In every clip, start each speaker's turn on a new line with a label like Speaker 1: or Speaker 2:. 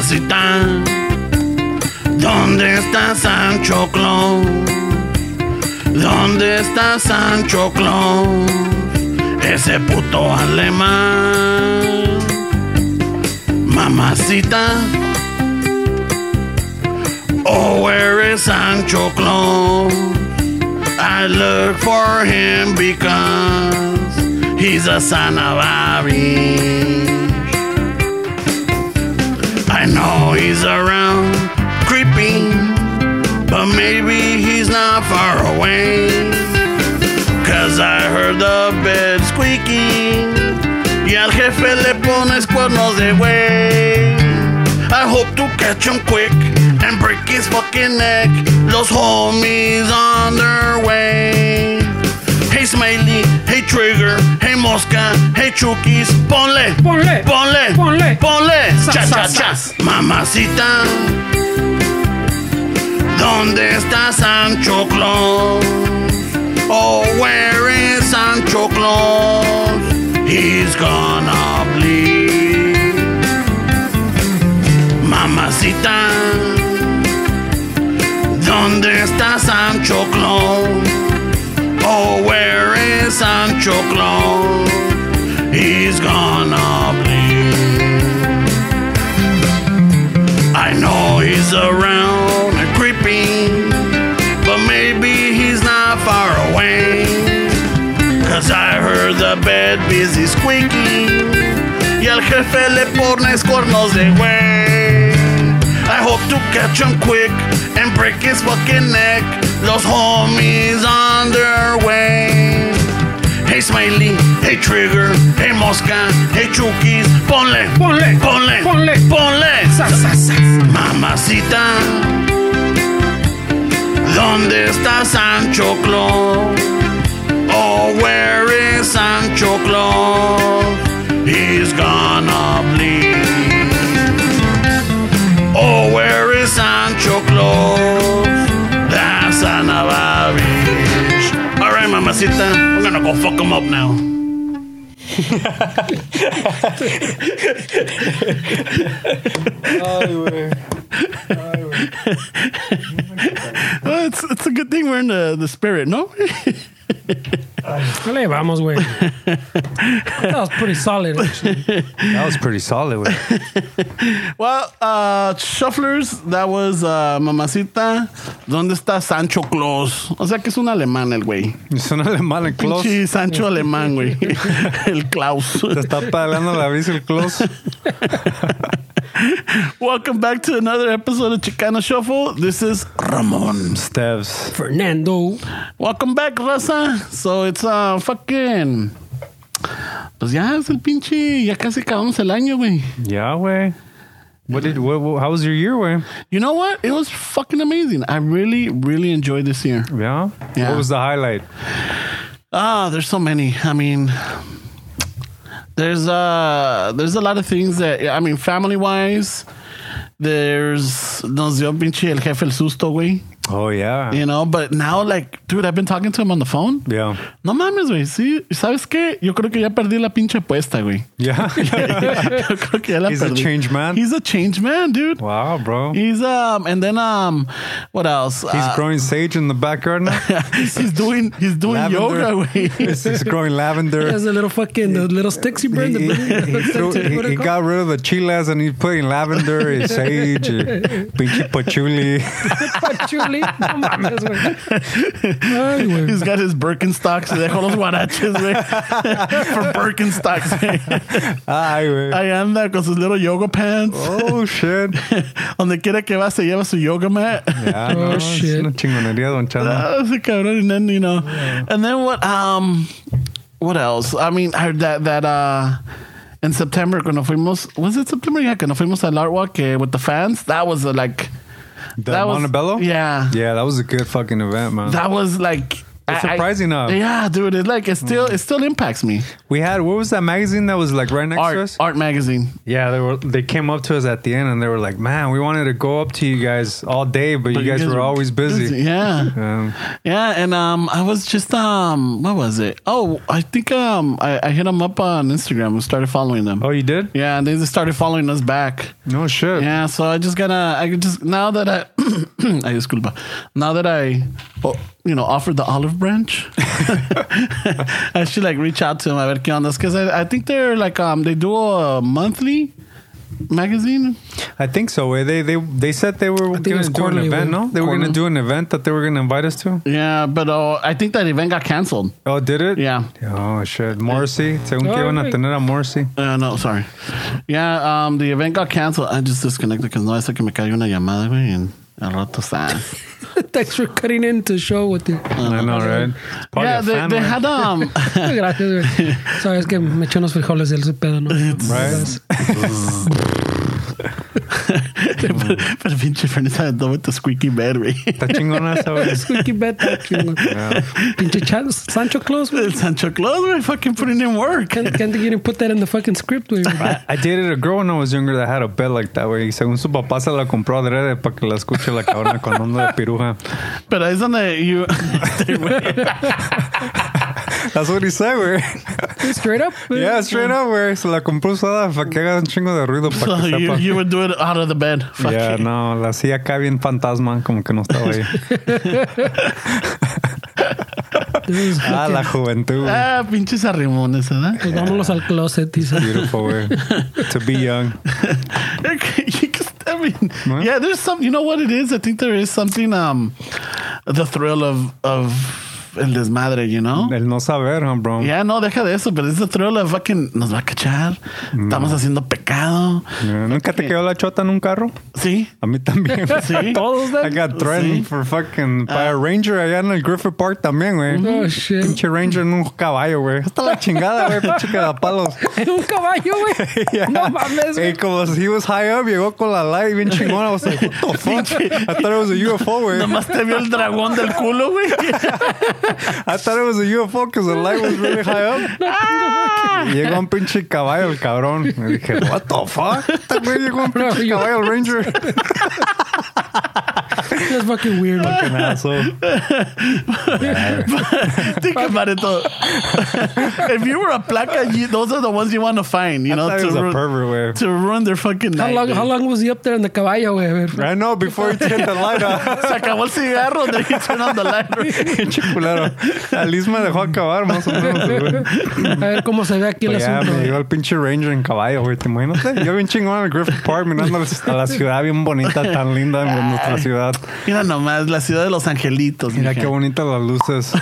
Speaker 1: está? ¿Dónde está Sancho Claus? ¿Dónde está Sancho Claus? Ese puto alemán. Mamacita. Oh, where is Sancho Claus? I look for him because he's a son of a bitch. I know he's around, creeping, but maybe he's not far away. Cause I heard the bed squeaking, y al jefe le pones cuernos de güey. I hope to catch him quick and break his fucking neck. Los homies on their way. Hey Smiley, hey Trigger, hey Mosca, hey Chukis, ponle,
Speaker 2: Ponle,
Speaker 1: ponle,
Speaker 2: ponle.
Speaker 1: ponle, cha,
Speaker 2: sa,
Speaker 1: cha, cha. Mamacita, ¿dónde está Sancho Claus? Oh, where is Sancho Claus? He's gonna bleed. Mamacita, ¿dónde está Sancho Claus? Oh, where is Sancho Claus? He's gonna bleed. I know he's around and creeping, but maybe he's not far away. Cause I heard the bed busy squeaking, y al jefe le pones cuernos de güey. I hope to catch him quick and break his fucking neck. Los homies on their way. Hey Smiley, hey Trigger, hey Mosca, hey Chukis, ponle,
Speaker 2: Ponle,
Speaker 1: ponle,
Speaker 2: ponle,
Speaker 1: ponle.
Speaker 2: sa, sa, sa.
Speaker 1: Mamacita, ¿dónde está Sancho Claus? Oh, where is Sancho Claus? He's gonna bleed. Oh, where is Sancho Claus? That's an average. All right, Mamacita, we're gonna go fuck him up now.
Speaker 3: Well, it's it's a good thing we're in the, the spirit, no?
Speaker 2: No le llevamos, güey. That was pretty solid. actually.
Speaker 4: That was pretty solid. With
Speaker 3: well, uh, shufflers, that was uh, Mamacita. ¿Dónde está Sancho Claus? O sea que es un alemán el güey.
Speaker 4: Son alemán el Klaus.
Speaker 3: Pinche Sancho alemán, güey. el Klaus.
Speaker 4: Te está pagando la bici el Klaus.
Speaker 3: Welcome back to another episode of Chicano Shuffle. This is Ramon.
Speaker 4: Steps.
Speaker 2: Fernando.
Speaker 3: Welcome back, Raza. So it's uh, fucking. Pues ya es el pinche. Ya casi acabamos el año, güey.
Speaker 4: Yeah, way. What did? What, what- how was your year, way?
Speaker 3: You know what? It was fucking amazing. I really, really enjoyed this year.
Speaker 4: Yeah?
Speaker 3: Yeah.
Speaker 4: What was the highlight?
Speaker 3: Ah, there's so many. I mean, there's uh, there's a lot of things that I mean, family wise. There's nos dio pinche el jefe el susto, güey.
Speaker 4: Oh yeah.
Speaker 3: You know, but now like, dude, I've been talking to him on the phone.
Speaker 4: Yeah.
Speaker 3: No mames, güey. Sí, ¿sabes qué? Yo creo que ya perdí la pinche apuesta, güey.
Speaker 4: Yeah.
Speaker 3: Yo creo que ya la
Speaker 4: He's a
Speaker 3: perdí.
Speaker 4: changed man.
Speaker 3: He's a change man, dude.
Speaker 4: wow, bro. He's
Speaker 3: He's um, and then um, what else? Uh,
Speaker 4: growing sage in the backyard now.
Speaker 3: he's doing he's doing
Speaker 4: Lavender.
Speaker 3: yoga, güey.
Speaker 4: he's, he's growing lavender.
Speaker 2: There's the little fucking the little sticks you
Speaker 4: He,
Speaker 2: burn. The,
Speaker 4: he- he threw- he- he got rid of the chiles and he's putting lavender and sage and pinky patchouli.
Speaker 2: Patchouli. No mames, güey. Ay, güey.
Speaker 3: He's got his Birkenstocks. Se dejó los guaraches, güey. For Birkenstocks, güey.
Speaker 4: Ay, güey.
Speaker 3: Ahí anda con sus little yoga pants.
Speaker 4: Oh, shit. Oh.
Speaker 3: Donde quiera que va, se lleva su yoga mat.
Speaker 4: Yeah,
Speaker 2: Oh,
Speaker 4: no,
Speaker 2: shit.
Speaker 4: Es una chingonería, don Chano.
Speaker 3: Ah, ese cabrón. And then, you know. And then what, um, what else? I mean, I heard that, that, uh, in September, cuando fuimos, was it September? Yeah, cuando fuimos al Art Walk eh, with the fans. That was uh, like,
Speaker 4: The
Speaker 3: that was-
Speaker 4: Montebello?
Speaker 3: yeah.
Speaker 4: Yeah, that was a good fucking event, man.
Speaker 3: that was like
Speaker 4: It's
Speaker 1: I- I-
Speaker 4: surprising uh, enough.
Speaker 1: Yeah, dude. It like it still it still impacts me.
Speaker 4: We had what was that magazine that was like right next to
Speaker 1: Art
Speaker 4: us?
Speaker 1: Art magazine.
Speaker 4: Yeah, they were they came up to us at the end and they were like, "Man, we wanted to go up to you guys all day, but, Oh, you guys, were always busy."
Speaker 1: Yeah.
Speaker 4: Um,
Speaker 1: Yeah, and um, I was just um, what was it? Oh, I think um, I, I hit them up on Instagram and started following them.
Speaker 4: oh, you did?
Speaker 1: Yeah, and they just started following us back.
Speaker 4: No shit.
Speaker 1: Yeah, so I just gotta, I just now that I, I disculpa, now that I, oh, you know, offered the olive branch, I should like reach out to them. A ver qué onda, because I, I think they're like um, they do a monthly magazine.
Speaker 4: I think so. eh? They they they said they were
Speaker 2: think it
Speaker 4: going
Speaker 2: was
Speaker 4: to do an
Speaker 2: quarterly,
Speaker 4: event.
Speaker 2: wasn't it?
Speaker 4: No, they were going to
Speaker 1: Quarterly.
Speaker 4: do an event that they were going to invite us to.
Speaker 1: Yeah, but uh, I think that event got canceled.
Speaker 4: Oh, did it?
Speaker 1: Yeah.
Speaker 4: Oh shit, Morrissey. Según que
Speaker 2: Oh,
Speaker 4: iban a
Speaker 2: wait.
Speaker 4: tener a Morrissey.
Speaker 1: Uh, no, sorry. Yeah, um, the event got canceled. I just disconnected because no, es que me cayó una llamada, güey, and al rato está.
Speaker 2: Thanks for cutting in to show with the.
Speaker 4: I know, right? Probably
Speaker 1: yeah,
Speaker 4: a
Speaker 1: they,
Speaker 4: fan,
Speaker 1: they
Speaker 4: right?
Speaker 1: had um,
Speaker 2: Gracias, güey. Sabes que me echó unos frijoles del su pedo, ¿no?
Speaker 4: Right.
Speaker 1: pero pinche Fernanda andó with the squeaky bed, güey.
Speaker 4: Está chingona esa, güey.
Speaker 2: Squeaky beta, chingón. Pinche Chan- Sancho Claus, güey.
Speaker 1: El Sancho Claus, we're fucking putting in work.
Speaker 2: Can't, can't think you didn't put that in the fucking script, güey.
Speaker 4: I, I dated a girl when I was younger that had a bed like that, güey. Y según su papá se la compró adrede para que la escuche la cabrona cuando anda de piruja.
Speaker 1: Pero es donde you.
Speaker 4: That's what he said, güey.
Speaker 2: Straight up. güey.
Speaker 4: Yeah, straight up, güey. Se la compró usada para que haga un chingo de ruido para
Speaker 1: so
Speaker 4: que
Speaker 1: you,
Speaker 4: sepa.
Speaker 1: you would do it out of the bed. Fuck
Speaker 4: yeah,
Speaker 1: it.
Speaker 4: no, la hacía acá bien fantasma, como que no estaba ahí.
Speaker 2: Dude,
Speaker 4: Ah, la juventud. güey.
Speaker 1: Ah, pinches arrimones, ¿verdad?
Speaker 2: Pues vámonos al closet, dice.
Speaker 4: Beautiful, güey. To be young.
Speaker 1: Okay, you just- I mean,
Speaker 4: Well.
Speaker 1: yeah, there's some. You know what it is? I think there is something. Um, the thrill of of el desmadre, you know.
Speaker 4: El no saber, huh, bro.
Speaker 1: Yeah, no, deja de eso, pero es the thrill of fucking nos va a cachar. Estamos haciendo pecado.
Speaker 4: Yeah, ¿Nunca te quedó la chota en un carro?
Speaker 1: Sí.
Speaker 4: A mí también.
Speaker 1: Sí.
Speaker 4: Todos I got
Speaker 1: Sí.
Speaker 4: threatened
Speaker 1: Ah.
Speaker 4: for fucking by a ranger allá en el Griffith Park también, güey.
Speaker 2: Oh, shit.
Speaker 4: Pinche ranger en un caballo, güey. Hasta la chingada, güey. Pinche que da palos.
Speaker 2: En un caballo, güey. No mames,
Speaker 4: Hey,
Speaker 2: güey.
Speaker 4: como si he was high up, llegó con la light bien chingona. I was like, what the fuck? I thought it was a UFO, güey.
Speaker 1: Nomás te vio el dragón del culo, güey.
Speaker 4: I thought it was a UFO because the light was really high up.
Speaker 2: Ah.
Speaker 4: Llegó un pinche caballo, el cabrón. Me dije, what the fuck? Este güey llegó un pinche
Speaker 2: No,
Speaker 4: caballo, el ranger.
Speaker 2: That's fucking weird, güey.
Speaker 4: Fucking asshole.
Speaker 1: Think about it though. if you were a placa, you, those are the ones you want to find. You know,
Speaker 4: thought he
Speaker 1: to,
Speaker 4: was a
Speaker 1: ru-
Speaker 4: pervert,
Speaker 1: to ruin their fucking
Speaker 2: How
Speaker 1: night.
Speaker 2: long,
Speaker 1: dude.
Speaker 2: how long was he up there in the caballo, güey? A ver.
Speaker 4: güey. I know, before he turned the light off.
Speaker 1: Se acabó el cigarro, then you turn on the light.
Speaker 4: Pinche culero. Al Liz me dejó acabar, más o menos, güey.
Speaker 2: A ver cómo se ve aquí el
Speaker 4: Pues ya
Speaker 2: asunto.
Speaker 4: me
Speaker 2: güey.
Speaker 4: llegó el pinche Ranger en caballo, güey. ¿Te imaginas? eh, Yo bien chingón en el Griffith Park mirando a la ciudad bien bonita, tan linda en nuestra ciudad.
Speaker 1: Mira nomás, la ciudad de los angelitos.
Speaker 4: Mira
Speaker 1: mija.
Speaker 4: qué bonitas las luces.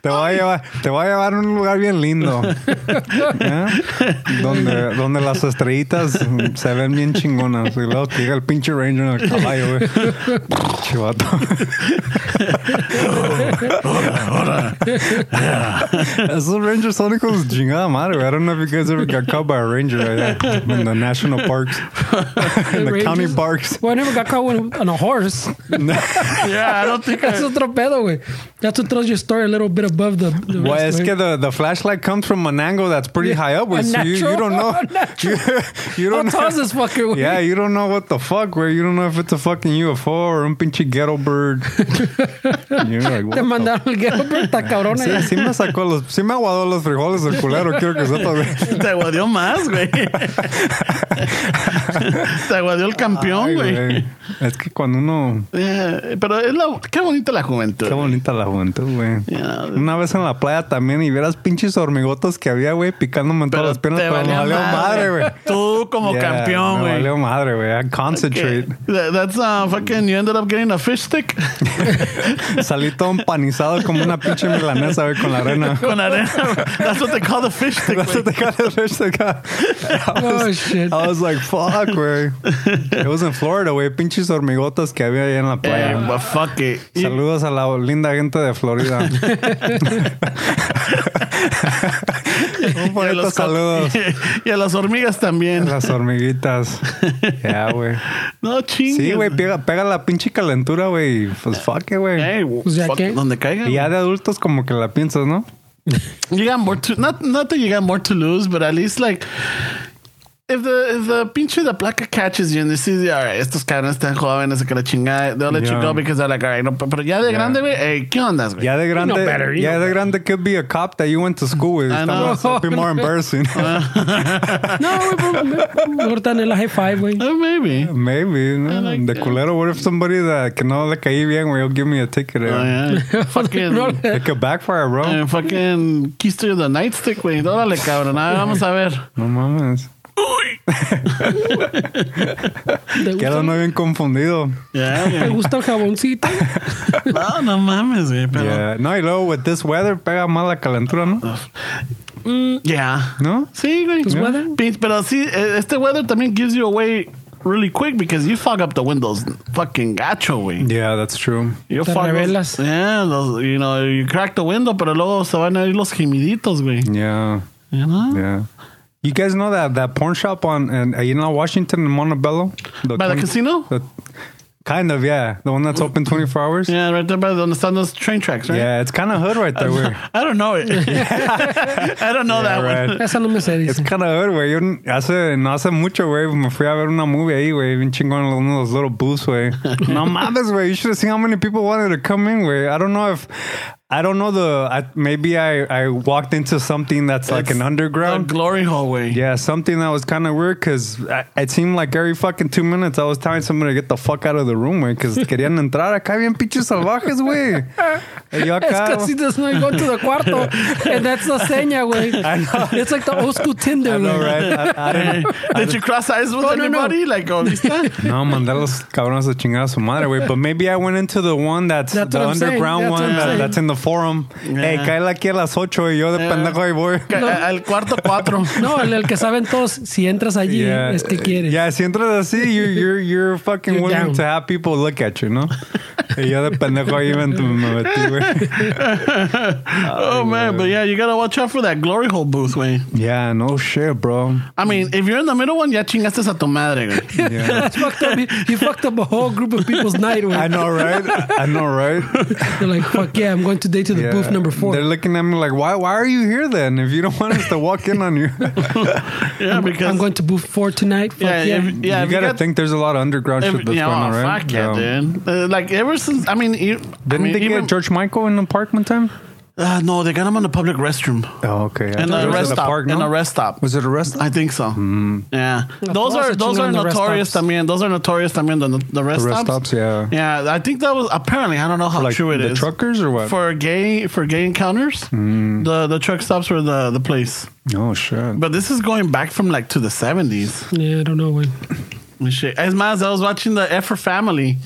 Speaker 4: te, voy a llevar, te voy a llevar a un lugar bien lindo. ¿eh? Donde, donde las estrellitas se ven bien chingonas. Y luego te llega el pinche Ranger en el caballo, güey. Chivato. Esos Rangers son hijos de chingada madre, güey. I don't know if you guys ever got caught by a Ranger allá in the national parks, in the county
Speaker 2: Rangers?
Speaker 4: parks.
Speaker 2: Well, I never got caught with- on a horse.
Speaker 1: Yeah, I don't think
Speaker 2: That's otro pedo, güey. That's what throws your story a little bit above the. the
Speaker 4: Well,
Speaker 2: rest,
Speaker 4: es
Speaker 2: güey.
Speaker 4: que the, the flashlight comes from an angle that's pretty high up, güey. So you, you don't know. You, you
Speaker 2: How
Speaker 4: don't
Speaker 2: tall is this fucker, güey?
Speaker 4: Yeah, you don't know what the fuck, güey. You don't know if it's a fucking UFO or un pinche ghetto bird. You're like, what
Speaker 2: Te
Speaker 4: the
Speaker 2: mandaron el guerra, pero está cabrón.
Speaker 4: Sí, sí me sacó los, sí me aguadó los frijoles del culero, quiero que sepa, güey.
Speaker 1: te aguadió más, güey. te aguadió el campeón,
Speaker 4: Ay,
Speaker 1: güey.
Speaker 4: güey. Es que cuando uno,
Speaker 1: Eh, pero es la, qué bonita la juventud.
Speaker 4: qué bonita la juventud, güey.
Speaker 1: Yeah.
Speaker 4: Una vez en la playa también y vieras pinches hormigotas que había, güey, picándome en todas las piernas, pero me valió madre, güey.
Speaker 1: Tú como Oh,
Speaker 4: Yeah,
Speaker 1: campeón,
Speaker 4: me
Speaker 1: güey.
Speaker 4: valió madre, güey. I concentrate.
Speaker 1: That- that's uh, fucking. You ended up getting a fish stick
Speaker 4: Salí todo empanizado como una pinche milanesa, güey, con la arena.
Speaker 1: con arena. That's what they call the fish stick.
Speaker 4: That's
Speaker 1: güey.
Speaker 4: what they got at Fish Stick. I
Speaker 2: Oh,
Speaker 4: was-
Speaker 2: shit.
Speaker 4: I was like, fuck, güey. It was in Florida, güey. Pinches hormigotas que había allá en la
Speaker 1: Eh,
Speaker 4: playa.
Speaker 1: but fuck it. You-
Speaker 4: Saludos a la linda gente de Florida. Un
Speaker 1: y a
Speaker 4: bonito
Speaker 1: los co-
Speaker 4: saludos.
Speaker 1: y a las hormigas también.
Speaker 4: las hormiguitas. Ya, güey.
Speaker 1: No chingues.
Speaker 4: Sí, güey, pega, pega la pinche calentura, güey. Pues fuck, it, güey.
Speaker 1: Hey,
Speaker 2: Pues ya
Speaker 1: fuck,
Speaker 2: que-
Speaker 1: donde caiga.
Speaker 4: Y ya de adultos como que la piensas, ¿no?
Speaker 1: You got more to not not that you got more to lose, but at least like if the if the pinche the placa catches you and you see all right, estos cabrones están jóvenes, que la chingada, they'll let you
Speaker 4: Yeah.
Speaker 1: go because they're like, all right, no, pero ya de grande, güey, hey, ¿qué onda, güey?
Speaker 4: Ya de grande,
Speaker 2: better, you
Speaker 4: ya
Speaker 2: know
Speaker 4: de grande could be a cop that you went to school with.
Speaker 1: I
Speaker 4: Está
Speaker 1: know.
Speaker 4: más- it'd be more embarrassing.
Speaker 1: Ah.
Speaker 2: No, güey, pero me- mejor te dan el high five, güey.
Speaker 1: Oh, maybe.
Speaker 4: Maybe, ¿no?
Speaker 1: like
Speaker 4: de
Speaker 1: that.
Speaker 4: culero. What if somebody that que no le caí bien, güey, will give me a ticket?
Speaker 1: Oh,
Speaker 4: eh?
Speaker 1: yeah.
Speaker 2: No,
Speaker 1: fucking.
Speaker 4: It could backfire, bro.
Speaker 1: eh, fucking keys to the nightstick, güey. Órale, cabrón. A ver, vamos a ver.
Speaker 4: No mames.
Speaker 2: ¿Te gusta,
Speaker 4: Quedo no bien confundido.
Speaker 1: Ya,
Speaker 2: ¿Te
Speaker 1: güey.
Speaker 2: gusta el jaboncito?
Speaker 1: No, no mames, güey. Pero. Ah.
Speaker 4: Yeah. No, y luego, with this weather, pega más la calentura, ¿no?
Speaker 1: Ya. Yeah.
Speaker 4: ¿No?
Speaker 1: Sí, güey.
Speaker 2: Pues, Mm. weather.
Speaker 1: Pin- Pero sí, eh, este weather también gives you away really quick because you fuck up the windows fucking gacho, güey.
Speaker 4: Yeah, that's true.
Speaker 1: You
Speaker 2: Te
Speaker 1: fuck those-
Speaker 2: rebelas.
Speaker 1: yeah, those- you know, you crack the window, pero luego se van a ir los gemiditos, güey.
Speaker 4: Yeah,
Speaker 1: You know?
Speaker 4: yeah. You guys know that that porn shop on and uh, you know Washington and Montebello, the
Speaker 1: By the
Speaker 4: twen-
Speaker 1: casino?
Speaker 4: the- kind of, yeah. The one that's open twenty four hours.
Speaker 1: Yeah, right there by donde están los train tracks, right?
Speaker 4: Yeah, it's kind of hood right there. Where
Speaker 1: I don't know it. I don't know that
Speaker 4: right.
Speaker 1: one.
Speaker 2: Esa no me sé,
Speaker 4: It's
Speaker 2: dice.
Speaker 4: kind of hood, güey. Yo n- Hace, no hace mucho, güey. Me fui a ver una movie ahí, güey. Bien chingón en uno de los little booths, güey. No mames, güey. You should have seen how many people wanted to come in, güey. I don't know if. I don't know the. I, maybe I, I walked into something that's like an
Speaker 1: It's
Speaker 4: underground.
Speaker 1: A glory hole, güey.
Speaker 4: Yeah, something that was kind of weird because it seemed like every fucking two minutes I was telling somebody to get the fuck out of the room, güey, because querían entrar acá bien pinches salvajes, güey. Y Yo
Speaker 2: Es
Speaker 4: acá.
Speaker 2: que así does not go to the cuarto. And that's the seña, güey. It's like the old school Tinder,
Speaker 4: I know,
Speaker 2: güey.
Speaker 4: right? I, I didn't-
Speaker 1: Did you cross eyes with
Speaker 2: No, no, no.
Speaker 1: anybody? Like, oh, ¿viste?
Speaker 4: no, mandar los cabrones a chingar a su madre, güey. But maybe I went into the one that's,
Speaker 2: That's
Speaker 4: the
Speaker 2: what I'm saying.
Speaker 4: underground
Speaker 2: That's what
Speaker 4: one
Speaker 2: I'm
Speaker 4: that-
Speaker 2: saying.
Speaker 4: that's in the forum. Hey, cáela aquí a las ocho, y yo de pendejo ahí voy.
Speaker 1: Ca- Al cuarto cuatro.
Speaker 2: No, el, el que saben todos, si entras allí,
Speaker 4: Yeah, eh,
Speaker 2: es que quieres.
Speaker 4: Yeah, si entras así, you're, you're, you're fucking
Speaker 2: You're
Speaker 4: willing
Speaker 2: down.
Speaker 4: to have people look at you, ¿no? y yo de pendejo ahí me, me metí, güey.
Speaker 1: Oh, man. But yeah, you gotta watch out for that glory hole booth, güey.
Speaker 4: Yeah, no shit, bro.
Speaker 1: I mean, if you're in the middle one, ya chingaste a tu madre, güey.
Speaker 4: Yeah.
Speaker 2: It's fucked up. You, you fucked up a whole group of people's night,
Speaker 4: I
Speaker 2: güey.
Speaker 4: know, right? I know, right?
Speaker 2: They're like, fuck yeah, I'm going today to the
Speaker 4: Yeah.
Speaker 2: booth number four.
Speaker 4: They're looking at me like, why Why are you here then? If you don't want us to walk in on you,
Speaker 1: Yeah, because
Speaker 2: I'm going to booth four tonight. Fuck
Speaker 1: yeah,
Speaker 2: yeah.
Speaker 1: if- yeah,
Speaker 4: you
Speaker 1: if you
Speaker 4: gotta
Speaker 1: got-
Speaker 4: think there's a lot of underground
Speaker 1: if-
Speaker 4: shit that's
Speaker 1: yeah,
Speaker 4: going on,
Speaker 1: oh,
Speaker 4: right? Um,
Speaker 1: fuck yeah, dude. Uh, like ever since, I mean, you, I
Speaker 4: Didn't
Speaker 1: mean,
Speaker 4: they
Speaker 1: even-
Speaker 4: get George Michael in the park one time?
Speaker 1: Uh, no, they got him on the public restroom
Speaker 4: Oh, okay. I
Speaker 1: and
Speaker 4: thought
Speaker 1: a
Speaker 4: it was
Speaker 1: rest
Speaker 4: at
Speaker 1: stop.
Speaker 4: park,
Speaker 1: And
Speaker 4: no?
Speaker 1: a rest stop.
Speaker 4: Was it Mm. a rest?
Speaker 1: I think so. Yeah, those
Speaker 2: todos
Speaker 1: are
Speaker 2: se
Speaker 1: those are
Speaker 2: chingan the rest
Speaker 1: notorious. I
Speaker 2: stops.
Speaker 1: mean, those are notorious. I mean, the the rest,
Speaker 4: The rest
Speaker 1: stops.
Speaker 4: stops, yeah.
Speaker 1: Yeah, I think that was apparently. I don't know how
Speaker 4: Like
Speaker 1: true it is.
Speaker 4: the truckers or what? Mm.
Speaker 1: for gay for gay encounters, the the truck stops were the the place.
Speaker 4: oh shit.
Speaker 1: But this is going back from like to the seventies.
Speaker 2: Yeah, I don't know, güey.
Speaker 1: Shit. As Maz, I was watching the F for Family.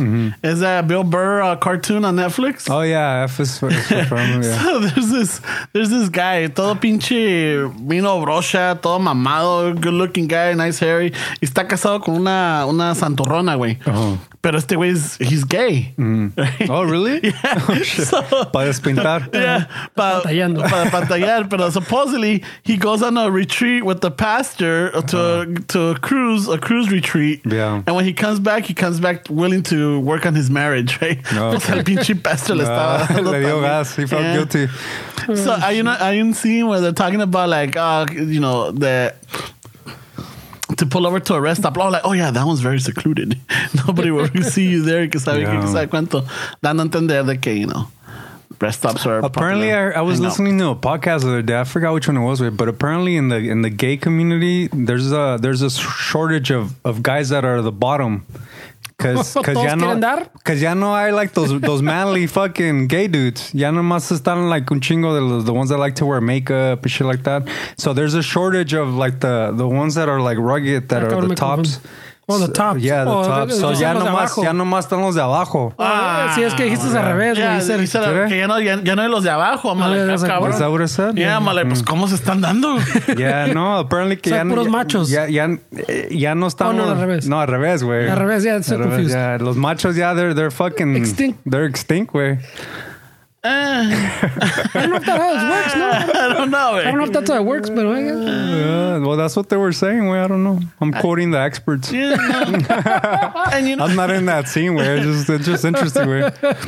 Speaker 1: Is that Bill Burr uh, cartoon on Netflix?
Speaker 4: Mm-hmm. Oh yeah, F is for, is for family. Yeah.
Speaker 1: So there's this there's this guy, todo pinche vino brocha, todo mamado, good looking guy, nice hairy. Y está casado con una, una santurrona, güey.
Speaker 4: Ajá.
Speaker 1: Pero este güey es he's gay.
Speaker 4: Uh-huh. Oh really?
Speaker 1: Yeah. so,
Speaker 4: Para despintar.
Speaker 1: yeah, pa,
Speaker 2: Pantallando.
Speaker 1: pa- pantallar, pero supposedly he goes on a retreat with the pastor to to a cruise, a cruise retreat.
Speaker 4: Uh-huh. Yeah.
Speaker 1: And when he comes back, he comes back willing to work on his marriage, right?
Speaker 4: No.
Speaker 1: Porque el pinche pastor le estaba
Speaker 4: Ah,
Speaker 1: dando
Speaker 4: le dio
Speaker 1: también.
Speaker 4: gas. He felt
Speaker 1: Yeah.
Speaker 4: guilty.
Speaker 1: So are you not? Are you seeing where they're talking about like, uh, you know, the to pull over to a rest stop? Oh, like, oh yeah, that one's very secluded. Nobody will see you there because sabe que
Speaker 4: Yeah.
Speaker 1: sabe cuánto dando a entender de que you know rest stops are
Speaker 4: Apparently, I,
Speaker 1: popular
Speaker 4: I was
Speaker 1: hangout.
Speaker 4: listening to a podcast the other day. I forgot which one it was, with, but apparently in the in the gay community, there's a there's a shortage of of guys that are the bottom. Cause, cause
Speaker 2: Todos
Speaker 4: ya no,
Speaker 2: quieren dar.
Speaker 4: cause ya no hay like those those manly fucking gay dudes. Ya nomás están like un chingo de los, the ones that like to wear makeup and shit like that. So there's a shortage of like the the ones that are like rugged that
Speaker 2: Ah,
Speaker 4: are
Speaker 2: cabrón,
Speaker 4: the
Speaker 2: me
Speaker 4: tops.
Speaker 2: confundí. Oh, the tops.
Speaker 4: Yeah, the
Speaker 2: Oh,
Speaker 4: tops. So
Speaker 2: los
Speaker 4: ya
Speaker 2: de
Speaker 4: nomás
Speaker 2: abajo.
Speaker 4: ya nomás están los de abajo.
Speaker 2: Ah, sí, es que dijiste al revés, güey.
Speaker 1: Yeah,
Speaker 2: Dice-
Speaker 1: dice la-
Speaker 4: ¿Qué?
Speaker 1: que ya no, ya, ya no hay los de abajo, amale,
Speaker 2: Ah,
Speaker 1: ah, cabrón.
Speaker 4: Is that what I said?
Speaker 1: Yeah, amale,
Speaker 4: Mm.
Speaker 1: pues cómo se están dando.
Speaker 4: Yeah, no, apparently que
Speaker 2: Son
Speaker 4: ya,
Speaker 2: puros
Speaker 4: ya-
Speaker 2: machos. Oh,
Speaker 4: Ya, ya, eh, ya no estamos.
Speaker 2: al revés.
Speaker 4: No, al revés, güey.
Speaker 2: Al revés, ya, estoy
Speaker 4: Al revés,
Speaker 2: confused.
Speaker 4: ya. Los machos ya, they're, they're fucking.
Speaker 2: Extinct.
Speaker 4: They're extinct, güey.
Speaker 2: I don't know if
Speaker 1: Eh, I don't know.
Speaker 2: that's how this works, no. I don't know
Speaker 1: güey.
Speaker 2: if that's how it works, but I guess.
Speaker 4: Yeah, well, that's what they were saying. Well, I don't know. I'm quoting the experts.
Speaker 1: Yeah, no. and you know,
Speaker 4: I'm not in that scene. Where it's just it's just interesting. Where
Speaker 1: it- it-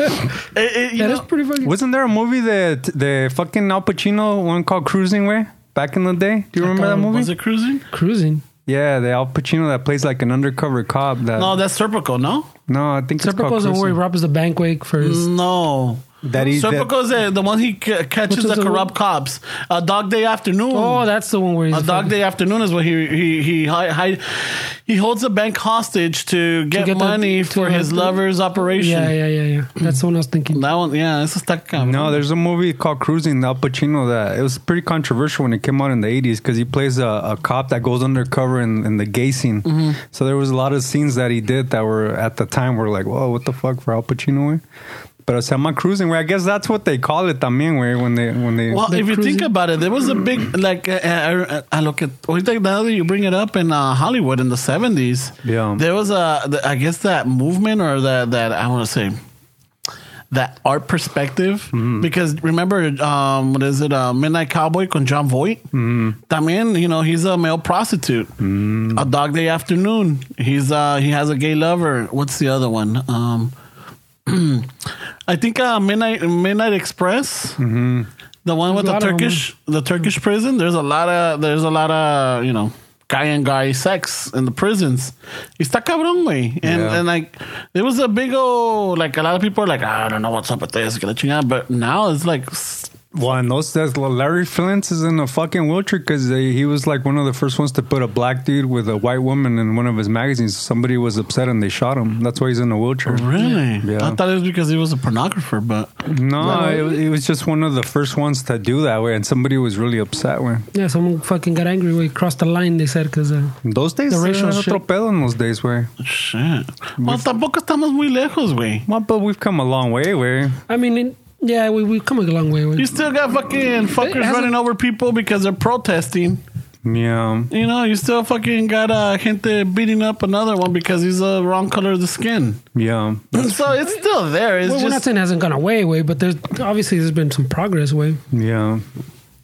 Speaker 1: eh, you
Speaker 2: That
Speaker 1: know,
Speaker 2: is pretty fucking.
Speaker 4: wasn't there a movie that the fucking Al Pacino one called Cruising? Where back in the day, do you remember that movie?
Speaker 1: was it cruising?
Speaker 2: Cruising.
Speaker 4: Yeah, the Al Pacino that plays like an undercover cop. That
Speaker 1: No,
Speaker 4: no,
Speaker 1: that's Serpico, no?
Speaker 4: I think it's called
Speaker 2: Serpico's the one where he
Speaker 4: Cruising.
Speaker 2: robs the bank wake for
Speaker 1: Mm.
Speaker 2: his.
Speaker 1: No.
Speaker 4: That he- that-
Speaker 1: Serpico's the, the one he ca-
Speaker 2: Which
Speaker 1: catches
Speaker 2: is
Speaker 1: the
Speaker 2: the
Speaker 1: corrupt
Speaker 2: one?
Speaker 1: cops. A dog day afternoon.
Speaker 2: Oh, that's the one where he's.
Speaker 1: a dog
Speaker 2: fucking-
Speaker 1: day afternoon is where he he he hi, hi, he holds a bank hostage to get,
Speaker 2: get the-
Speaker 1: money
Speaker 2: to
Speaker 1: for his
Speaker 2: the-
Speaker 1: lover's operation.
Speaker 2: Yeah, yeah, yeah, yeah. That's the one I was thinking.
Speaker 1: That one, yeah, eso está cabrón.
Speaker 4: No, there's a movie called Cruising, the Al Pacino, that it was pretty controversial when it came out in the 80s because he plays a, a cop that goes undercover in, in the gay scene.
Speaker 1: Mm-hmm.
Speaker 4: So there was a lot of scenes that he did that were at the time were like, whoa, what the fuck for Al Pacino? eh?" Way? But it's Emma Cruising, where I guess that's what they call it también, where when they, when they,
Speaker 1: Well,
Speaker 2: They're
Speaker 1: if you
Speaker 2: cruising.
Speaker 1: think about it, there was a big like. Uh, uh, I look at ahorita now that you bring it up in uh, Hollywood in the seventies.
Speaker 4: Yeah.
Speaker 1: there was a the- I guess that movement or that that I want to say that art perspective
Speaker 2: Mm-hmm.
Speaker 1: because remember um, what is it uh, Midnight Cowboy con John Voight.
Speaker 2: Mm-hmm.
Speaker 1: También, you know, he's a male prostitute. A Dog Day Afternoon. He's uh he has a gay lover. What's the other one? Um I think uh, Midnight Midnight Express.
Speaker 4: Mm-hmm.
Speaker 1: The one with
Speaker 2: There's
Speaker 1: the
Speaker 2: a lot of
Speaker 1: Turkish the Turkish prison. There's a lot of there's a lot of, you know, guy and guy sex in the prisons. Está cabrón, güey. And
Speaker 4: Yeah.
Speaker 1: and like it was a big old like a lot of people are like, "Ah, I don't know what's up with this, que la chingada." but now it's like s-
Speaker 4: well, and those days, Larry Flint is in a fucking wheelchair because he was like one of the first ones to put a black dude with a white woman in one of his magazines. Somebody was upset and they shot him. That's why he's in a wheelchair.
Speaker 1: Oh, Really?
Speaker 4: Yeah.
Speaker 1: I thought it was because he was a pornographer, but
Speaker 4: No, it, was- it was just one of the first ones to do that way, and somebody was really upset when
Speaker 2: Yeah, someone fucking got angry. We crossed the line. They said because uh,
Speaker 4: in those days.
Speaker 2: The racial
Speaker 4: era
Speaker 2: shit.
Speaker 4: otro pedo in those days, way.
Speaker 1: Shit. Well, tampoco estamos muy lejos, güey.
Speaker 4: Well, but we've come a long way, way.
Speaker 2: I mean, in, yeah, we we come a long way.
Speaker 1: You
Speaker 2: We,
Speaker 1: still got fucking fuckers
Speaker 2: hasn't-
Speaker 1: running over people because they're protesting.
Speaker 4: Yeah,
Speaker 1: You know, you still fucking got uh, gente beating up another one because he's the wrong color of the skin.
Speaker 4: yeah.
Speaker 1: so it's still there. It's
Speaker 2: well, we're not
Speaker 1: just
Speaker 2: saying it hasn't gone away, way, but there's obviously there's been some progress, way.
Speaker 4: Yeah,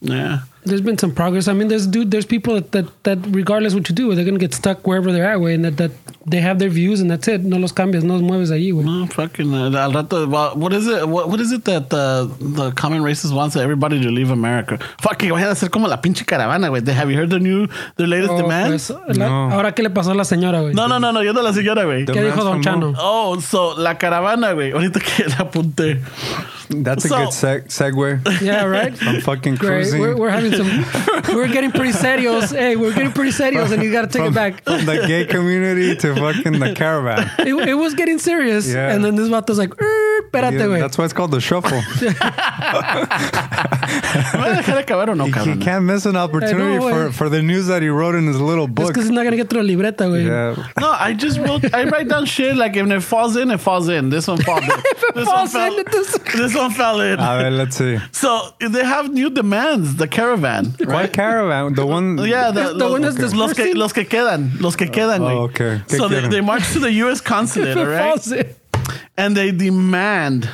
Speaker 1: yeah.
Speaker 2: There's been some progress. I mean, there's dude, there's people that that, that regardless what you do, they're gonna get stuck wherever they're at, way, and that that they have their views and that's it. No los cambias, no los mueves ahí, way.
Speaker 1: No, fucking uh, al rato, well, what is it? What, what is it that the the common racist wants everybody to leave America? Fucking vayan a ser como la pinche caravana, güey. They- Have you heard the new their latest
Speaker 2: Oh,
Speaker 1: demands?
Speaker 2: pues, la-
Speaker 4: No.
Speaker 2: Ahora qué le pasó a la señora, güey.
Speaker 1: No, no, no, no. Yo no la señora, güey.
Speaker 2: ¿Qué dijo Don
Speaker 4: Demands
Speaker 2: Chano?
Speaker 4: from
Speaker 1: Oh, so la caravana, güey. Ahorita que la apunté.
Speaker 4: that's a
Speaker 1: So-
Speaker 4: good seg- segue.
Speaker 2: Yeah, right.
Speaker 4: I'm fucking
Speaker 2: Great.
Speaker 4: cruising.
Speaker 2: We're, we're having some. We're getting pretty serious. Hey, we're getting pretty serious, and you got to take
Speaker 4: from,
Speaker 2: it back.
Speaker 4: from the gay community to fucking the caravan.
Speaker 2: It, it was getting serious,
Speaker 4: Yeah.
Speaker 2: and then this vato's like, "Er, espérate,
Speaker 4: Yeah,
Speaker 2: güey.
Speaker 4: that's why it's called the shuffle.
Speaker 1: ¿Me van a dejar acabar o no,
Speaker 4: he
Speaker 1: cabrón?
Speaker 4: can't miss an opportunity
Speaker 2: güey.
Speaker 4: for, for the news that he wrote in his little
Speaker 2: Es
Speaker 4: book.
Speaker 2: que he's not gonna get through a libreta, güey.
Speaker 4: Yeah.
Speaker 1: No, I just wrote. I write down shit like if it falls in, it falls in. This one falls in. this one
Speaker 2: falls in, it doesn't- Ah.
Speaker 1: this one fell in.
Speaker 4: A ver, let's see.
Speaker 1: So they have new demands. The caravan.
Speaker 4: Why caravan? The one.
Speaker 1: Yeah,
Speaker 2: It's the one that's
Speaker 1: los, los que
Speaker 2: dispersing. Ah,
Speaker 1: los que quedan, los que quedan. güey.
Speaker 4: Oh, okay. Que
Speaker 1: So they,
Speaker 4: quedan.
Speaker 1: they march to the U.S.
Speaker 2: If
Speaker 1: consulate, all
Speaker 2: it
Speaker 1: right,
Speaker 2: falls in.
Speaker 1: and they demand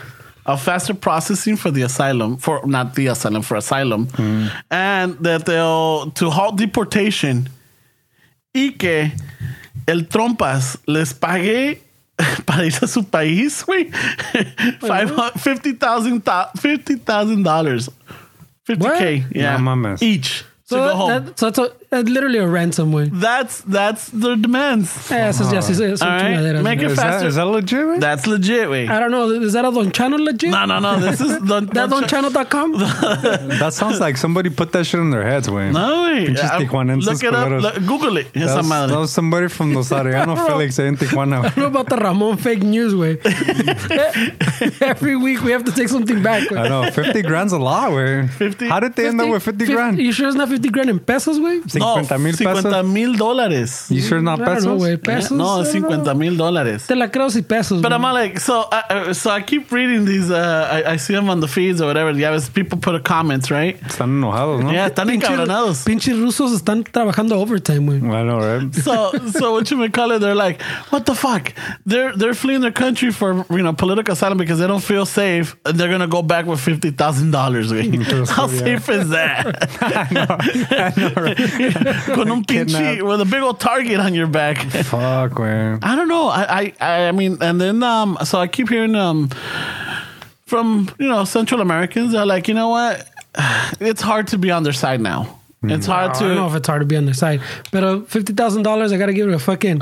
Speaker 1: a faster processing for the asylum, for not the asylum, for asylum,
Speaker 2: Mm.
Speaker 1: and that they'll to halt deportation, y que el trompas les pague. Para ir a su país, güey. Five hun- $50,000. $50,000. 50K. Yeah.
Speaker 4: No mames.
Speaker 1: Each.
Speaker 2: So,
Speaker 1: to go home.
Speaker 2: that, so that's, a, that's literally a ransom, güey.
Speaker 1: That's that's their demands.
Speaker 2: Eh, esas ya sí son
Speaker 1: All right.
Speaker 2: chingaderas,
Speaker 1: Make
Speaker 2: güey.
Speaker 1: it
Speaker 4: Is that,
Speaker 1: faster.
Speaker 4: is that legit? güey?
Speaker 1: that's legit, wait.
Speaker 2: I don't know. Is that a Don Chano legit?
Speaker 1: No, no, no. This is the,
Speaker 2: Uh, That DonChano.com?
Speaker 4: That sounds like somebody put that shit in their heads, Wayne.
Speaker 1: No, wait.
Speaker 4: Pinches
Speaker 1: I-
Speaker 4: tijuanenses
Speaker 1: ah, Look it up.
Speaker 4: culeros.
Speaker 1: Look, Google it.
Speaker 4: That
Speaker 1: Esa
Speaker 4: was, that
Speaker 1: madre.
Speaker 4: was somebody from Los Arellano Felix in Tijuana.
Speaker 2: What about the Ramon fake news, way? Every week we have to take something back. güey.
Speaker 4: I know, 50 grand's a lot, way.
Speaker 1: 50?
Speaker 4: How did they end up with 50 grand?
Speaker 2: You sure it's not 50 grand in pesos, way?
Speaker 4: Sí, 50 mil pesos.
Speaker 1: mil dólares. ¿Eh?
Speaker 4: You sure not
Speaker 2: I don't know,
Speaker 4: pesos?
Speaker 2: güey. Pesos. I
Speaker 1: No,
Speaker 2: don't
Speaker 1: 50
Speaker 2: know.
Speaker 1: mil dólares.
Speaker 2: Te la creo si pesos.
Speaker 1: But I'm
Speaker 2: güey.
Speaker 1: not like so. I, I- so I keep reading these. Uh, I, I see them on the feeds or whatever. Yeah, it's people put comments, right?
Speaker 4: Están enojados, ¿no?
Speaker 1: Yeah, están
Speaker 2: Pinche-
Speaker 1: encabronados.
Speaker 2: Pinches rusos están trabajando overtime, güey.
Speaker 4: Bueno, right.
Speaker 1: so so what you call it? They're like, what the fuck? They're they're fleeing their country for you know political asylum because they don't feel safe, and they're gonna go back with fifty thousand dollars. How
Speaker 4: yeah.
Speaker 1: safe is that? Con un pinche
Speaker 4: Kidnapped.
Speaker 1: with a big old target on your back.
Speaker 4: Fuck, güey.
Speaker 2: Ah,
Speaker 1: I don't know. I, I I mean, and then um, so I keep hearing um, from you know Central Americans. They're like, you know what? It's hard to be on their side now. It's hard
Speaker 2: Oh, I don't know if
Speaker 1: to.
Speaker 2: it's hard to be on their side. But uh, $50,000, I got to give it a fucking.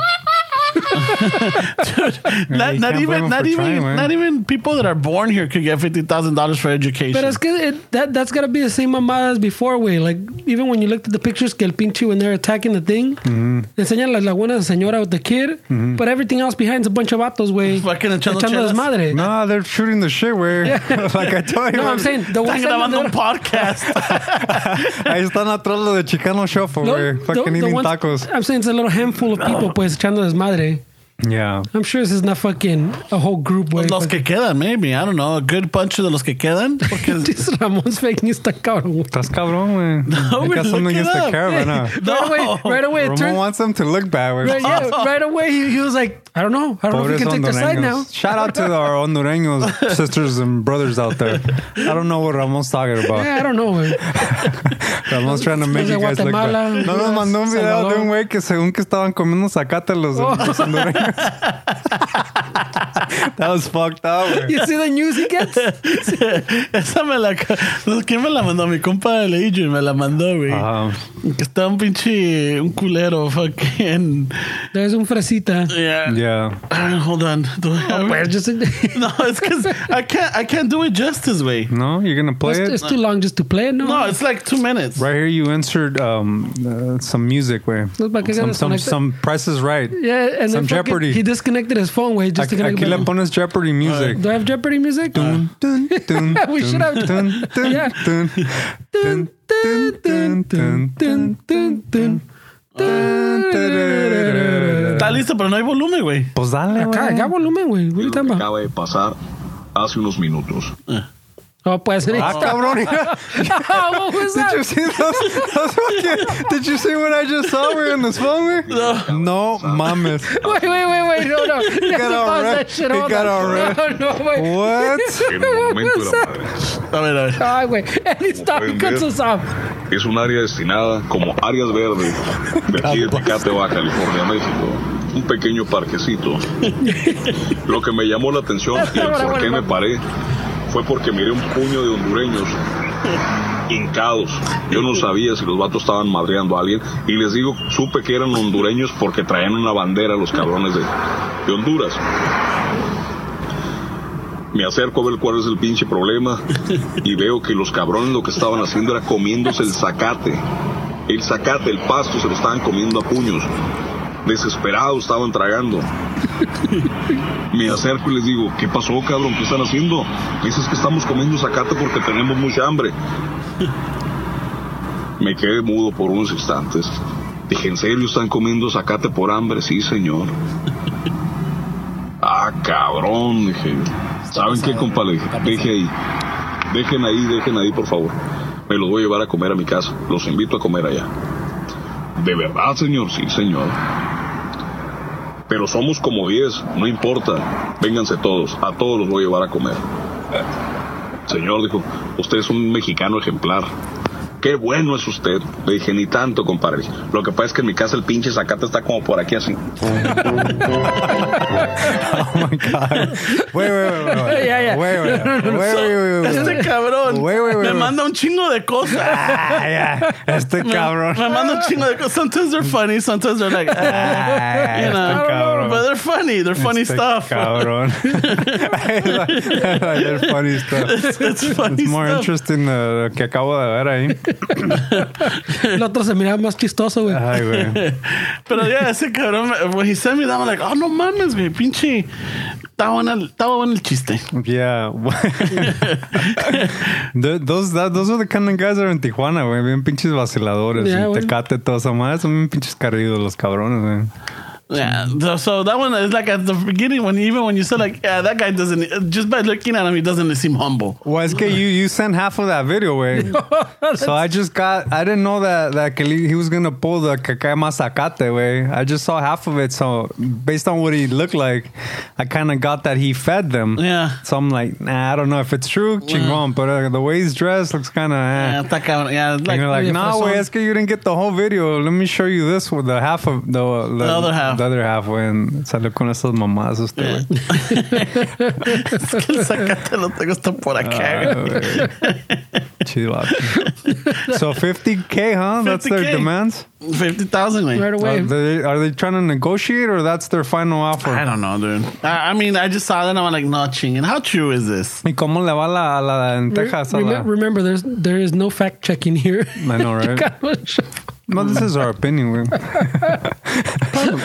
Speaker 1: Not, not
Speaker 4: you can't blame
Speaker 1: even
Speaker 4: 'em
Speaker 1: not
Speaker 4: for
Speaker 1: even
Speaker 4: trying, man.
Speaker 1: not even people that are born here could get fifty thousand dollars for education.
Speaker 2: But es que it, that, that's got to be the same mamada as before, way. Like, even when you looked at the pictures, que el pinche, when they're attacking the thing, enseñan las lagunas de señora with the kid, but everything else behind is a bunch of vatos, güey.
Speaker 1: Fucking echando chelas.
Speaker 2: desmadre. No,
Speaker 4: No, they're shooting the shit, güey. like I told you.
Speaker 2: I'm saying the
Speaker 1: Están
Speaker 2: ones that
Speaker 1: grabando un
Speaker 2: they're-
Speaker 1: podcast.
Speaker 4: Ahí están atrás los de Chicano Shuffle,
Speaker 2: No,
Speaker 4: güey.
Speaker 2: the-
Speaker 4: Fucking
Speaker 2: the
Speaker 4: eating
Speaker 2: ones-
Speaker 4: tacos.
Speaker 2: I'm saying it's a little handful of people, pues, echando desmadre.
Speaker 4: Yeah.
Speaker 2: I'm sure this is not fucking a whole group, güey.
Speaker 1: los que quedan, maybe I don't know. A good bunch of los que quedan. Porque,
Speaker 2: This Ramon's faking está cabrón. güey.
Speaker 4: Estás cabrón, güey.
Speaker 1: No,
Speaker 4: I
Speaker 1: we're
Speaker 4: got something
Speaker 1: looking
Speaker 4: against the
Speaker 1: up.
Speaker 4: caravan, huh?
Speaker 2: Right away, right away, it
Speaker 4: Ramon
Speaker 2: turned,
Speaker 4: wants them to look bad,
Speaker 2: right,
Speaker 4: güey.
Speaker 2: yeah, right away he, he was like, I don't know, I don't know if
Speaker 4: Pobres
Speaker 2: we can take their side now.
Speaker 4: hondureños. Shout out to our hondureños sisters and brothers out there. I don't know what Ramon's talking about.
Speaker 2: Yeah, I don't know, güey.
Speaker 4: Ramon's trying to
Speaker 2: Los
Speaker 4: make
Speaker 2: de
Speaker 4: you guys look
Speaker 2: Guatemala,
Speaker 4: bad. No nos mandó un video de
Speaker 2: Salvador. Oh.
Speaker 4: un güey que según que estaban comiendo zacate los, los hondureños. That was fucked up, güey.
Speaker 2: You see the news he gets?
Speaker 1: esa me la. ¿Quién me la mandó? Mi compa el Adrian me la mandó, güey.
Speaker 4: Ajá.
Speaker 1: Que Está un pinche un culero fucking.
Speaker 2: There's un fresita.
Speaker 1: Yeah.
Speaker 4: Yeah.
Speaker 1: Ah, hold on. Do I have
Speaker 2: Where
Speaker 1: it?
Speaker 2: just
Speaker 1: No, it's because I can't. I can't do it justice way.
Speaker 4: No, you're gonna play it.
Speaker 2: it's too long just to play. No,
Speaker 1: No, it's like two minutes.
Speaker 4: Right here, you insert um, uh, some music, way.
Speaker 2: Los vaqueros
Speaker 4: Some, some,
Speaker 2: desconectan.
Speaker 4: some Price is Right.
Speaker 2: yeah, and
Speaker 4: Some
Speaker 2: then fucking-
Speaker 4: Jeopardy.
Speaker 2: He disconnected his phone way just to
Speaker 4: Aquí,
Speaker 2: connect.
Speaker 4: aquí le
Speaker 2: back.
Speaker 4: pones Jeopardy music.
Speaker 2: Do I have Jeopardy music?
Speaker 4: Dun, dun,
Speaker 2: We should have-
Speaker 4: dun, dun,
Speaker 2: Yeah.
Speaker 4: dun, dun, dun, dun, dun, dun.
Speaker 2: Dun, dun, dun.
Speaker 1: Está listo, pero no hay volumen, güey.
Speaker 4: Pues dale,
Speaker 2: Acá, acá
Speaker 4: güey.
Speaker 2: volumen, güey. What are you
Speaker 5: lo que
Speaker 2: talking about?
Speaker 5: acaba de pasar hace unos minutos.
Speaker 2: Oh, pues.
Speaker 4: Ah, cabrón.
Speaker 2: what was
Speaker 4: Did you
Speaker 2: that?
Speaker 4: see those, those fucking, Did you see what I just saw? We're in this phone, güey. No, mames.
Speaker 2: Wait, wait, wait, wait. No, no. You have to
Speaker 4: got all
Speaker 2: pause
Speaker 4: red.
Speaker 2: that shit.
Speaker 4: He
Speaker 2: Hold
Speaker 4: got all
Speaker 2: on.
Speaker 4: red.
Speaker 2: No, no, wait.
Speaker 4: What?
Speaker 5: En el
Speaker 2: What
Speaker 5: momento
Speaker 2: was
Speaker 5: de la
Speaker 2: that?
Speaker 5: madre.
Speaker 1: A ver, a ver.
Speaker 2: Ay, güey. And he stopped. He cuts us off.
Speaker 5: Es un área destinada como áreas verdes de aquí de Tecate, Baja California, México. Un pequeño parquecito. Lo que me llamó la atención y el por qué me paré fue porque miré un puño de hondureños hincados. Yo no sabía si los vatos estaban madreando a alguien y les digo, supe que eran hondureños porque traían una bandera los cabrones de, de Honduras. Me acerco a ver cuál es el pinche problema y veo que los cabrones lo que estaban haciendo era comiéndose el zacate. El zacate, el pasto, se lo estaban comiendo a puños. Desesperados estaban tragando. Me acerco y les digo, ¿qué pasó, cabrón? ¿Qué están haciendo? Dices que estamos comiendo zacate porque tenemos mucha hambre. Me quedé mudo por unos instantes. Dije, ¿en serio están comiendo zacate por hambre? Sí, señor. Ah, cabrón, dije. ¿Saben qué, compa? Le dije, deje ahí. Dejen ahí, dejen ahí, por favor. Me los voy a llevar a comer a mi casa. Los invito a comer allá. ¿De verdad, señor? Sí, señor. Pero somos como 10, no importa. Vénganse todos, a todos los voy a llevar a comer. Señor, dijo, usted es un mexicano ejemplar. Qué bueno es usted. Le dije, ni tanto, compadre. Lo que pasa es que en mi casa el pinche zacate está como por aquí así.
Speaker 4: Wait, wait, wait, wait.
Speaker 2: Yeah, yeah.
Speaker 4: Wait, wait, wait, wait, wait, wait.
Speaker 1: Este cabrón
Speaker 4: Wait, wait, wait,
Speaker 1: me
Speaker 4: wait.
Speaker 1: manda un chingo de cosas.
Speaker 4: Ah, yeah. Este cabrón.
Speaker 1: Me manda un chingo de cosas. Sometimes they're funny, sometimes they're like, ah,
Speaker 4: Ah,
Speaker 1: you
Speaker 4: este
Speaker 1: know.
Speaker 4: cabrón.
Speaker 1: But they're funny. They're funny
Speaker 4: Este
Speaker 1: stuff.
Speaker 4: Cabrón. They're funny stuff.
Speaker 1: It's funny
Speaker 4: It's more
Speaker 1: stuff.
Speaker 4: interesting uh, lo que acabo de ver ahí.
Speaker 2: El otro se miraba más chistoso, güey.
Speaker 4: Ay, güey.
Speaker 1: Pero ya, ese cabrón, when he sent me that, I'm like, oh, no mames, güey, pinche. Estaba bueno el, estaba bueno el chiste.
Speaker 4: Yeah. Th- those, that- those are the kind of guys that are in Tijuana, güey. Bien pinches vaciladores.
Speaker 2: Yeah,
Speaker 4: y
Speaker 2: güey.
Speaker 4: Tecate, toda esa madre. Son bien pinches carridos los cabrones, güey.
Speaker 1: Yeah. So, so that one is like at the beginning when even when you said like yeah that guy doesn't just by looking at him he doesn't seem humble.
Speaker 4: Well, es que you, you sent half of that video, güey. so I just got, I didn't know that, that que le- he was going to pull the caca masacate, güey. I just saw half of it. So based on what he looked like, I kind of got that he fed them.
Speaker 1: Yeah.
Speaker 4: So I'm like, nah, I don't know if it's true, chingón. But uh, the way he's dressed looks kind of, eh.
Speaker 1: Yeah, está cabrón. Yeah, it's
Speaker 4: And
Speaker 1: like,
Speaker 4: you're like,
Speaker 2: yeah,
Speaker 4: no,
Speaker 2: for
Speaker 4: way,
Speaker 2: some-
Speaker 4: es que you didn't get the whole video. Let me show you this with the half of the, the,
Speaker 1: other half.
Speaker 4: The other half, when salió con esas mamás usted,
Speaker 1: Yeah.
Speaker 4: güey.
Speaker 1: es que el zacate lo tengo hasta por acá. güey.
Speaker 4: Ah, Chido. so 50K, huh? That's their
Speaker 1: 50K.
Speaker 4: demands?
Speaker 1: 50,000, güey.
Speaker 2: right away.
Speaker 4: Are they, are they trying to negotiate or that's their final offer?
Speaker 1: I don't know, dude. I, I mean, I just saw that and I'm like, no, chinging. How true is this?
Speaker 4: ¿Y cómo le va la, a la en
Speaker 2: Re-
Speaker 4: Texas? a
Speaker 2: remem-
Speaker 4: la-
Speaker 2: remember, there's there is no fact checking here.
Speaker 4: I know, right? No, this is our opinion. güey.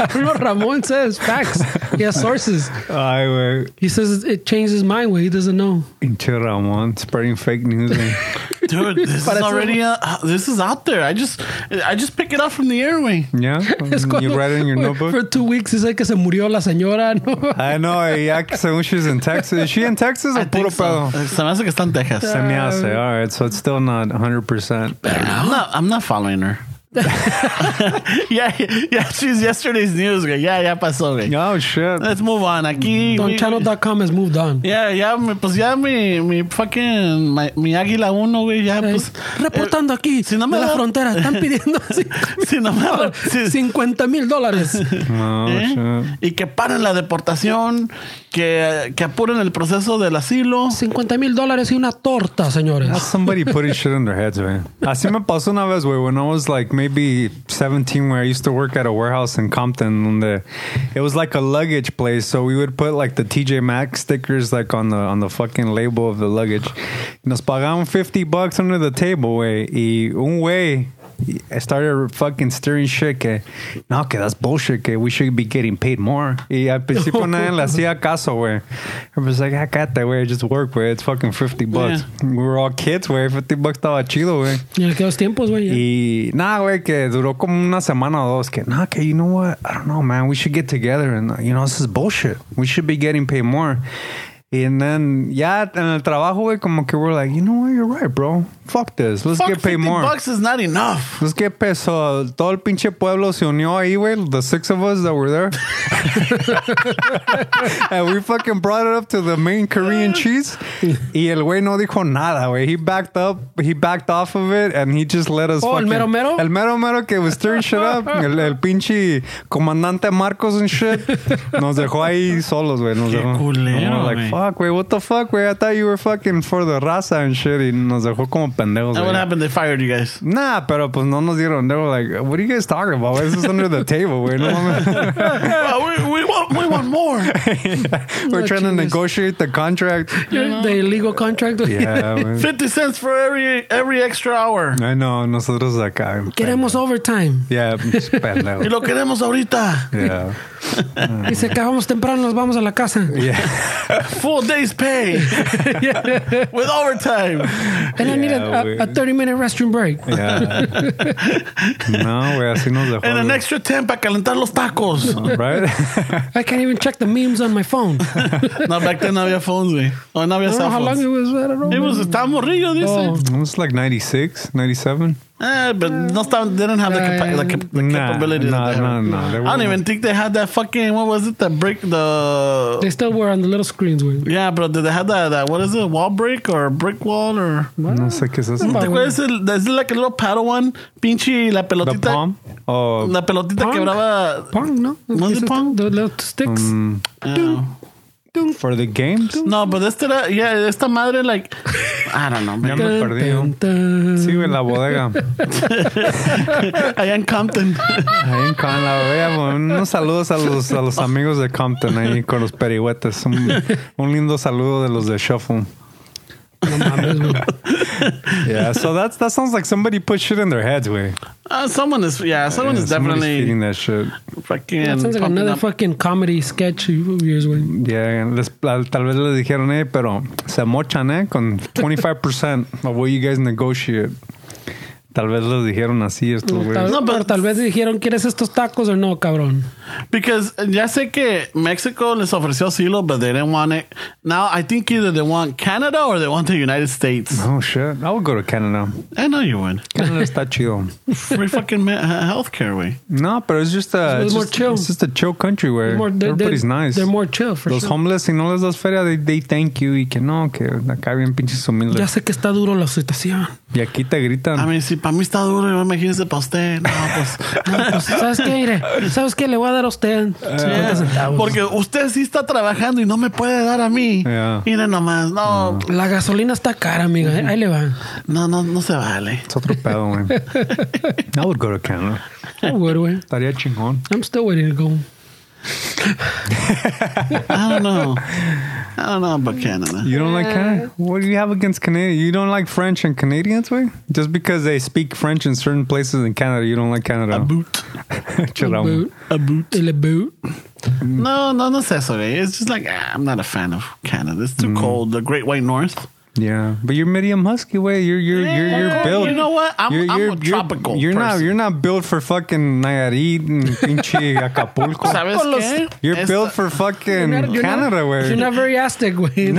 Speaker 2: Primo Ramon says facts. He has sources.
Speaker 4: Ay, güey.
Speaker 2: He says it changed his mind. Way he doesn't know.
Speaker 4: Pinche Ramón, spreading fake news. güey.
Speaker 1: Dude, this is
Speaker 2: Parece-
Speaker 1: already, uh, this is out there. I just, I just pick it up from the airway.
Speaker 4: Yeah?
Speaker 2: Es
Speaker 4: Mm, you
Speaker 2: cuando-
Speaker 4: write it in your notebook?
Speaker 2: For two weeks, he's like, que se murió la señora. No.
Speaker 4: I know, yeah, según she's in Texas. Is she in Texas or
Speaker 1: I
Speaker 4: Ah, puro
Speaker 1: think so.
Speaker 4: pedo?
Speaker 1: Se me hace que está en Texas.
Speaker 4: Se me hace. All right, so it's still not 100%.
Speaker 1: I'm not, I'm not following her. yeah, yeah, she's yesterday's news, güey. Yeah, ya pasó, güey.
Speaker 4: Oh, shit.
Speaker 1: Let's move on. Aquí. we-
Speaker 2: Donchano.com has moved on.
Speaker 1: Ya, ya, me- pues ya mi, mi fucking, mi, mi águila uno, güey, ya,
Speaker 2: Eh,
Speaker 1: pues.
Speaker 2: Reportando aquí,
Speaker 1: si no me
Speaker 2: de la
Speaker 1: da-
Speaker 2: frontera, están pidiendo
Speaker 1: eh, si no me hablan, si-
Speaker 2: 50 mil dólares.
Speaker 4: Oh,
Speaker 1: ¿eh?
Speaker 4: shit.
Speaker 1: Y que paren la deportación, que, que apuren el proceso del asilo.
Speaker 2: 50 mil dólares y una torta,
Speaker 4: That's
Speaker 2: señores.
Speaker 4: somebody putting shit in their heads, man. Así me pasó una vez, güey, when I was like maybe 17, where I used to work at a warehouse in Compton. donde- it was like a luggage place, so we would put like the TJ Maxx stickers like on the on the fucking label of the luggage. Nos pagaban 50 bucks under the table, güey. Y un güey I started fucking steering shit que no que that's bullshit que we should be getting paid more y al principio nadie le hacía caso güey I was like I got that way just work güey it's fucking 50 bucks we were all kids güey 50 bucks estaba chido güey
Speaker 2: Y en aquellos tiempos, güey.
Speaker 4: y nada, güey, que duró como una semana o dos. Que nada, que, you know what? I don't know, man. We should get together and, you know, this is bullshit. We should be getting paid more. And then, ya en el trabajo, güey, como que we're like, you know what? You're right, bro. Fuck this. Let's
Speaker 1: Fuck,
Speaker 4: get paid more.
Speaker 1: bucks is not enough.
Speaker 4: Entonces, ¿qué peso? Todo el pinche pueblo se unió ahí, güey. The six of us that were there. and we fucking brought it up to the main Korean cheese. Y el güey no dijo nada, güey. He backed up, he backed off of it, and he just let us
Speaker 2: Oh, el
Speaker 4: fucking-
Speaker 2: mero mero?
Speaker 4: El mero mero que was stirring shit up. El, el pinche comandante Marcos and shit. Nos dejó ahí solos, güey. Nos
Speaker 1: Qué
Speaker 4: dejó.
Speaker 1: culero,
Speaker 4: And we're
Speaker 1: güey.
Speaker 4: like, fuck, güey. What the fuck, güey? I thought you were fucking for the raza and shit. Y nos dejó como pendejos,
Speaker 1: And what
Speaker 4: güey.
Speaker 1: happened? They fired you guys.
Speaker 4: Nah, pero pues no nos dieron. They were like, what are you guys talking about? Why is this under the table? We're, no, mames."
Speaker 1: Oh, we, we want, we want more.
Speaker 4: we're trying to
Speaker 2: chingues.
Speaker 4: negotiate the contract.
Speaker 2: The illegal contract. güey.
Speaker 4: Yeah, man.
Speaker 1: Fifty cents for every every extra hour.
Speaker 4: I know. Nosotros acá.
Speaker 2: Queremos overtime.
Speaker 4: Yeah, pinches
Speaker 1: Y
Speaker 4: pendejos.
Speaker 1: lo queremos ahorita.
Speaker 4: Yeah. Ah.
Speaker 2: Dice que vamos temprano, nos vamos a la casa.
Speaker 4: Yeah.
Speaker 1: Full day's pay with overtime.
Speaker 2: And I need
Speaker 4: Yeah,
Speaker 2: a,
Speaker 4: güey.
Speaker 2: a, a 30 minute restroom break.
Speaker 4: Yeah. No, güey, así nos dejó.
Speaker 1: And an extra 10 para calentar los tacos.
Speaker 4: Right?
Speaker 2: I can't even check the memes on my phone. I
Speaker 1: no, back then no había phones, güey. Oh, no había
Speaker 2: don't know
Speaker 1: cell
Speaker 2: how long
Speaker 1: phones.
Speaker 2: it was. I don't know.
Speaker 1: It was, estaba morrillo, dice.
Speaker 2: Oh.
Speaker 4: It was like 96, 97.
Speaker 1: Eh, but no estaban, they didn't have the, capa- the, cap- the
Speaker 4: Nah,
Speaker 1: capability.
Speaker 4: nah,
Speaker 1: that they
Speaker 4: nah,
Speaker 1: had.
Speaker 4: nah,
Speaker 1: I
Speaker 4: they
Speaker 1: don't
Speaker 4: weren't-
Speaker 1: even think they had that fucking, what was it, that break, the...
Speaker 2: They still were on the little screens, güey.
Speaker 1: Yeah, but did they have that, that, what is it, wall break or brick wall or...
Speaker 4: No sé qué es eso.
Speaker 1: ¿Te acuerdas? el- There's like a little paddle one, pinche la
Speaker 4: The
Speaker 1: pelotita.
Speaker 4: palm? Oh,
Speaker 1: La pelotita
Speaker 2: Pong?
Speaker 1: quebraba...
Speaker 2: Pong, ¿no?
Speaker 1: Was it
Speaker 2: Esos-
Speaker 1: pong?
Speaker 2: The little sticks.
Speaker 4: Mm, for the games?
Speaker 1: No, but esta era, yeah, esta madre, like, I don't know,
Speaker 4: Ya
Speaker 1: man.
Speaker 4: me perdí. ¿no?
Speaker 2: Tan, tan.
Speaker 4: Sí, güey, la bodega.
Speaker 1: Allá en Compton.
Speaker 4: Ahí en Con la Vega, mo- unos saludos a los, a los amigos de Compton ahí con los perihuetes. Un, un lindo saludo de los de Shuffle.
Speaker 2: No mames, güey.
Speaker 4: yeah, so that's that sounds like somebody put shit in their heads, way.
Speaker 1: Uh, someone is, yeah, someone
Speaker 4: Yeah,
Speaker 1: is
Speaker 4: somebody's
Speaker 1: definitely
Speaker 4: feeding that shit.
Speaker 1: fucking.
Speaker 2: That sounds like
Speaker 1: pumping
Speaker 2: another
Speaker 1: up.
Speaker 2: fucking comedy sketch of yours, güey.
Speaker 4: Yeah, les- tal tal vez les dijeron, eh, pero se mochan, eh, con 25% of what you guys negotiate. Tal vez les dijeron así estos
Speaker 2: Tal,
Speaker 4: güeyes.
Speaker 1: No, pero-
Speaker 2: pero tal vez dijeron, ¿quieres estos tacos o no, cabrón?
Speaker 1: Because uh, ya sé que Mexico les ofreció asilo, but they didn't want it. Now I think either they want Canada or they want the United States.
Speaker 4: Oh shit, I would go to Canada.
Speaker 1: I know you would.
Speaker 4: Canada está chido.
Speaker 1: Free fucking me- healthcare, way.
Speaker 4: No, pero it's just a
Speaker 2: It's
Speaker 4: it's
Speaker 2: more
Speaker 4: just,
Speaker 2: chill.
Speaker 4: It's just a chill country where
Speaker 2: More- they're-
Speaker 4: everybody's
Speaker 2: they're-
Speaker 4: nice.
Speaker 2: They're more chill, for
Speaker 4: Los
Speaker 2: sure.
Speaker 4: homeless, si no les das feria, they, they thank you y que no, que acá bien pinches humildes.
Speaker 2: Ya sé que está duro la situación.
Speaker 4: Y aquí te gritan.
Speaker 1: I mean, si para mí está duro, imagínese para usted. No, pues.
Speaker 2: Ah, pues, ¿Sabes qué? Mire, ¿sabes qué? Le voy a dar a
Speaker 4: Eh,
Speaker 2: usted 50 centavos.
Speaker 1: Porque usted sí está trabajando y no me puede dar a mí.
Speaker 4: Yeah.
Speaker 1: Mire nomás, no,
Speaker 2: la gasolina está cara, amiga. eh. Ahí le va.
Speaker 1: no, no, no se vale.
Speaker 4: es otro pedo, güey. I would go to Canada.
Speaker 2: Ah, güey, güey.
Speaker 4: Estaría chingón.
Speaker 2: I'm still waiting to go.
Speaker 1: I don't know. I don't know about Canada.
Speaker 4: You don't like Canada?
Speaker 1: Uh,
Speaker 4: What do you have against Canadians? You don't like French and Canadians, way? Just because they speak French in certain places in Canada, you don't like Canada.
Speaker 1: Boot.
Speaker 4: Chill out.
Speaker 2: Boot.
Speaker 1: A boot.
Speaker 2: El boot.
Speaker 4: Mm.
Speaker 1: No, no, no es eso, güey. It's just like, ah, I'm not a fan of Canada. It's too
Speaker 4: Mm.
Speaker 1: cold. The Great White North.
Speaker 4: Yeah, but you're medium husky way. You're you're you're you're
Speaker 1: Yeah,
Speaker 4: built.
Speaker 1: you know what? I'm- I'm a
Speaker 4: you're-
Speaker 1: tropical
Speaker 4: You're, not
Speaker 1: person.
Speaker 4: you're not built for fucking Nayarit and pinche Acapulco.
Speaker 1: ¿Sabes qué?
Speaker 4: Ah, You're
Speaker 1: Esta-
Speaker 4: built for fucking Canada,
Speaker 2: not, You're
Speaker 4: way.
Speaker 2: not very Aztec, güey.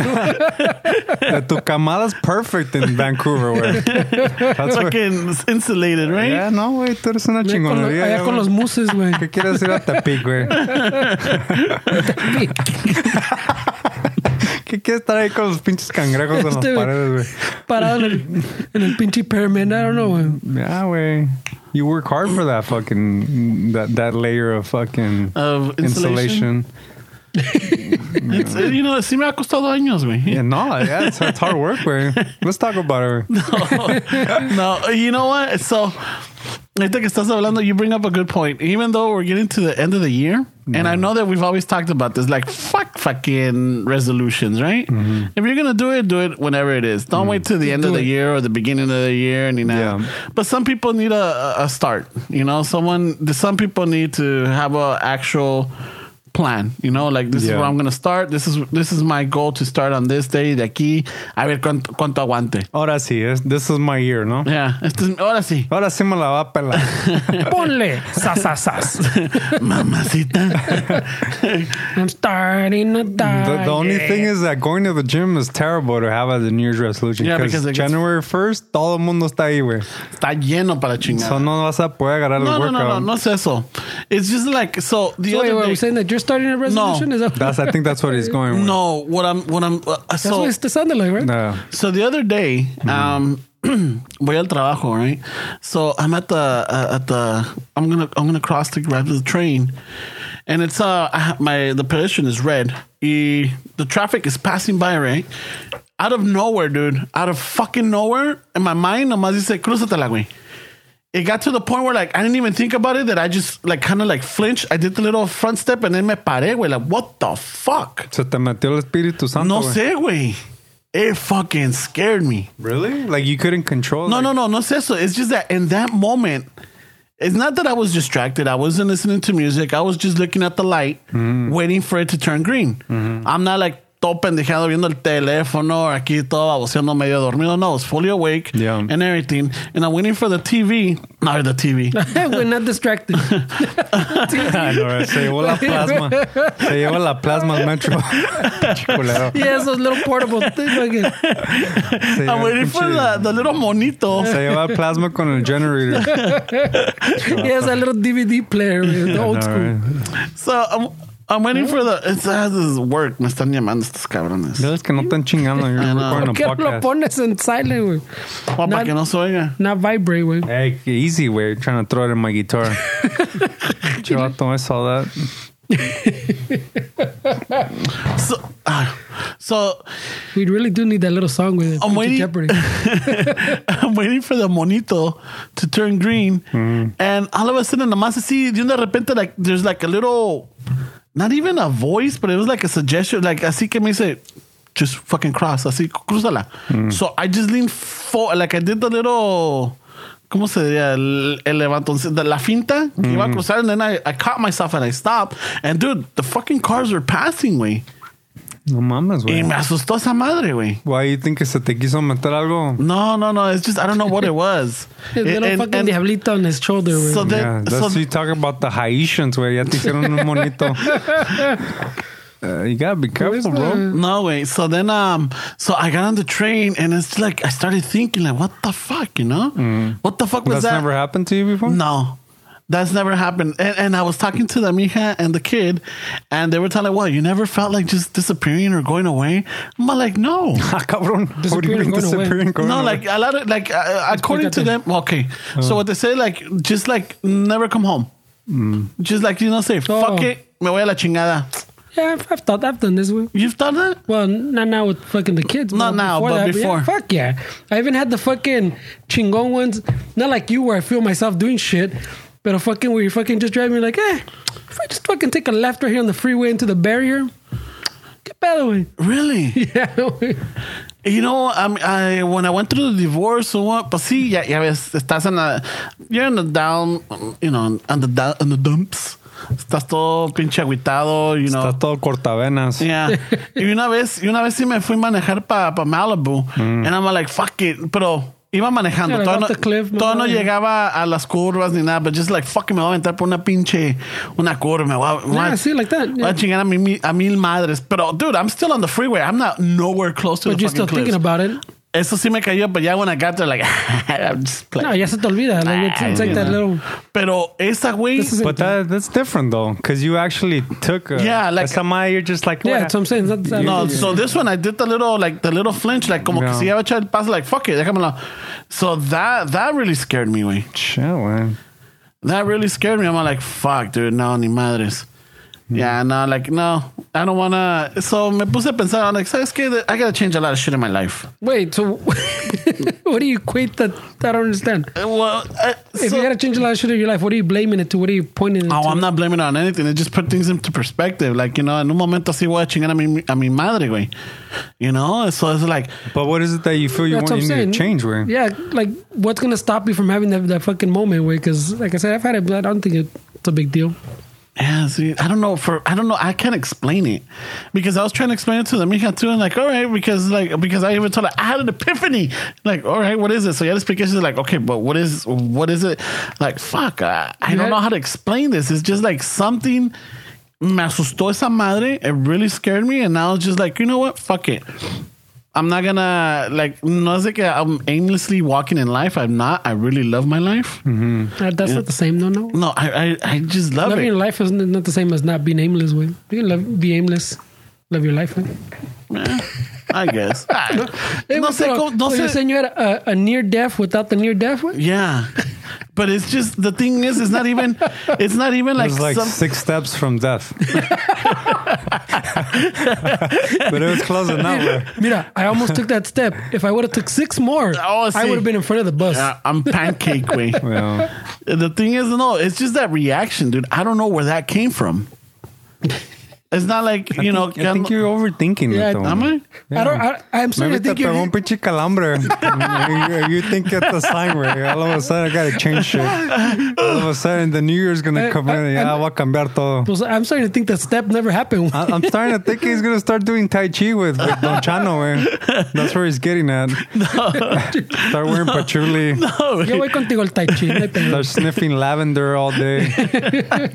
Speaker 4: Tu camada's perfect in Vancouver, way. That's where-
Speaker 1: fucking insulated, right?
Speaker 4: Yeah, no, way. Tú eres
Speaker 2: Con
Speaker 4: una
Speaker 2: los-
Speaker 4: chingonería.
Speaker 2: allá
Speaker 4: ya,
Speaker 2: con
Speaker 4: güey.
Speaker 2: los muses, güey.
Speaker 4: ¿Qué quieres ir a Tepic, güey? ¿Qué quieres estar ahí con los pinches cangrejos en las
Speaker 2: Este, güey.
Speaker 4: paredes, güey?
Speaker 2: Parado en el, en el pinche pyramid. I don't know, güey.
Speaker 4: Yeah, way. You work hard for that fucking that that layer of fucking
Speaker 2: Uh,
Speaker 1: Of insulation.
Speaker 4: insulation.
Speaker 1: It's, you know, sí me ha costado años, güey.
Speaker 4: Yeah, no, yeah, it's, it's hard work, way. Let's talk about it. güey.
Speaker 1: no, you know what? So, ahorita que estás hablando, you bring up a good point. Even though we're getting to the end of the year, and I know that we've always talked about this, like fuck fucking resolutions, right? If you're gonna do it, do it whenever it is. Don't wait till the end
Speaker 2: Do
Speaker 1: of the
Speaker 2: it.
Speaker 1: year or the beginning of the year, and you know.
Speaker 4: Yeah.
Speaker 1: But some people need a, a start. You know, someone. Some people need to have a actual plan. You know, like this is
Speaker 4: Yeah.
Speaker 1: where I'm gonna start. This is this is my goal to start on this day. De aquí, a ver cuánto, cuánto aguante.
Speaker 4: Ahora sí, es, this is my year, ¿no?
Speaker 1: Yeah, este es- ahora sí.
Speaker 4: Ahora sí me la va a pelar.
Speaker 2: Ponle. Sas, sas, sas.
Speaker 1: Mamacita.
Speaker 2: I'm starting to die.
Speaker 4: The, the only thing is that going to the gym is terrible to have as a New Year's resolution.
Speaker 1: Yeah, because it gets-
Speaker 4: January 1st, todo el mundo está ahí, güey.
Speaker 1: Está lleno para chingar.
Speaker 4: So no vas a poder agarrar el
Speaker 1: no, no, no,
Speaker 4: workout.
Speaker 1: no, no es eso. It's just like, so the
Speaker 2: So wait,
Speaker 1: other
Speaker 2: wait,
Speaker 1: day-
Speaker 2: we're saying that you're starting a resolution? Is that,
Speaker 4: That's, I think that's what he's going with.
Speaker 1: no, what I'm, what I'm, uh,
Speaker 2: that's what
Speaker 1: so,
Speaker 2: it's sounded like, right?
Speaker 4: No.
Speaker 1: so the other day, um, voy al trabajo, right? So I'm at the, uh, at the, I'm gonna, I'm gonna cross the, grab the train. And it's, uh, I ha- my, the pedestrian is red. E, the traffic is passing by, right? Out of nowhere, dude. Out of fucking nowhere. In my mind, nomás dice, cruzatela, güey. it got to the point where like I didn't even think about it that I just like kind of like flinched. I did the little front step and then me paré, güey. Like what the fuck?
Speaker 4: Se te metió el Espíritu
Speaker 1: No
Speaker 4: Santo. güey.
Speaker 1: sé, güey. It fucking scared me.
Speaker 4: Really? Like you couldn't control
Speaker 1: No,
Speaker 4: like,
Speaker 1: no, no, no sé eso. It's just that in that moment, it's not that I was distracted. I wasn't listening to music. I was just looking at the light,
Speaker 4: Mm-hmm.
Speaker 1: waiting for it to turn green. I'm not like todo pendejado viendo el teléfono or aquí todo baboseando medio dormido. No, I was fully awake
Speaker 4: Yeah.
Speaker 1: and everything. And I'm waiting for the TV. Not the TV.
Speaker 2: we're not distracted.
Speaker 4: Ah, no, güey. se llevó la plasma. Se llevó la plasma al metro. Chiculero.
Speaker 2: yeah, it's those little portable things. Like it.
Speaker 4: Se
Speaker 1: I'm
Speaker 4: llevó el
Speaker 1: waiting for
Speaker 4: pinche-
Speaker 1: the, the little monito.
Speaker 4: Se llevó el plasma con el generator.
Speaker 2: yeah, it's that little DVD player, man, the old
Speaker 4: All
Speaker 2: school.
Speaker 4: right.
Speaker 1: So I'm, I'm waiting for the. It's, uh, this is work. Me están llamando estos cabrones.
Speaker 4: Es que no están chingando. You're
Speaker 1: I know.
Speaker 4: recording a
Speaker 2: ¿Qué lo
Speaker 4: podcast.
Speaker 2: pones en silent, güey?
Speaker 1: Oh, para
Speaker 2: Not-
Speaker 1: que no se oiga.
Speaker 2: Not vibrate, güey.
Speaker 4: Hey, easy way. Trying to throw it in my guitar. Chivato, I saw that.
Speaker 1: So, ah, so
Speaker 2: We really do need that little song with it.
Speaker 1: I'm waiting.
Speaker 2: Jeopardy.
Speaker 1: I'm waiting for the monito to turn green, and all of a sudden, nomás así, de una repente, like there's like a little, not even a voice, but it was like a suggestion, like así que me dice, "Chula, just fucking cross. Así, cruzala. So I just leaned forward, like I did the little, ¿cómo se diría? El, el levantón, de la finta que iba a cruzar. And then I, I caught myself and I stopped. And dude, the fucking cars were passing, güey.
Speaker 4: No mames, güey.
Speaker 1: Y me asustó esa madre, güey.
Speaker 4: Guay, dicen que se te quiso meter algo.
Speaker 1: No, no, no. It's just, I don't know what it was.
Speaker 2: His little
Speaker 1: And-
Speaker 2: fucking
Speaker 1: and-
Speaker 2: diablito on his shoulder, güey.
Speaker 1: so
Speaker 4: Yeah,
Speaker 1: then,
Speaker 4: that's
Speaker 1: so,
Speaker 4: you talking about the Haitians, güey. Ya te hicieron un monito. Uh, you gotta be careful, bro.
Speaker 1: No way. So then, um, so I got on the train and it's like I started thinking, like, what the fuck, you know? What the fuck was
Speaker 4: Mm. That's
Speaker 1: that?
Speaker 4: never happened to you before?
Speaker 1: no, that's never happened. And, and I was talking to the mija and the kid, and they were telling, "What? You never felt like just disappearing or going away?" I'm like, "No."
Speaker 4: Ah, cabrón. What do you
Speaker 2: Disappearing,
Speaker 4: mean
Speaker 2: going away.
Speaker 4: disappearing? going
Speaker 1: No,
Speaker 4: away?
Speaker 1: like
Speaker 4: Uh-huh.
Speaker 1: a lot of like uh, according to them.
Speaker 2: Explícate.
Speaker 1: Okay, so what they say, like just like never come home,
Speaker 4: Mm.
Speaker 1: just like you know, say fuck
Speaker 2: Oh.
Speaker 1: it, me voy a la chingada.
Speaker 2: Yeah, I've, I've thought I've done this, güey.
Speaker 1: You've done that?
Speaker 2: Well, not now with fucking the kids.
Speaker 1: Not now, but before.
Speaker 2: Yeah, fuck yeah. I even had the fucking chingon ones. Not like you, where I feel myself doing shit, but a fucking where you're fucking just driving, you're like, eh, if I just fucking take a left right here on the freeway into the barrier, get better, way.
Speaker 1: Really?
Speaker 2: Yeah. güey.
Speaker 1: You know, I'm, I when I went through the divorce or what, pues sí, ya, ya ves, estás en la, you're in the down, you know, on the down, on the dumps. Estás todo pinche aguitado, you know.
Speaker 4: Está todo cortavenas.
Speaker 1: Yeah. y una vez, y una vez sí me fui a manejar para pa Malibu, and I'm like, fuck it, pero iba manejando,
Speaker 2: Mm. Yeah, like
Speaker 1: todavía
Speaker 2: off
Speaker 1: no,
Speaker 2: the cliff, no
Speaker 1: todavía no
Speaker 2: mames.
Speaker 1: llegaba a las curvas ni nada, but just like, fuck it, me voy a aventar por una pinche, una curva, me voy a, voy a-
Speaker 2: Yeah, see, like that,
Speaker 1: voy a
Speaker 2: yeah.
Speaker 1: chingar a, mi, mi- a mil madres, pero dude, I'm still on the freeway, I'm not nowhere close to
Speaker 2: But
Speaker 1: the
Speaker 2: you're
Speaker 1: fucking
Speaker 2: still thinking
Speaker 1: cliffs.
Speaker 2: about it.
Speaker 1: Eso sí me cayó, pero ya when I got there, like, I'm just playing. Ah,
Speaker 2: No, ya se te olvida. Like, it's, it's like that little.
Speaker 1: Pero esa, güey.
Speaker 2: This is
Speaker 4: But that, that's different though, because you actually took a,
Speaker 1: Yeah, like-
Speaker 4: some you're just like
Speaker 2: Yeah,
Speaker 4: "What?"
Speaker 2: that's what I'm saying. That's, that's,
Speaker 1: No, so this one I did the little like the little flinch, like como que
Speaker 4: Yeah.
Speaker 1: si iba a echar el paso, like fuck it, déjamelo. So that that really scared me, güey.
Speaker 4: Shit, man.
Speaker 1: That really scared me. I'm like, fuck, dude, no, ni madres. Yeah, no, like no, I don't wanna. So me puse a pensar, I'm like, sabes qué, I gotta change a lot of shit in my life.
Speaker 2: Wait, so what do you equate that? I don't understand.
Speaker 1: Uh, Well, uh,
Speaker 2: If
Speaker 1: so-
Speaker 2: you gotta change a lot of shit in your life, what are you blaming it to? What are you pointing it to?
Speaker 1: Oh, I'm not blaming it on anything. It just put things into perspective. Like, you know, en un momento así voy a chingar a mi, a mi madre, güey. You know? So it's like,
Speaker 4: But what is it that you feel you
Speaker 2: That's
Speaker 4: want
Speaker 2: what
Speaker 4: you
Speaker 2: I'm
Speaker 4: need to
Speaker 2: saying.
Speaker 4: change, where?
Speaker 2: Yeah, like what's gonna stop you from having that, that fucking moment? Way, because like I said, I've had it, but I don't think it, it's a big deal.
Speaker 1: Yeah, see, I don't know for I don't know I can't explain it because I was trying to explain it to the mija too, and like, all right, because like because I even told her I had an epiphany, like, all right, what is it? So yeah, the speaker she's like, okay, but what is what is it? Like, fuck, I, I don't
Speaker 2: Yeah.
Speaker 1: know how to explain this. It's just like something. Me asustó esa madre. It really scared me, and now it's just like, you know what? Fuck it. I'm not gonna like. No es de que I'm aimlessly walking in life. I'm not. I really love my life.
Speaker 2: Uh, That's not the same, no, no.
Speaker 1: No, I, I I just love
Speaker 2: Loving
Speaker 1: it.
Speaker 2: your life is n- not the same as not being aimless. Way, you can love, be aimless, love your life. Way.
Speaker 1: Eh, I guess. Ay,
Speaker 2: Hey,
Speaker 1: Ah, no
Speaker 2: wey,
Speaker 1: sé
Speaker 2: pero-
Speaker 1: cómo, no
Speaker 2: so you're
Speaker 1: sé.
Speaker 2: saying you had uh, a, a near death without the near death. Way?
Speaker 1: Yeah. But it's just the thing is, it's not even, it's not even like,
Speaker 4: It's like
Speaker 1: some,
Speaker 4: six steps from death. but it was close enough. güey.
Speaker 2: Mira, I almost took that step. If I would have took six more,
Speaker 1: Oh,
Speaker 2: I
Speaker 1: sí.
Speaker 2: would have been in front of the bus.
Speaker 1: Yeah, uh, I'm pancake way.
Speaker 4: Yeah.
Speaker 1: The thing is, no, it's just that reaction, dude. I don't know where that came from. It's not like you know.
Speaker 4: I think you're overthinking
Speaker 2: Yeah,
Speaker 4: it though.
Speaker 1: am I?
Speaker 2: I don't. I, I'm sorry.
Speaker 4: Maybe
Speaker 2: I
Speaker 4: te
Speaker 2: think
Speaker 4: pegó
Speaker 2: you're,
Speaker 4: un pinche calambre. you, you think it's a sign where all of a sudden I gotta change shit. All of a sudden the new year's gonna
Speaker 2: Eh,
Speaker 4: come
Speaker 2: eh,
Speaker 4: in. Yeah,
Speaker 2: and-
Speaker 4: voy a cambiar todo.
Speaker 2: Pues, I'm starting to think that step never happened.
Speaker 4: I- I'm starting to think he's gonna start doing Tai Chi with, with Don Chano, man. That's where he's getting at. start wearing patchouli.
Speaker 2: Yo voy contigo al Tai Chi. no hay pedo.
Speaker 4: Start sniffing lavender all day.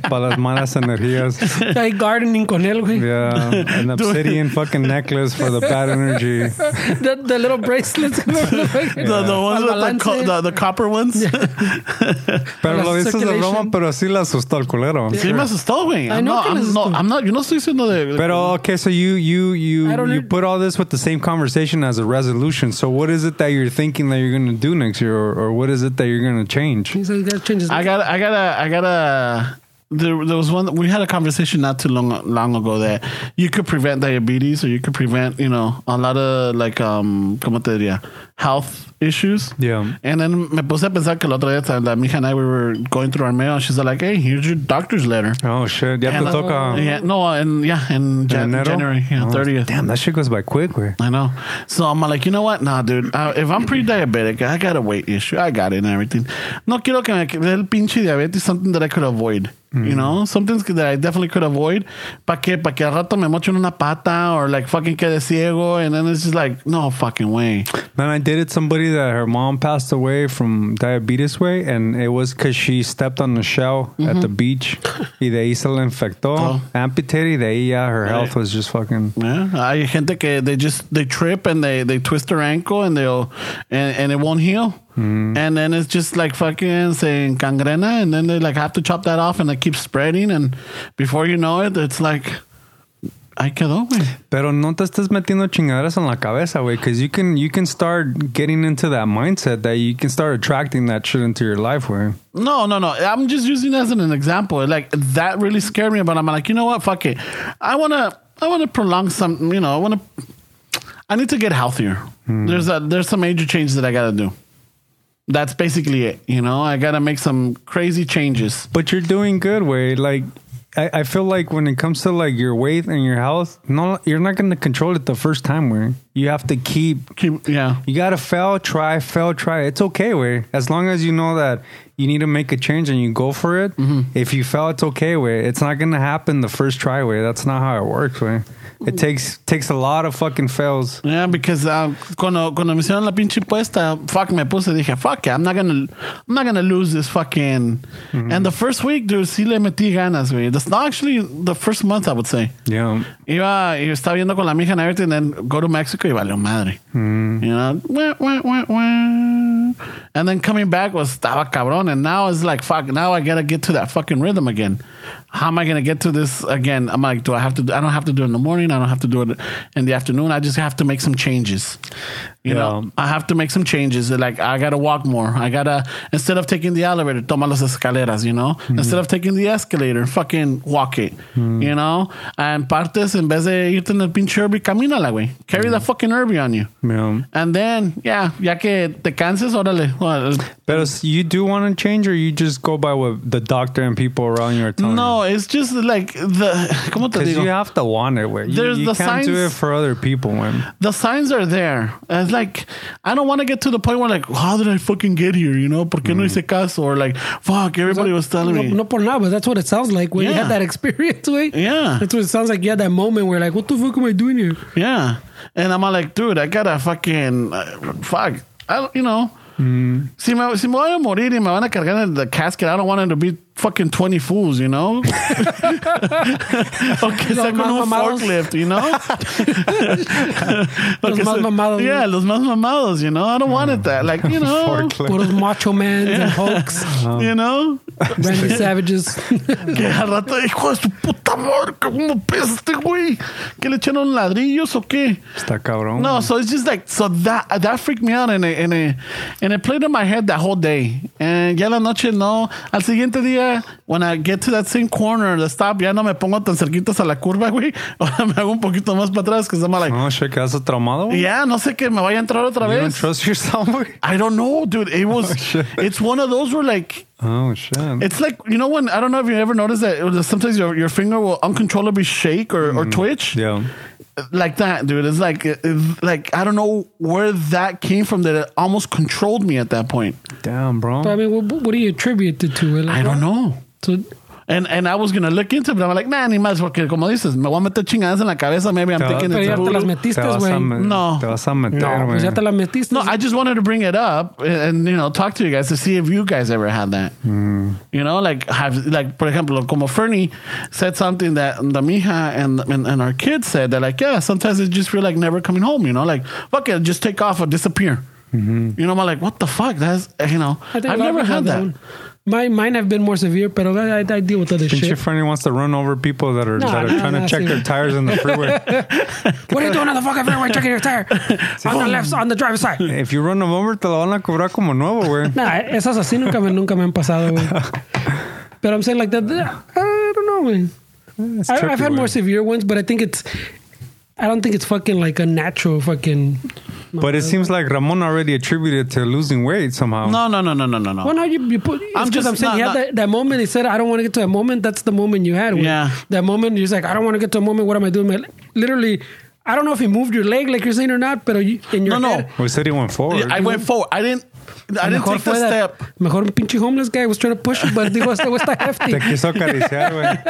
Speaker 4: Para las malas energías.
Speaker 2: Estoy gardening con él, güey.
Speaker 4: Yeah. An obsidian fucking necklace for the bad energy.
Speaker 2: The, the little bracelets.
Speaker 1: The, the ones with the, co- the, the copper ones.
Speaker 4: Pero lo dices de broma,
Speaker 2: Circulation.
Speaker 4: pero sí le asustó el culero. I'm
Speaker 1: Sí me
Speaker 4: sure.
Speaker 1: asustó, güey.
Speaker 2: I
Speaker 1: I'm
Speaker 2: know
Speaker 1: not-
Speaker 2: que le
Speaker 1: I'm not-
Speaker 2: asustó.
Speaker 1: I'm not. Yo no estoy diciendo de.
Speaker 4: Pero okay, so you you
Speaker 2: I
Speaker 4: you
Speaker 2: don't
Speaker 4: you
Speaker 2: know.
Speaker 4: put all this with the same conversation as a resolution. So what is it that you're thinking that you're gonna do next year, or, or what is it that you're gonna change?
Speaker 2: He said, "You gotta change his
Speaker 1: I got I got to I got to there, there was one we had a conversation not too long long ago that you could prevent diabetes or you could prevent you know a lot of like um como te diría health issues.
Speaker 4: Yeah.
Speaker 1: And then me puse a pensar que la otra vez that mija and I we were going through our mail and she's like, "Hey, here's your doctor's letter."
Speaker 4: Oh shit, ya te
Speaker 1: And, uh,
Speaker 4: toca.
Speaker 1: yeah, no, and yeah, in Jan-
Speaker 4: enero?
Speaker 1: January, yeah,
Speaker 4: Oh,
Speaker 1: thirtieth.
Speaker 4: Damn, that shit goes by quick, güey.
Speaker 1: I know. So I'm like, you know what? Nah, dude. Uh, if I'm pre-diabetic, I got a weight issue. I got it and everything. No quiero que me dé el pinche diabetes. Something that I could avoid. You know, something that I definitely could avoid. Pa que, pa que al rato me mochen una pata or like fucking quede ciego. And then it's just like, no fucking way.
Speaker 4: Man, I dated somebody that her mom passed away from diabetes way, and it was because she stepped on a shell at the beach. y de ahí se la infectó,
Speaker 1: Oh.
Speaker 4: amputated, y de ahí, yeah, her health was just fucking.
Speaker 1: Yeah. Hay gente que they just they trip and they they twist their ankle and they'll and, and it won't heal. And then it's just like fucking saying cangrena and then they like have to chop that off and it keeps spreading and before you know it it's like I quedó, güey.
Speaker 4: Pero no te estés metiendo chingaderas en la cabeza, way, because you can you can start getting into that mindset that you can start attracting that shit into your life, way.
Speaker 1: No, no, no. I'm just using it as an example. Like that really scared me, but I'm like, you know what? Fuck it. I wanna, I wanna prolong some. You know, I wanna. I need to get healthier. There's a there's some major changes that I gotta do. That's basically it. You know, I gotta make some crazy changes.
Speaker 4: But you're doing good, way. Like I, I feel like when it comes to like your weight and your health, no, you're not gonna control it the first time, way. You have to keep
Speaker 1: Keep, yeah,
Speaker 4: You gotta fail, try, fail, try. It's okay, way. As long as you know that you need to make a change and you go for it.
Speaker 1: Mm-hmm.
Speaker 4: If you fail, it's okay, way. It's not gonna happen the first try, way. That's not how it works, way.
Speaker 1: Mm.
Speaker 4: It takes takes a lot of fucking fails.
Speaker 1: yeah. Because uh, cuando cuando me hicieron la pinche puesta, fuck, me puse dije, fuck it. I'm not gonna, I'm not gonna lose this fucking. And the first week, dude, sí le metí ganas, güey. That's not actually the first month, I would say.
Speaker 4: Yeah.
Speaker 1: iba y estaba viendo con la mija en everything then go to Mexico y valió madre you know wah, wah, wah, wah. and then coming back was estaba cabrón and now it's like fuck now I gotta get to that fucking rhythm again how am I gonna get to this again I'm like do I have to I don't have to do it in the morning I don't have to do it in the afternoon I just have to make some changes you
Speaker 4: Yeah.
Speaker 1: know I have to make some changes like I gotta walk more I gotta instead of taking the elevator toma las escaleras you know
Speaker 4: Hmm.
Speaker 1: instead of taking the escalator fucking walk it you know and partes en vez de irte en el pinche Irby camínala güey carry the fucking Irby on you
Speaker 4: Hmm. Yeah.
Speaker 1: and then, yeah, ya que te canses, órale. órale.
Speaker 4: But it's- you do want to change, or you just go by what the doctor and people around you are telling
Speaker 1: No, it's just like the ¿cómo te
Speaker 4: Oh, Because
Speaker 1: digo?
Speaker 4: you have to want it, way. You,
Speaker 1: There's
Speaker 4: you
Speaker 1: the
Speaker 4: can't do it
Speaker 1: signs-
Speaker 4: for other people, man.
Speaker 1: the signs are there. It's like I don't want to get to the point where like, how did I fucking get here? You know, ¿por qué
Speaker 4: Hmm.
Speaker 1: no hice caso? Or like, fuck, everybody was telling
Speaker 2: no,
Speaker 1: me.
Speaker 2: no por nada, but that's what it sounds like when you
Speaker 1: Yeah.
Speaker 2: had that experience, way.
Speaker 1: Yeah.
Speaker 2: That's what it sounds like you had that moment where like, what the fuck am I doing here?
Speaker 1: Yeah, and I'm like, dude, I gotta fucking uh, fuck. I don't, you know.
Speaker 2: Mm.
Speaker 1: Si, me, si me voy a morir y me van a cargar en the casket, I don't want it to be fucking 20 fools, you know? o que
Speaker 2: Los
Speaker 1: sea con
Speaker 2: más
Speaker 1: un
Speaker 2: mamados.
Speaker 1: forklift, you know? O
Speaker 2: Los
Speaker 1: que
Speaker 2: más
Speaker 1: sea-
Speaker 2: mamados. Mm.
Speaker 1: Yeah, los más mamados, you know? I don't want it that. Like, you know,
Speaker 4: Forklift.
Speaker 2: Puros macho mans and hulks,
Speaker 1: you know?
Speaker 2: Randy Savages.
Speaker 1: Que al rato, hijo de su puta madre, ¿cómo pesa este güey? ¿Que le echaron ladrillos o qué?
Speaker 4: Está cabrón.
Speaker 1: No, so it's just like so that that freaked me out and it, and it, and it played in my head that whole day. And ya la noche no. Al siguiente día, when I get to that same corner, the stop, ya no me pongo tan cerquitas a la curva, güey. Ahora me hago un poquito más para atrás, que se me like,
Speaker 4: Oh, shit, quedaste traumado, güey.
Speaker 1: yeah, no sé que me vaya a entrar otra
Speaker 4: You don't
Speaker 1: vez.
Speaker 4: trust yourself, güey.
Speaker 1: I don't know, dude. It was,
Speaker 4: shit.
Speaker 1: it's one of those where like
Speaker 4: Oh, shit.
Speaker 1: it's like you know when I don't know if you ever noticed that sometimes your your finger will uncontrollably shake or, or twitch.
Speaker 4: Mm-hmm. yeah.
Speaker 1: like that, dude. It's like, it's like I don't know where that came from. That it almost controlled me at that point.
Speaker 4: Damn, bro.
Speaker 2: I mean, what, what do you attribute it to? Like,
Speaker 1: I don't know.
Speaker 2: So,
Speaker 1: And and I was gonna look into it, but I'm like, nah, ni más, porque como dices, me voy a meter chingadas en la cabeza. Maybe I'm
Speaker 4: Te vas-
Speaker 1: thinking
Speaker 2: pero
Speaker 1: it's
Speaker 2: ya te las
Speaker 1: voodoo.
Speaker 2: metiste,
Speaker 4: Te vas a
Speaker 2: güey.
Speaker 4: me-
Speaker 1: No.
Speaker 4: Te vas a meter,
Speaker 2: No,
Speaker 4: güey.
Speaker 2: pues ya te la metiste.
Speaker 1: No, I just wanted to bring it up and you know talk to you guys to see if you guys ever had that. You know, like have like for example, como Fernie said something that the mija and and, and our kids said that like yeah, sometimes it just feel like never coming home. You know, like fuck it, just take off or disappear. You know, I'm like what the fuck? That's you know,
Speaker 2: I
Speaker 1: I've
Speaker 2: think a lot
Speaker 1: never
Speaker 2: of us have
Speaker 1: had that.
Speaker 2: one. My mine have been more severe, but I, I, I deal with other
Speaker 4: Pinche
Speaker 2: shit.
Speaker 4: Fernie wants to run over people that are
Speaker 2: No,
Speaker 4: that are
Speaker 2: no,
Speaker 4: trying
Speaker 2: no,
Speaker 4: to check
Speaker 2: sí.
Speaker 4: their tires in the freeway.
Speaker 2: What are you doing on the fucking freeway checking your tire on the left, on the driver's side?
Speaker 4: if you run them over, te lo van a cobrar como nuevo, güey.
Speaker 2: Nah, esas así nunca me, nunca me han pasado, güey. But I'm saying like that. I don't know, man.
Speaker 4: It's
Speaker 2: I,
Speaker 4: tricky,
Speaker 2: I've had
Speaker 4: güey.
Speaker 2: more severe ones, but I think it's. I don't think it's fucking like a natural fucking No,
Speaker 4: But it seems like Ramon already attributed to losing weight somehow.
Speaker 1: No, no, no, no, no, no,
Speaker 2: Well,
Speaker 1: no.
Speaker 2: no, you, you put. I'm just.
Speaker 1: just-
Speaker 2: I'm saying
Speaker 1: no,
Speaker 2: you had
Speaker 1: no.
Speaker 2: that, that moment. He said, "I don't want to get to that moment." That's the moment you had. when-
Speaker 1: Yeah.
Speaker 2: That moment. You're just like, "I don't want to get to a moment. What am I doing?" My, literally, I don't know if he moved your leg like you're saying or not, but you, in your
Speaker 1: No, no.
Speaker 2: head,
Speaker 4: We said he went forward.
Speaker 1: I went forward. I didn't. I didn't take the
Speaker 2: fue that-
Speaker 1: step.
Speaker 2: Mejor un pinche homeless guy was trying to push it, but digo, este güey está hefty.
Speaker 4: Te quiso acariciar, güey.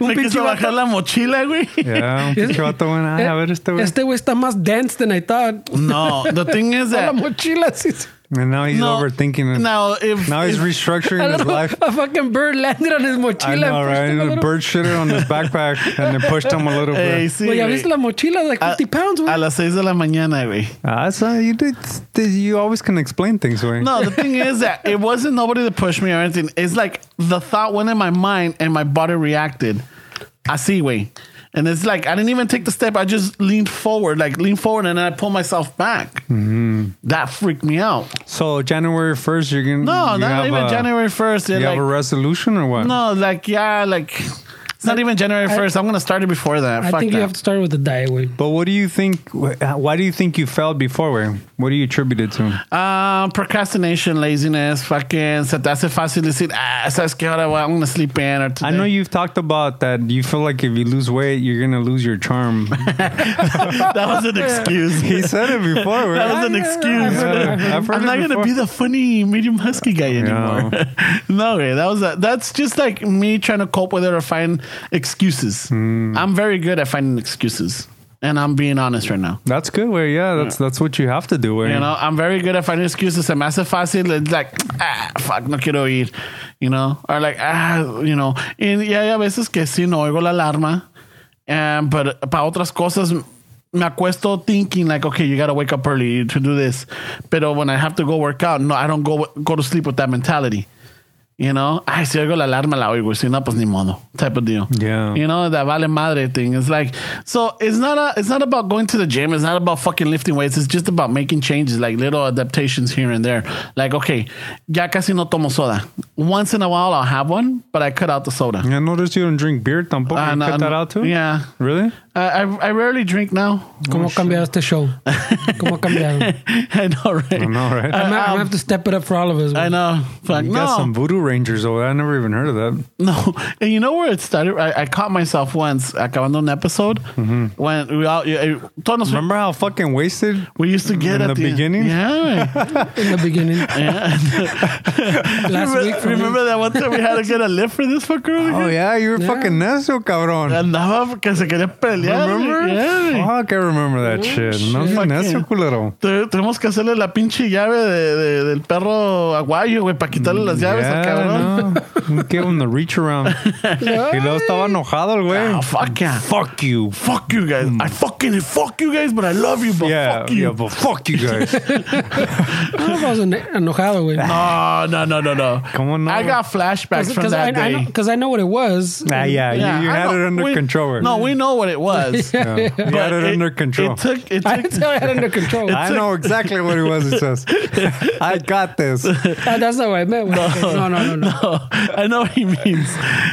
Speaker 1: Me
Speaker 2: pinche
Speaker 1: quiso bajar
Speaker 2: vato.
Speaker 1: la mochila, güey.
Speaker 4: Ya, un pinche vato, güey. Ay, a ver este, güey.
Speaker 2: Este güey está más dense than I thought.
Speaker 1: No, the thing is
Speaker 2: A la
Speaker 1: that
Speaker 2: mochila, sí. sí.
Speaker 4: And now he's
Speaker 1: No.
Speaker 4: overthinking it.
Speaker 1: Now, if-
Speaker 4: now he's
Speaker 1: if-
Speaker 4: restructuring
Speaker 2: I
Speaker 4: his
Speaker 2: don't know,
Speaker 4: life.
Speaker 2: A fucking bird landed on his
Speaker 4: I
Speaker 2: mochila.
Speaker 4: know,
Speaker 2: and pushed
Speaker 4: right?
Speaker 2: him a
Speaker 4: A
Speaker 2: little-
Speaker 4: bird shitter on his backpack and it pushed him a little
Speaker 1: Ey,
Speaker 4: bit.
Speaker 1: Eh, sí,
Speaker 2: Güey, ya
Speaker 1: güey.
Speaker 2: viste la mochila, like
Speaker 1: a,
Speaker 2: 50 pounds, güey.
Speaker 1: a las 6 de la mañana, güey.
Speaker 4: Ah, so you did, did- You always can explain things, güey.
Speaker 1: No, the thing is that it wasn't nobody that pushed me or anything. It's like the thought went in my mind and my body reacted. I see, way. And it's like I didn't even take the step. I just leaned forward, like leaned forward, and then I pulled myself back. That freaked me out.
Speaker 4: So January first, you're gonna
Speaker 1: No,
Speaker 4: you
Speaker 1: not
Speaker 4: have
Speaker 1: even
Speaker 4: a-
Speaker 1: January first.
Speaker 4: You have a resolution or what?
Speaker 1: no, like yeah, like it's not even January
Speaker 2: I-
Speaker 1: first. I'm gonna start it before that.
Speaker 2: I
Speaker 1: Fuck
Speaker 2: think
Speaker 1: that.
Speaker 2: you have to start with the diet, güey.
Speaker 4: But what do you think? wh- Why do you think you failed before? Where? What do you attribute it to?
Speaker 1: Um, procrastination, laziness, fucking. Se te hace fácil decir, ah, sabes que ahora voy- I'm gonna sleep in or today.
Speaker 4: I know you've talked about that. You feel like if you lose weight, you're gonna lose your charm.
Speaker 1: that was an excuse.
Speaker 4: he said it before.
Speaker 1: That
Speaker 4: Right?
Speaker 1: was an excuse.
Speaker 4: Yeah, I've heard
Speaker 1: I'm
Speaker 4: it
Speaker 1: not gonna
Speaker 4: before.
Speaker 1: be the funny medium husky guy anymore. no, way. that was a, that's just like me trying to cope with it or find excuses. I'm very good at finding excuses, and I'm being honest right now.
Speaker 4: That's good. Where? Yeah, that's that's what you have to do. Where?
Speaker 1: You know, I'm very good at finding excuses. Se me hace fácil. It's like, ah, fuck, no quiero ir. You know, or like, ah, you know. Y, y hay a veces que sí, no oigo la alarma. Um, but para otras cosas, me acuesto thinking like, okay, you got to wake up early to do this. Pero when I have to go work out, no, I don't go go to sleep with that mentality. You know, ay, si oigo la alarma, la oigo. Si no, pues ni modo. Type of deal.
Speaker 4: Yeah.
Speaker 1: You know, that vale madre thing. It's like, so it's not a, it's not about going to the gym. It's not about fucking lifting weights. It's just about making changes, like little adaptations here and there. Like, okay, ya casi no tomo soda. Once in a while, I'll have one, but I cut out the soda.
Speaker 4: I noticed you don't drink beer. Tampoco.
Speaker 1: Ah,
Speaker 4: you
Speaker 1: no,
Speaker 4: cut that
Speaker 1: no.
Speaker 4: out too.
Speaker 1: Yeah.
Speaker 4: Really?
Speaker 1: I, I, I rarely drink now.
Speaker 2: ¿Cómo ha cambiado este show? ¿Cómo ha cambiado? I'm,
Speaker 1: I know, right? um,
Speaker 4: I know, right?
Speaker 2: I'm gonna have to step it up for all of us. güey.
Speaker 1: I know. Fuck,
Speaker 4: you
Speaker 1: no.
Speaker 4: got some voodoo rangers over there. I never even heard of that.
Speaker 1: No, and you know where it started? I, I caught myself once acabando an episode when we all eh, eh, todos nos-
Speaker 4: Mm-hmm. Remember how fucking wasted? Oh,
Speaker 1: we used to get
Speaker 4: In
Speaker 1: at
Speaker 4: the beginning?
Speaker 1: Yeah, güey.
Speaker 2: In the beginning. Last week.
Speaker 1: remember,
Speaker 2: for me.
Speaker 1: remember that one time we had to get a lift for this fucker? over
Speaker 4: Oh
Speaker 1: here?
Speaker 4: yeah, you were fucking necio, cabrón.
Speaker 1: andaba que se quería pelear. güey.
Speaker 4: Remember?
Speaker 1: Yeah, güey.
Speaker 4: Fuck, I remember that shit. No,
Speaker 1: shit.
Speaker 4: man, that's so culero.
Speaker 1: Te- Tenemos que hacerle la pinche llave de, de- del perro aguayo, güey, para quitarle las llaves al cabrón.
Speaker 4: no. Give him the reach around. y luego estaba enojado
Speaker 1: Ah,
Speaker 4: el güey.
Speaker 1: fuck yeah.
Speaker 4: Fuck you.
Speaker 1: Fuck you guys. I fucking fuck you guys, but I love you, but
Speaker 4: yeah,
Speaker 1: fuck you.
Speaker 4: yeah, but fuck you guys.
Speaker 2: No, pues, ene- enojado, güey.
Speaker 1: No, Ah, no, no, no, no.
Speaker 4: Come on, no.
Speaker 1: I got flashbacks from
Speaker 2: Because
Speaker 1: that
Speaker 2: I,
Speaker 1: day.
Speaker 2: I, know- 'cause I know what it was.
Speaker 4: ah, yeah,
Speaker 1: Yeah,
Speaker 4: you, you
Speaker 1: I
Speaker 4: had
Speaker 1: know.
Speaker 4: it under
Speaker 1: We-
Speaker 4: control.
Speaker 1: No, we know what it was.
Speaker 4: Yeah, you had
Speaker 1: but
Speaker 4: it, under control.
Speaker 1: It took. It
Speaker 2: I didn't
Speaker 1: took
Speaker 2: tell I had under control.
Speaker 4: I know exactly what it was. It says, "I got this."
Speaker 2: Ah, that's not what I meant. güey. No, no, no, no.
Speaker 1: no, I know what he means.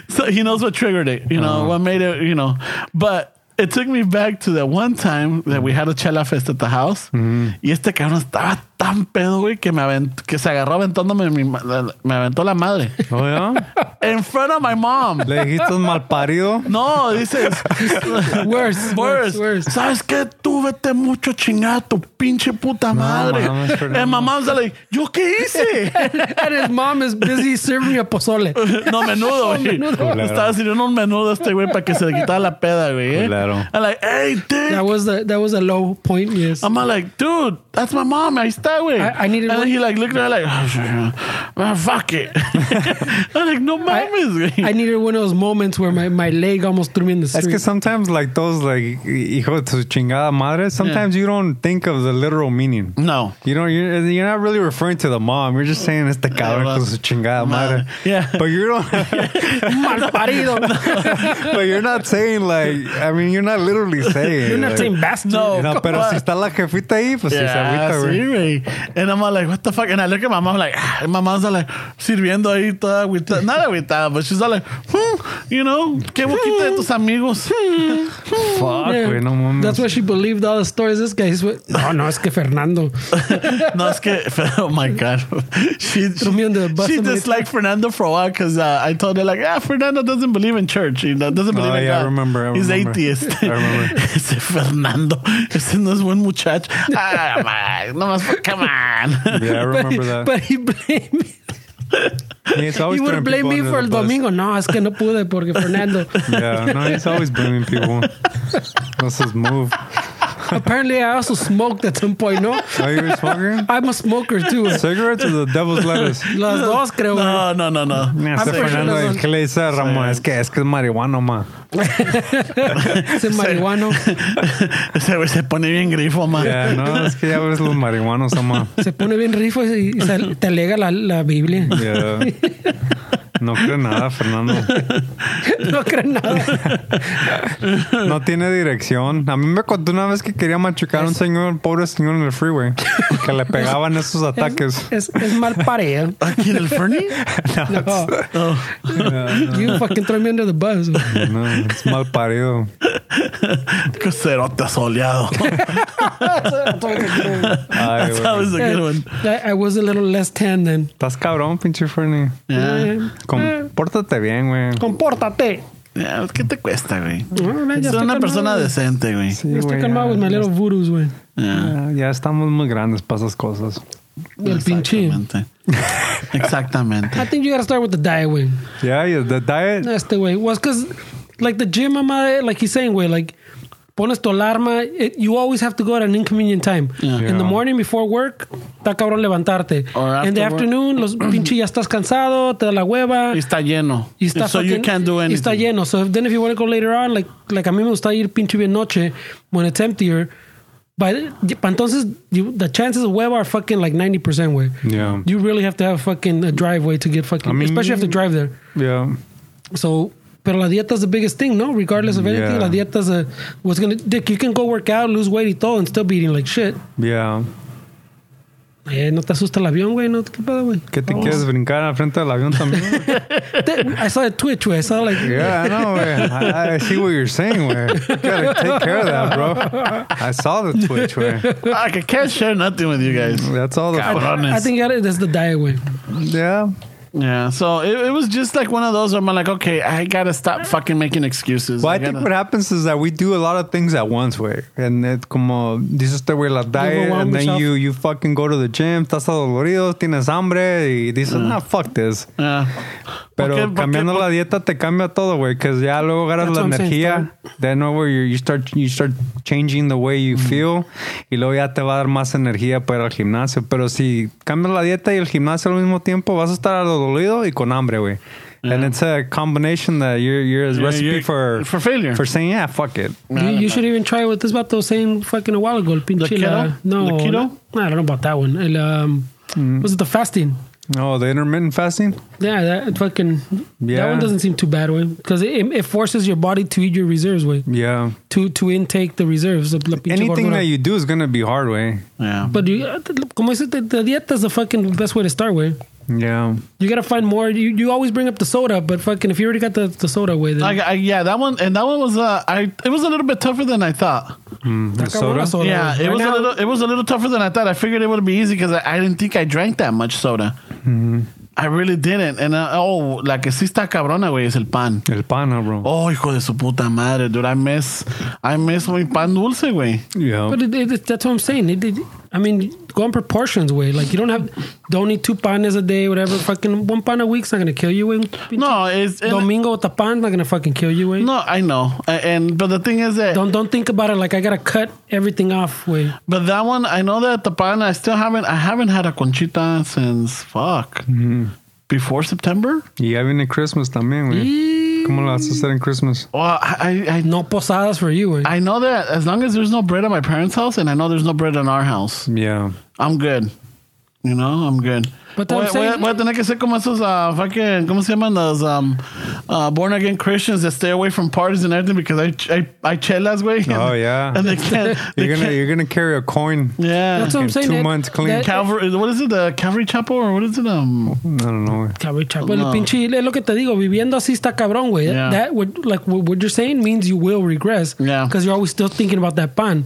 Speaker 1: So he knows what triggered it. You know what made it. You know, but. It took me back to that one time that we had a chela fest at the house. Y este cabrón estaba tan pedo, güey, que, me avent que se agarró aventándome, mi ma- la- me aventó la madre.
Speaker 4: Oh yeah,
Speaker 1: In front of my mom.
Speaker 4: le dijiste mal parido.
Speaker 1: No, dices.
Speaker 2: Worse, worse,
Speaker 1: Worse.
Speaker 2: worse.
Speaker 1: ¿Sabes qué? Tú vete mucho chingada, tu pinche puta madre.
Speaker 4: mames, Fernando.
Speaker 1: And my mom's like, ¿yo qué hice?
Speaker 2: And his mom is busy serving me a pozole.
Speaker 1: no, menudo, güey.
Speaker 2: Menudo.
Speaker 4: Claro.
Speaker 1: Estaba sirviendo un menudo a este güey para que se le quitara la peda, güey. eh.
Speaker 4: Claro.
Speaker 1: I'm like, hey,
Speaker 2: That
Speaker 1: dude.
Speaker 2: was the that was a low point. Yes.
Speaker 1: I'm like, dude, that's my mom. Ahí está, güey.
Speaker 2: I- I needed
Speaker 1: And then
Speaker 2: one-
Speaker 1: he like looked at her like, "Oh, "Ah, fuck it. I'm like, no mames,
Speaker 2: I
Speaker 1: güey.
Speaker 2: needed one of those moments where my, my leg almost threw me in the
Speaker 4: Es
Speaker 2: street.
Speaker 4: que sometimes like those like hijo de tu chingada madre. Sometimes you don't think of the literal meaning.
Speaker 1: No.
Speaker 4: You know, you're, you're not really referring to the mom. You're just saying it's the cabrón con su chingada madre.
Speaker 1: Madre. Yeah.
Speaker 4: But you don't. but you're not saying like. I mean, you're not literally saying.
Speaker 2: You're not
Speaker 4: like,
Speaker 2: saying bastard.
Speaker 1: No.
Speaker 4: You know, pero
Speaker 1: But-
Speaker 4: si está la jefita ahí, pues sí se agüita,
Speaker 1: sí,
Speaker 4: güey.
Speaker 1: güey. And I'm all like, what the fuck? And I look at my mom like, ah, my mom's all like sirviendo ahí toda agüita. Not agüita, but she's all like, hmm, you know, qué boquita de tus amigos.
Speaker 2: Hmm.
Speaker 4: Fuck,
Speaker 2: Yeah.
Speaker 4: güey, no mames.
Speaker 2: That's why she believed all the stories. This guy, is what- no, no, es que Fernando.
Speaker 1: no, es que, oh my God. She,
Speaker 2: Threw me under the bus
Speaker 1: she
Speaker 2: and
Speaker 1: disliked Fernando for a while because uh, I told her, like, ah, Fernando doesn't believe in church. He doesn't believe
Speaker 4: Oh,
Speaker 1: in
Speaker 4: yeah, I
Speaker 1: God.
Speaker 4: remember, I
Speaker 1: He's
Speaker 4: remember.
Speaker 1: atheist.
Speaker 4: I remember.
Speaker 1: Ese Fernando, ese no es buen muchacho. Ah, man, no más, come on.
Speaker 4: Yeah, I remember that.
Speaker 2: But he blamed.
Speaker 4: he's
Speaker 2: He
Speaker 4: always
Speaker 2: would
Speaker 4: throwing
Speaker 2: blame
Speaker 4: people
Speaker 2: me
Speaker 4: under
Speaker 2: for
Speaker 4: the
Speaker 2: el
Speaker 4: bus.
Speaker 2: domingo. No, es que no pude porque Fernando.
Speaker 4: Yeah, no, he's always blaming people. That's his move.
Speaker 2: Apparently, I also smoked at some point. No,
Speaker 4: Are you a smoker?
Speaker 2: I'm a smoker too.
Speaker 4: Cigarettes is the devil's lettuce.
Speaker 2: Las dos creo. güey.
Speaker 1: No, no, no, no.
Speaker 4: Este
Speaker 2: pretty sure
Speaker 4: Fernando,
Speaker 2: those
Speaker 4: ¿qué le dice a Ramón?
Speaker 1: Sí.
Speaker 4: Es que es que es marihuano, ma.
Speaker 2: Ese marihuano,
Speaker 1: Ese güey se pone bien grifo, man.
Speaker 4: Yeah, no, es que ya ves los marihuanos, ama.
Speaker 2: se pone bien rifo y, y sal- te alega la, la Biblia.
Speaker 4: Yeah. No cree nada, Fernando.
Speaker 2: No creen nada.
Speaker 4: No tiene dirección. A mí me contó una vez que quería machucar a un señor, pobre señor en el freeway, que le pegaban esos ataques.
Speaker 2: Es, es mal pareo.
Speaker 1: Aquí en el Fernie.
Speaker 2: No. You fucking throw me under the bus. güey.
Speaker 4: No, es mal parido.
Speaker 1: Qué cerote soleado.
Speaker 4: Ay,
Speaker 1: That
Speaker 4: güey.
Speaker 1: was a good one.
Speaker 2: I, I was a little less tan then.
Speaker 4: Estás cabrón, pinche Fernie.
Speaker 1: Yeah.
Speaker 4: Compórtate bien, güey.
Speaker 2: Compórtate.
Speaker 1: Yeah, ¿Qué te cuesta, güey?
Speaker 2: No, no, ya
Speaker 1: Ser
Speaker 2: estoy
Speaker 1: una
Speaker 2: calmado,
Speaker 1: persona
Speaker 2: güey.
Speaker 1: decente, güey.
Speaker 4: Sí,
Speaker 2: Ya estoy
Speaker 4: güey,
Speaker 2: calmado
Speaker 4: ya-
Speaker 2: with my little voodoos, güey.
Speaker 1: Yeah.
Speaker 4: ya- ya estamos muy grandes para esas cosas.
Speaker 2: El pinche.
Speaker 1: Exactamente. Exactamente.
Speaker 2: I think you gotta start with the diet, güey.
Speaker 4: Yeah, yeah, the diet.
Speaker 2: That's the way. Was because, like the gym, mamá, like he's saying, way like, pones tu alarma. It, you always have to go at an inconvenient time. In the
Speaker 4: Yeah.
Speaker 2: morning before work, está cabrón levantarte.
Speaker 1: Or
Speaker 2: In the
Speaker 1: after work.
Speaker 2: afternoon, los pinche ya estás cansado, te da la hueva.
Speaker 1: Y está lleno.
Speaker 2: Y está
Speaker 1: so you
Speaker 2: fucking-
Speaker 1: can't do
Speaker 2: y
Speaker 1: anything.
Speaker 2: está lleno. So if, then if you want to go later on, like, like a mí me gusta ir pinche bien noche when it's emptier. But pa' entonces, you, the chances of web are fucking like 90%, way.
Speaker 4: Yeah.
Speaker 2: You really have to have fucking a driveway to get fucking,
Speaker 4: I mean-
Speaker 2: especially if you have to drive there.
Speaker 4: Yeah.
Speaker 2: So, pero la dieta is the biggest thing, no? Regardless of anything,
Speaker 4: Yeah.
Speaker 2: la dieta is a, what's going to, dick, you can go work out, lose weight y todo, and still be eating like shit.
Speaker 4: Yeah.
Speaker 2: Eh, no te asusta el avión, güey, no, qué pedo, güey.
Speaker 4: ¿Qué te quieres brincar al frente del avión también?
Speaker 2: Te- I saw a Twitch, güey, I saw like,
Speaker 4: Yeah, I know, güey. I, I see what you're saying, güey. You gotta take care of that, bro. I saw the Twitch, güey.
Speaker 1: I Ah, can't share nothing with you guys.
Speaker 4: That's all the.
Speaker 1: Cabrones.
Speaker 2: I think that is- that's the diet, güey.
Speaker 4: Yeah.
Speaker 1: Yeah, so it, it was just like one of those where I'm like, okay, I gotta stop fucking making excuses.
Speaker 4: Well, I
Speaker 1: I
Speaker 4: think
Speaker 1: gotta-
Speaker 4: what happens is that we do a lot of things at once, way, and it como dices te güey la diet,
Speaker 2: overwhelm
Speaker 4: and then
Speaker 2: yourself.
Speaker 4: you you fucking go to the gym, estás adolorido, tienes hambre, y dices, nah, fuck this.
Speaker 1: Yeah.
Speaker 4: Pero
Speaker 1: ¿Por qué- por
Speaker 4: cambiando
Speaker 1: qué-
Speaker 4: la dieta te cambia todo, güey, que ya luego agarras
Speaker 2: That's
Speaker 4: la
Speaker 2: what I'm saying,
Speaker 4: energía, then over you, you start you start changing the way
Speaker 1: Mm.
Speaker 4: you feel, y luego ya te va a dar más energía para ir al gimnasio. Pero si cambias la dieta y el gimnasio al mismo tiempo, vas a estar adolorido y con hambre, güey. And it's a combination that you're you're a
Speaker 1: Yeah,
Speaker 4: recipe
Speaker 1: you're-
Speaker 4: for
Speaker 1: for failure.
Speaker 4: for saying yeah fuck it
Speaker 2: You, you should even try what this vato was saying fucking a while ago. El pinche la-
Speaker 1: keto?
Speaker 2: no,
Speaker 1: The keto?
Speaker 2: no, I don't know about that one. El, um,
Speaker 4: Mm.
Speaker 2: Was it the fasting?
Speaker 4: oh the intermittent fasting
Speaker 2: Yeah, that fucking that
Speaker 4: Yeah.
Speaker 2: one doesn't seem too bad, way, because it, it forces your body to eat your reserves, way,
Speaker 4: yeah
Speaker 2: to to intake the reserves. of la pinche
Speaker 4: anything
Speaker 2: gordura.
Speaker 4: that you do is gonna be hard way
Speaker 1: Yeah.
Speaker 2: But you, uh, como dice, the, the dieta is the fucking best way to start, way.
Speaker 4: yeah
Speaker 2: You gotta find more. You, you always bring up the soda, but fucking if you already got the, the soda, way, then
Speaker 1: I, I, yeah, that one and that one was uh, I it was a little bit tougher than I thought.
Speaker 4: The soda
Speaker 2: soda.
Speaker 1: yeah,
Speaker 2: güey.
Speaker 1: it
Speaker 2: Right
Speaker 1: was a
Speaker 2: now-
Speaker 1: little it was a little tougher than I thought. I figured it would be easy because I, I didn't think I drank that much soda.
Speaker 2: Mm-hmm.
Speaker 1: I really didn't. And uh, oh, la que sí está cabrona, güey, es el pan.
Speaker 4: el pana bro
Speaker 1: Oh, hijo de su puta madre, dude. I miss I miss my pan dulce, güey.
Speaker 4: yeah
Speaker 2: But it, it, that's what I'm saying. It, it, I mean, go in proportions, way. Like you don't have, don't eat two panes a day, whatever. Fucking one pan a week's not gonna kill you, way.
Speaker 1: No, it's and-
Speaker 2: Domingo with the pan not gonna fucking kill you, way.
Speaker 1: No, I know. A- And but the thing is that
Speaker 2: Don't don't think about it like I gotta cut everything off, way.
Speaker 1: But that one, I know that the pan. I still haven't. I haven't had a conchita since fuck
Speaker 2: Mm-hmm.
Speaker 1: before September.
Speaker 4: y ya viene Christmas también güey cómo lo vas a hacer en Christmas
Speaker 1: Well, I, I
Speaker 2: No posadas for you, way.
Speaker 1: I I know that as long as there's no bread at my parents' house, and I know there's no bread in our house,
Speaker 4: yeah
Speaker 1: I'm good. You know, I'm good.
Speaker 2: But
Speaker 1: voy,
Speaker 2: I'm
Speaker 1: voy a,
Speaker 2: saying-
Speaker 1: voy a tener que ser como esos, uh, fucking, ¿cómo se llaman? Los um, uh, born again Christians that stay away from parties and everything because I, I, I chelas, güey.
Speaker 4: Oh, yeah.
Speaker 1: And they can't. They
Speaker 4: You're gonna
Speaker 1: can't
Speaker 4: you're gonna carry a coin.
Speaker 1: yeah.
Speaker 2: That's what I'm
Speaker 4: In
Speaker 2: saying.
Speaker 4: two
Speaker 2: that-
Speaker 4: months clean.
Speaker 2: that-
Speaker 1: Calvary, what is it? The Calvary Chapel or what is it? Um,
Speaker 4: I don't know.
Speaker 2: Cabrón, chapo, el
Speaker 1: No.
Speaker 2: pinche- es lo que te digo, viviendo así está cabrón, güey.
Speaker 1: Yeah.
Speaker 2: That would, like what what you're saying means you will regress.
Speaker 1: Yeah.
Speaker 2: Because you're always still thinking about that pan.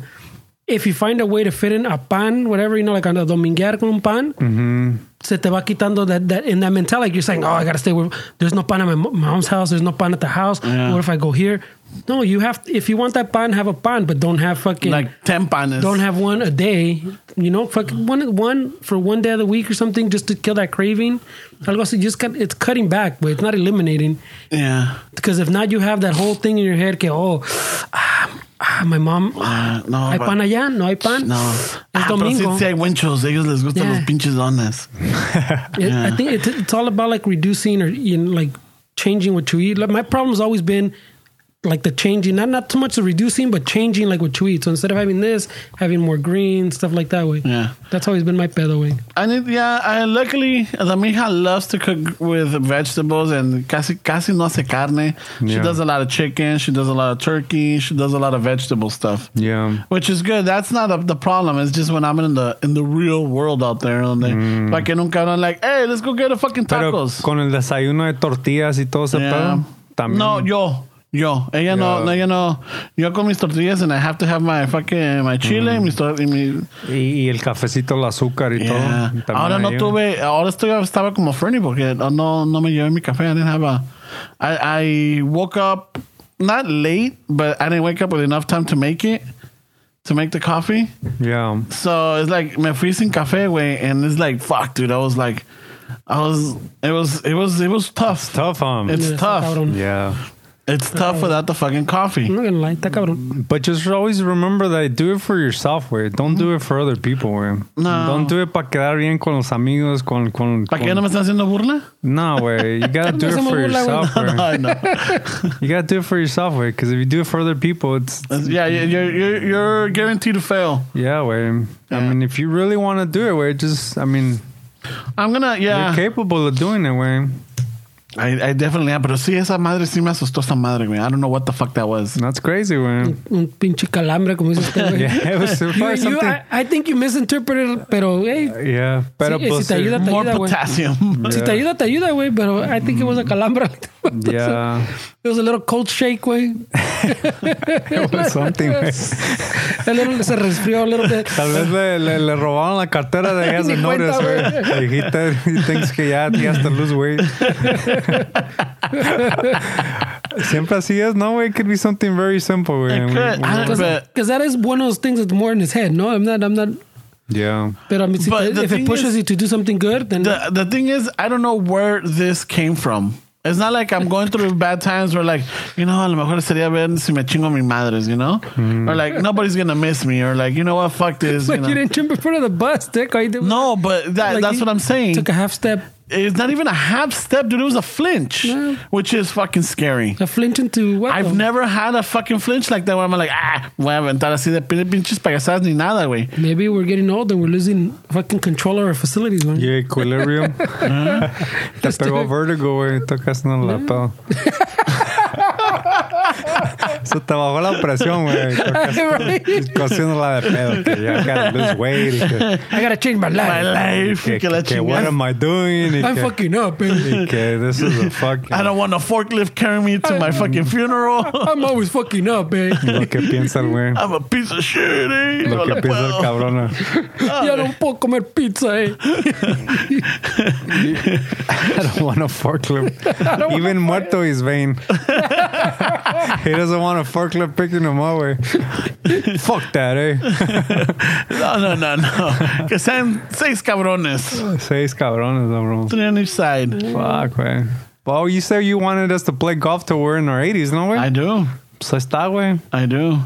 Speaker 2: If you find a way to fit in a pan, whatever, you know, like a dominguear con un pan,
Speaker 1: Mm-hmm.
Speaker 2: se te va quitando that, that, in that mentality. You're saying, oh, I got to stay with, there's no pan at my mo- mom's house, there's no pan at the house.
Speaker 1: Yeah.
Speaker 2: What if I go here? No, you have, if you want that pan, have a pan, but don't have fucking
Speaker 1: like ten panes.
Speaker 2: don't have one a day, you know, fuck one one for one day of the week or something just to kill that craving. Algo así, just cut, it's cutting back, but it's not eliminating
Speaker 1: Yeah.
Speaker 2: because if not, you have that whole thing in your head. Que oh, ah, ah, my mom,
Speaker 1: Ah, no,
Speaker 2: hay
Speaker 1: but-
Speaker 2: pan allá, no hay pan.
Speaker 1: No.
Speaker 2: es
Speaker 1: Ah, pero sí,
Speaker 2: domingo.
Speaker 1: sí hay winchos. A ellos les gustan
Speaker 2: Yeah.
Speaker 1: los pinches dones.
Speaker 2: It- I think it, it's all about like reducing or you know, like changing what you eat. Like my problem's always been like the changing, not not too much the reducing, but changing like what you eat. So instead of having this, having more green stuff like that way.
Speaker 1: Yeah.
Speaker 2: that's always been my pedo way.
Speaker 1: And it, yeah, I, luckily, la mija loves to cook with vegetables and casi, casi no hace carne. She
Speaker 4: Yeah.
Speaker 1: does a lot of chicken. She does a lot of turkey. She does a lot of vegetable stuff.
Speaker 4: Yeah.
Speaker 1: Which is good. That's not a, the problem. It's just when I'm in the in the real world out there, and they like un cabrón like, hey, let's go get a fucking
Speaker 4: Mm. Pero
Speaker 1: tacos.
Speaker 4: con el desayuno de tortillas y todo ese
Speaker 1: Yeah.
Speaker 4: pedo. También.
Speaker 1: No, yo. Yo, ella no,
Speaker 4: Yeah.
Speaker 1: no, ella no. Yo con mis tortillas and I have to have my fucking, my chile,
Speaker 4: Mm.
Speaker 1: mis tor- y mi,
Speaker 4: Y, y el cafecito, el azúcar y todo.
Speaker 1: Yeah.
Speaker 4: También
Speaker 1: Ahora no
Speaker 4: ayuda.
Speaker 1: tuve, ahora estoy, estaba como Fernie porque no, no me llevé mi café. I didn't have a, I, I woke up not late, but I didn't wake up with enough time to make it, to make the coffee.
Speaker 4: Yeah.
Speaker 1: So it's like me fui sin café, güey, and it's like fuck, dude. I was like, I was, it was, it was, it was tough.
Speaker 4: Tough, um.
Speaker 1: It's
Speaker 2: Yeah,
Speaker 1: tough.
Speaker 2: está cabrón.
Speaker 4: yeah.
Speaker 1: It's tough without the fucking
Speaker 2: I'm
Speaker 1: coffee.
Speaker 2: not gonna lie, está cabrón.
Speaker 4: But just always remember that do it for yourself, güey. Don't do it for other people, güey.
Speaker 1: No.
Speaker 4: Don't do it para quedar bien con los amigos, con... con,
Speaker 1: ¿Para qué no me
Speaker 4: con...
Speaker 1: están haciendo burla?
Speaker 4: No, güey. You gotta
Speaker 2: No
Speaker 4: do it
Speaker 2: hacemos
Speaker 4: for
Speaker 2: burla, güey.
Speaker 4: yourself, güey.
Speaker 1: I know.
Speaker 4: You gotta do it for yourself, güey. Because if you do it for other people, it's...
Speaker 1: yeah, you- you're, you're, you're guaranteed to fail.
Speaker 4: Yeah, güey. I
Speaker 1: Yeah.
Speaker 4: mean, if you really want to do it, güey, just... I mean,
Speaker 1: I'm gonna, yeah.
Speaker 4: you're capable of doing it, güey.
Speaker 1: I, I definitely am, pero sí, esa madre sí me asustó esa madre, güey. I don't know what the fuck that was.
Speaker 4: That's crazy, güey.
Speaker 2: Un pinche calambre, como dices tú, güey.
Speaker 4: Yeah, it was
Speaker 2: You-
Speaker 4: probably
Speaker 2: you-
Speaker 4: something...
Speaker 2: I, I think you misinterpreted, pero hey,
Speaker 4: Yeah, pero
Speaker 2: Sí, eh,
Speaker 4: pues...
Speaker 2: si te ayuda,
Speaker 1: More
Speaker 2: güey.
Speaker 1: potassium.
Speaker 2: si te ayuda, te ayuda, güey. Pero I think it was a calambre.
Speaker 4: Yeah,
Speaker 2: It was a little cold shake, güey.
Speaker 4: it was something. güey.
Speaker 2: A little- Se resfrió, a little bit.
Speaker 4: Tal vez le, le, le robaron la cartera de ella de
Speaker 2: Ni
Speaker 4: Nores,
Speaker 2: cuenta,
Speaker 4: güey.
Speaker 2: güey.
Speaker 4: Hijita, he thinks que ya tiraste luz, güey. Siempre así es, no, güey. It could be something very simple, güey.
Speaker 1: It could. Ah. I- but-
Speaker 2: Because that is one of those things that's more in his head. No, I'm not. I'm not.
Speaker 4: Yeah.
Speaker 2: But I mean, si
Speaker 1: But
Speaker 2: te-
Speaker 1: the
Speaker 2: if it
Speaker 1: thing
Speaker 2: pushes
Speaker 1: is-
Speaker 2: you to do something good, then
Speaker 1: The, the thing is, I don't know where this came from. It's not like I'm going through bad times where like, you know, a lo mejor sería ver si me chingo mi madres, you know? Or like, nobody's gonna miss me. Or like, you know what, fuck this.
Speaker 2: like
Speaker 1: you know?
Speaker 2: you didn't jump in front of the bus, dick. All you did was-
Speaker 1: no, but that,
Speaker 2: like,
Speaker 1: that's
Speaker 2: you
Speaker 1: what I'm saying.
Speaker 2: Took a half step,
Speaker 1: it's not even a half step, dude. It was a flinch,
Speaker 2: No.
Speaker 1: which is fucking scary.
Speaker 2: a flinch into what?
Speaker 1: I've
Speaker 2: though?
Speaker 1: never had a fucking flinch like that where I'm like, ah, voy a aventar así de pinches pagasadas ni nada, güey.
Speaker 2: Maybe we're getting old and we're losing fucking control of our facilities, man.
Speaker 4: Y equilibrium.
Speaker 1: Uh-huh.
Speaker 4: Te pegó
Speaker 2: do-
Speaker 4: vertigo, güey. Tocas no la
Speaker 2: Mm.
Speaker 4: pedo. Se te bajó la presión, güey. Tocas
Speaker 2: Right?
Speaker 4: cosiéndola de pedo. Que ya gotta lose weight. y que-
Speaker 2: I gotta change my life.
Speaker 1: my life.
Speaker 4: Que,
Speaker 1: que la
Speaker 4: que, what
Speaker 1: chingada.
Speaker 4: am I doing? Y
Speaker 2: I'm
Speaker 4: que-
Speaker 2: fucking up, eh. baby.
Speaker 4: y que this is a fucking...
Speaker 1: I don't want a forklift carrying me to my fucking funeral.
Speaker 2: I'm always fucking up, eh. babe.
Speaker 4: Lo que piensa el güey.
Speaker 1: I'm a piece of shit, eh?
Speaker 4: Lo
Speaker 1: No
Speaker 4: que
Speaker 1: le
Speaker 4: piensa el
Speaker 1: puedo.
Speaker 4: cabrón.
Speaker 2: ya no puedo comer pizza, eh.
Speaker 4: I don't want a forklift. Even muerto is vain. he doesn't want a forklift picking him up, güey. Fuck that, eh.
Speaker 1: No, no, no, no. Que sean seis cabrones.
Speaker 4: Seis cabrones, bro.
Speaker 1: Three on each side.
Speaker 4: Fuck, güey. Well, you said you wanted us to play golf till we're in our 80s, no,
Speaker 1: I
Speaker 4: güey?
Speaker 1: do.
Speaker 4: So está, güey.
Speaker 1: I do.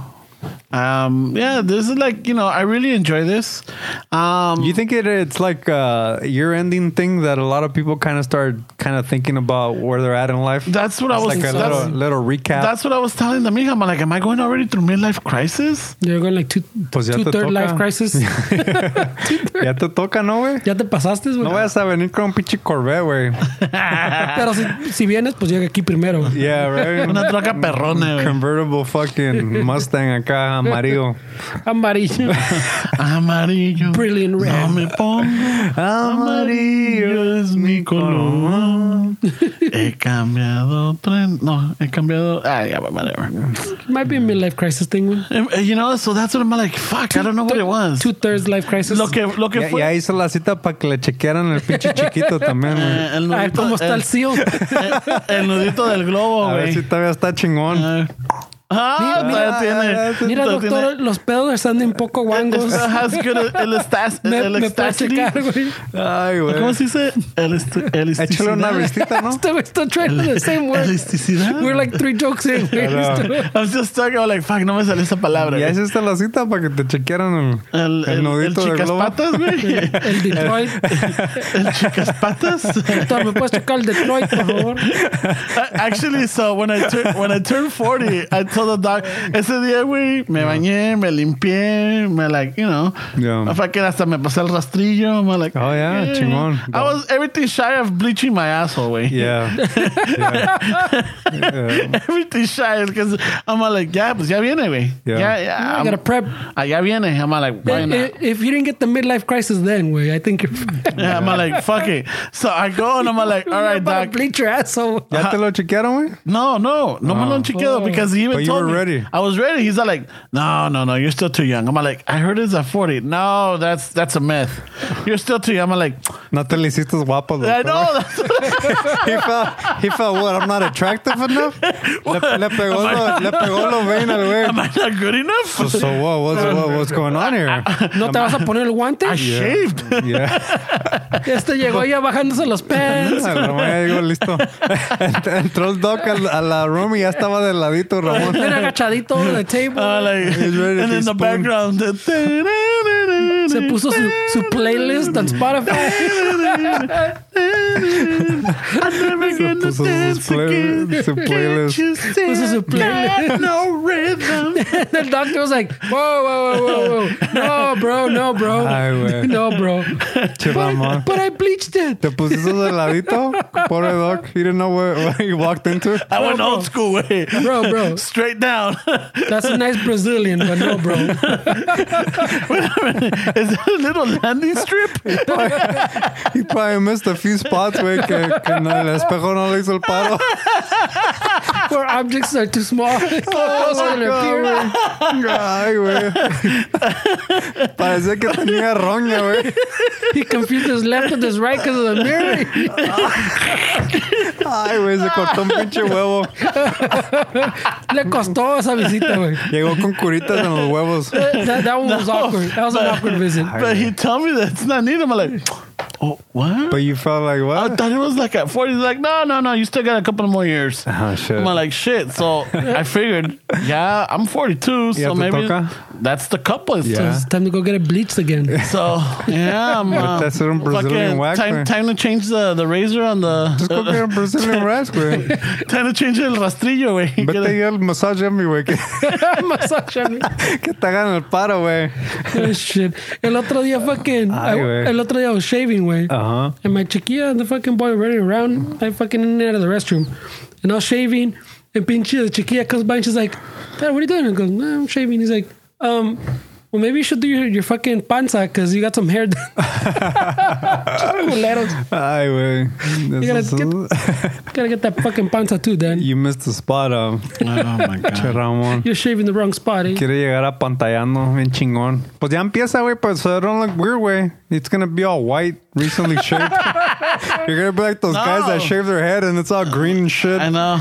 Speaker 1: Um, yeah, this is like you know I really enjoy this. Um,
Speaker 4: You think it, it's like a year ending thing that a lot of people kind of start kind of thinking about where they're at in life?
Speaker 1: That's what I
Speaker 4: It's
Speaker 1: was-
Speaker 4: like a
Speaker 1: that's-
Speaker 4: little, little recap.
Speaker 1: that's what I was telling the amiga. I'm like, am I going already through midlife crisis?
Speaker 2: You're going like two,
Speaker 4: Pues ya
Speaker 2: two
Speaker 4: te
Speaker 2: third
Speaker 4: toca.
Speaker 2: life crisis.
Speaker 4: ya te toca, ¿no, güey?
Speaker 2: ya te pasaste, güey.
Speaker 4: No vayas a venir con un pinche Corvette, güey.
Speaker 2: Pero si, si vienes, pues llega aquí primero. güey.
Speaker 4: Yeah, right?
Speaker 1: Una troca perrona. güey.
Speaker 4: Convertible fucking Mustang acá, amarillo.
Speaker 2: Amarillo.
Speaker 1: Amarillo.
Speaker 2: Brilliant red.
Speaker 1: No me pongo.
Speaker 4: Amarillo.
Speaker 1: Amarillo es mi color. he cambiado tren. No, he cambiado. Ah, yeah, but whatever.
Speaker 2: Might be a midlife crisis thing, güey.
Speaker 1: And- and, You know, so that's what I'm like. Fuck, I don't know what it was.
Speaker 2: Two thirds life crisis.
Speaker 1: Lo que, lo que
Speaker 4: Ya,
Speaker 1: fue.
Speaker 4: ya hizo la cita para que le chequearan el pinche chiquito también, güey.
Speaker 1: eh, el
Speaker 2: Ay,
Speaker 1: nudito,
Speaker 2: Ah, ¿cómo está el CEO?
Speaker 1: el- el nudito del globo,
Speaker 4: A ver si
Speaker 1: güey.
Speaker 4: todavía está chingón.
Speaker 1: Ah, Ah, todavía tiene.
Speaker 2: Mira,
Speaker 1: todavía
Speaker 2: doctor, los pedos están un poco guangos.
Speaker 1: Ajá, es que el- el estas-
Speaker 2: Me,
Speaker 1: el
Speaker 2: me puedes
Speaker 1: ecstasy.
Speaker 2: checar, güey.
Speaker 4: Ay,
Speaker 1: Ah. ¿Cómo
Speaker 4: güey.
Speaker 1: se dice? Elast-
Speaker 4: Échale una
Speaker 1: Elasticidad.
Speaker 4: vistita, ¿no?
Speaker 2: Este güey está trying the same word.
Speaker 1: Elasticidad.
Speaker 2: We're like three jokes in. güey.
Speaker 4: know.
Speaker 2: Este güey-
Speaker 1: I'm just talking, I'm like, fuck, no me salió esa palabra.
Speaker 4: Ya
Speaker 1: güey.
Speaker 4: hiciste la cita para que te chequearan el,
Speaker 1: El,
Speaker 4: el
Speaker 1: el, el
Speaker 4: nudito del
Speaker 1: chicas
Speaker 4: globo.
Speaker 1: patas, güey.
Speaker 2: El Detroit.
Speaker 1: El chicas patas.
Speaker 2: Doctor, ¿me puedes checar el Detroit, por favor?
Speaker 1: Actually, so when I tur- when I turned 40, I told the doc, ese día, güey, me bañé, me limpié, me like, you know,
Speaker 4: Yeah.
Speaker 1: I fucking hasta me pasé el rastrillo, me like,
Speaker 4: Oh, yeah, chingón.
Speaker 1: I was everything shy of bleaching my asshole, güey.
Speaker 4: Yeah. yeah.
Speaker 1: Everything shy because I'm all like, yeah, pues ya viene, güey.
Speaker 4: Yeah.
Speaker 1: Yeah, yeah.
Speaker 2: I
Speaker 1: I'm-
Speaker 2: gotta eh, prep.
Speaker 1: Allá viene. I'm all like, why Ah, not?
Speaker 2: If, if you didn't get the midlife crisis then, güey, I think you're fine.
Speaker 1: Yeah, I'm all like, fuck it. So I go and I'm all like, all right,
Speaker 2: About to
Speaker 1: doc.
Speaker 2: Bleach your asshole.
Speaker 4: ¿Ya te lo chequearon, güey?
Speaker 1: No, no, no, me
Speaker 2: Ah.
Speaker 1: lo chequeo because he even
Speaker 4: But you
Speaker 1: told
Speaker 4: were
Speaker 1: me
Speaker 4: ready.
Speaker 1: I was ready. He's all like, no, no, no, you're still too young. I'm all like, I heard it's at 40. No, that's that's a myth. You're still too young. I'm all like,
Speaker 4: No te lo hiciste guapo.
Speaker 1: I
Speaker 4: doctor.
Speaker 1: know. That's
Speaker 4: He felt, he felt, what, I'm not attractive enough? Le, le pegó, lo, le pegó lo vein al güey.
Speaker 1: am I not good
Speaker 4: So,
Speaker 1: enough?
Speaker 4: Pues, so what, what's, what, what's going on here?
Speaker 2: ¿No te vas a poner el guante?
Speaker 1: I shaved.
Speaker 4: Yeah.
Speaker 2: Este llegó ya bajándose los pants.
Speaker 4: Ramón ya llegó listo. Ent- Entró el doc al- a la room y ya estaba del ladito Ramón. Pues,
Speaker 2: Bien agachadito over the table.
Speaker 1: I'm like,
Speaker 4: He's ready
Speaker 1: and
Speaker 4: to
Speaker 1: in the
Speaker 4: spoon.
Speaker 1: background,
Speaker 2: Se puso su, su playlist en Spotify.
Speaker 1: I'm never gonna
Speaker 4: puso sus
Speaker 1: dance
Speaker 4: play-
Speaker 1: again.
Speaker 4: su playlist.
Speaker 1: Can't you see
Speaker 2: Puso su
Speaker 1: I've got no rhythm?
Speaker 2: The doctor was like, whoa, whoa, whoa, whoa, whoa. No, bro, no, bro.
Speaker 4: Ay, güey.
Speaker 2: No, bro.
Speaker 4: Che, Ramón.
Speaker 2: But, but I bleached it.
Speaker 4: Te pusiste del ladito, pobre doc. He didn't know where, where he walked into.
Speaker 1: I went old school way.
Speaker 2: Bro, bro.
Speaker 1: Straight down.
Speaker 2: That's a nice Brazilian, but no, bro.
Speaker 1: Is that a little landing strip?
Speaker 4: He probably missed a few spots, güey, que, que no, el espejo no le hizo el paro.
Speaker 2: Where objects are too small. Oh,
Speaker 4: Ay, güey. Parecía que tenía roña, güey.
Speaker 2: He confused his left with his right because of the mirror.
Speaker 4: Ay, güey, se cortó un pinche huevo.
Speaker 2: Le costó esa visita, güey.
Speaker 4: Llegó con curitas en los huevos.
Speaker 2: That, that one was awkward. That was an awkward visit.
Speaker 1: But he told me that it's not needed. I'm like, oh, what?
Speaker 4: But you felt like,
Speaker 1: I
Speaker 4: what?
Speaker 1: thought it was like at 40. He's like, no, no, no, you still got a couple more years.
Speaker 4: Oh, shit.
Speaker 1: I'm like, shit. So I figured, yeah, I'm 42,
Speaker 4: Yeah,
Speaker 1: so
Speaker 4: to
Speaker 1: maybe
Speaker 4: toca.
Speaker 1: that's the couple.
Speaker 4: Yeah.
Speaker 2: It's time to go get it bleached again.
Speaker 1: So yeah, I'm uh,
Speaker 4: that's some Brazilian
Speaker 1: fucking
Speaker 4: wax,
Speaker 1: time,
Speaker 4: man.
Speaker 1: time to change the, the razor on the uh,
Speaker 4: Just go get a Brazilian rest, güey.
Speaker 1: time to change el rastrillo, güey. Get
Speaker 4: Vete
Speaker 1: a-
Speaker 4: ya al massage a mi, güey. Que,
Speaker 2: Massage on me.
Speaker 4: que te hagan el paro, güey.
Speaker 2: Oh, shit. El otro día fucking.
Speaker 4: Ay,
Speaker 2: I-
Speaker 4: güey.
Speaker 2: el otro día I was shaving, güey.
Speaker 4: Ajá.
Speaker 2: And my chiquilla and the fucking boy running around. I fucking in and out of the restroom. And I was shaving. And pinche, the chiquilla comes by and she's like, Dad, what are you doing? I goes, nah, I'm shaving. He's like, um, well, maybe you should do your, your fucking panza because you got some hair done. Culeros.
Speaker 4: Ay, güey.
Speaker 2: gotta
Speaker 4: This is-
Speaker 2: Gotta get that fucking panza too, Dan.
Speaker 4: You missed the spot, um,
Speaker 1: Oh my god.
Speaker 4: che, Ramón.
Speaker 2: You're shaving the wrong spot, eh?
Speaker 4: Quiere llegar a pantallando, bien chingón. Pues ya empieza, güey, pero so it don't look weird, güey. It's gonna be all white, recently shaved. You're gonna be like those guys that
Speaker 1: No.
Speaker 4: shave their head and it's all green and shit.
Speaker 1: I know.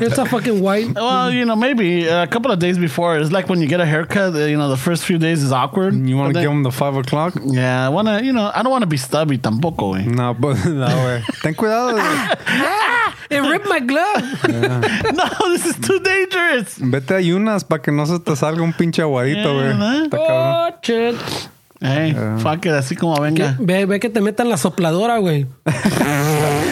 Speaker 2: It's all fucking white.
Speaker 1: Well, you know, maybe uh, a couple of days before. It's like when you get a haircut. uh, You know, the first few days is awkward.
Speaker 4: You want
Speaker 1: But
Speaker 4: to
Speaker 1: then-
Speaker 4: give them the five o'clock?
Speaker 1: Yeah, I
Speaker 4: pues,
Speaker 1: wanna. You know, I don't want to be stubby tampoco. güey.
Speaker 4: No, but no, güey. Ten cuidado. güey.
Speaker 2: It ripped my glove.
Speaker 4: Mm.
Speaker 1: No, this is too dangerous.
Speaker 4: Vete a ayunas para que no se te salga un pinche aguadito, güey.
Speaker 1: ¿verdad?
Speaker 4: Está cabrón.
Speaker 2: Oh, shit.
Speaker 1: Hey, fuck it, así como venga.
Speaker 2: Ve, ve que te metan la sopladora, güey. Oh.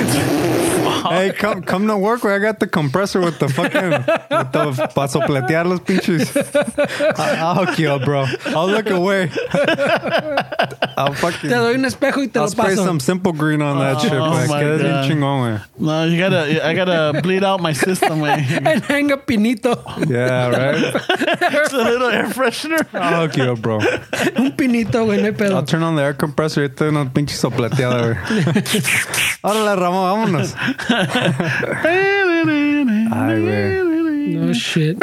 Speaker 4: Hey, come, come to work, güey. I got the compressor with the fucking. para sopletear los pinches. I- I'll hook you up, bro. I'll look away. I'll fucking.
Speaker 2: Te doy un espejo y te
Speaker 4: I'll
Speaker 2: lo
Speaker 4: spray
Speaker 2: paso. Oh,
Speaker 4: some simple green on that shit, güey.
Speaker 1: my
Speaker 4: Quedas bien
Speaker 1: God.
Speaker 4: chingón, güey.
Speaker 1: No, you gotta, I gotta bleed out my system. Like,
Speaker 2: And hang a pinito.
Speaker 4: Yeah, right?
Speaker 1: it's a little air freshener.
Speaker 4: I'll hook you up, bro.
Speaker 2: Un pinito, güey, no hay pedo.
Speaker 4: I'll turn on the air compressor y te doy una pinche sopleteada, güey. Órale, Ramón, vámonos. Ay, güey.
Speaker 2: No shit.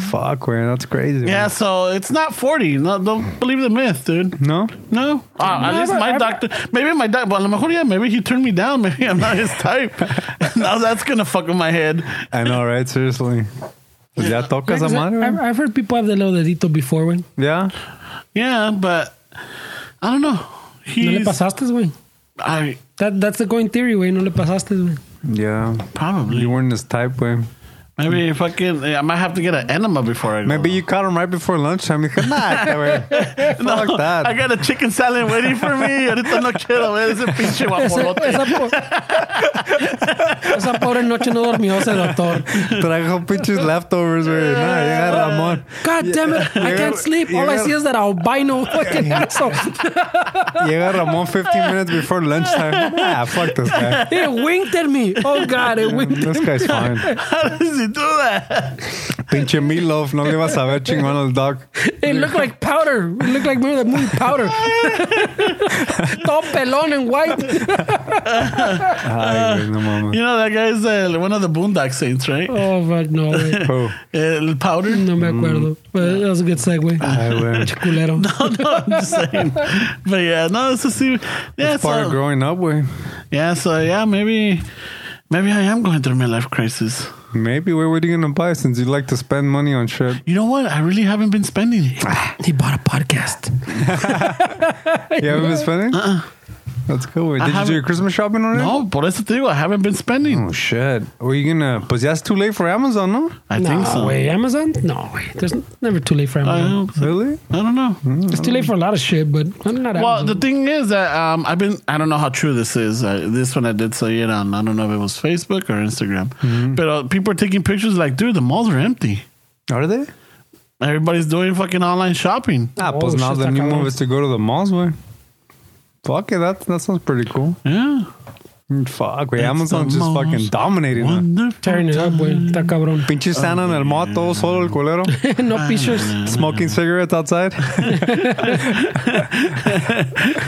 Speaker 4: Fuck, güey. That's crazy. güey.
Speaker 1: Yeah, so it's not 40. No, don't believe the myth, dude.
Speaker 4: No?
Speaker 1: No. Uh, at least
Speaker 2: but-
Speaker 1: my doctor, maybe my doctor, well, a lo mejor, yeah, maybe he turned me down. Maybe I'm not his type. now that's going to fuck with my head.
Speaker 4: I know, right? Seriously. Pues ya toca esa madre,
Speaker 2: I've,
Speaker 4: güey.
Speaker 2: I've heard people have the little dedito before, güey.
Speaker 4: Yeah.
Speaker 1: Yeah, but I don't know.
Speaker 2: No le
Speaker 1: He's,
Speaker 2: pasaste, güey.
Speaker 1: I
Speaker 2: That, that's the going theory, güey. No le pasaste, güey.
Speaker 4: Yeah. You
Speaker 1: probably,
Speaker 4: weren't this type, güey.
Speaker 1: maybe fucking, I might have to get an enema before I go.
Speaker 4: Maybe you caught him right before lunchtime. You could not, güey. Fuck that.
Speaker 1: I got a chicken salad waiting for me. Ahorita no quiero ver ese pinche
Speaker 2: Ese-
Speaker 1: guapolote.
Speaker 2: esa, po- esa pobre noche no durmió ese doctor.
Speaker 4: Trajo pinches leftovers, güey. Nah, llega Ramón.
Speaker 2: God damn it, I can't sleep. All I see is that albino fucking asshole.
Speaker 4: Llega Ramon 15 minutes before lunchtime. Ah, fuck this guy.
Speaker 2: It winked at me. Oh God, it winked.
Speaker 4: This guy's fine.
Speaker 1: How does he do that?
Speaker 4: Pinche meatloaf, no le vas a ver chingón al dog.
Speaker 2: It looked like powder. It looked like remember that movie Powder. Todo pelón and white.
Speaker 4: Ay, güey, no mames.
Speaker 1: You know, that guy's uh, one of the Boondock Saints, right?
Speaker 2: Oh fuck no, güey.
Speaker 4: Oh,
Speaker 1: El powder.
Speaker 2: no me acuerdo. But that was a good segue.
Speaker 4: ay, güey.
Speaker 2: Culero.
Speaker 1: no, I'm just saying. But yeah, no, it's just even. Yeah,
Speaker 4: That's part of
Speaker 1: so,
Speaker 4: growing up, güey.
Speaker 1: yeah, so yeah, maybe, maybe I am going through my life crisis.
Speaker 4: Maybe, güey, what are you gonna buy since you like to spend money on shit?
Speaker 1: You know what? I really haven't been spending it.
Speaker 2: He bought a podcast.
Speaker 4: You haven't been spending? Uh-uh. That's cool, güey. Did you do
Speaker 1: haven't-
Speaker 4: your Christmas shopping already?
Speaker 2: Mm.
Speaker 1: No, por eso te digo, I haven't been spending.
Speaker 4: Oh, shit. Were you gonna... Pues ya es too late for Amazon, no?
Speaker 1: I
Speaker 2: No,
Speaker 1: think so.
Speaker 2: way. Amazon? No, way. There's never too late for
Speaker 1: I
Speaker 2: Amazon.
Speaker 1: hope so.
Speaker 4: Really?
Speaker 1: I don't know.
Speaker 2: It's too late for a lot of shit, but I'm not
Speaker 1: Well,
Speaker 2: Amazon.
Speaker 1: the thing is that um, I've been, I don't know how true this is. Uh, this one I did see it on, I don't know if it was Facebook or Instagram.
Speaker 2: Mm-hmm.
Speaker 1: But uh, people are taking pictures like, dude, the malls are empty.
Speaker 4: Are they?
Speaker 1: Everybody's doing fucking online shopping.
Speaker 4: Ah,
Speaker 2: Oh,
Speaker 4: pues now
Speaker 2: shit,
Speaker 4: the
Speaker 2: está
Speaker 4: new
Speaker 2: cabrón.
Speaker 4: move is to go to the malls, güey. Fuck it, that, that sounds pretty cool.
Speaker 1: Yeah.
Speaker 4: Mm, Fuck, güey.
Speaker 1: It's
Speaker 4: Amazon
Speaker 1: the
Speaker 4: just
Speaker 1: most
Speaker 4: fucking dominating. that.
Speaker 1: Wonderful.
Speaker 2: Tearing uh, it up, güey. Está cabrón.
Speaker 4: Pinche Santa
Speaker 1: Oh,
Speaker 4: en el moto, solo el culero.
Speaker 2: no
Speaker 4: Ah,
Speaker 2: pictures.
Speaker 4: Smoking cigarettes outside.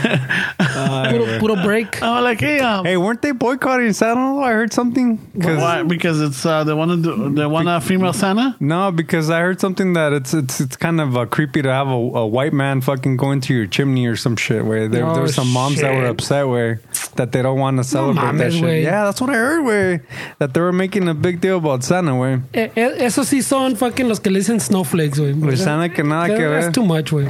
Speaker 2: Puro, puro break.
Speaker 1: I'm like, hey, um,
Speaker 4: hey, weren't they boycotting Santa? I heard something. 'Cause-
Speaker 1: Why? Because it's uh, they want to they want a uh, female Santa.
Speaker 4: No, because I heard something that it's it's it's kind of uh, creepy to have a, a white man fucking going to your chimney or some shit. Where there,
Speaker 2: Oh,
Speaker 4: there were some moms that were
Speaker 2: shit.
Speaker 4: upset where that they don't want to celebrate that
Speaker 2: mames,
Speaker 4: shit.
Speaker 2: güey.
Speaker 4: Yeah, that's what I heard. Where that they were making a big deal about Santa. Where
Speaker 2: Eh, eh, esos sí son fucking los que le dicen snowflakes, güey.
Speaker 4: Güey, Santa que nada que
Speaker 2: That's
Speaker 4: ver.
Speaker 2: too much, güey.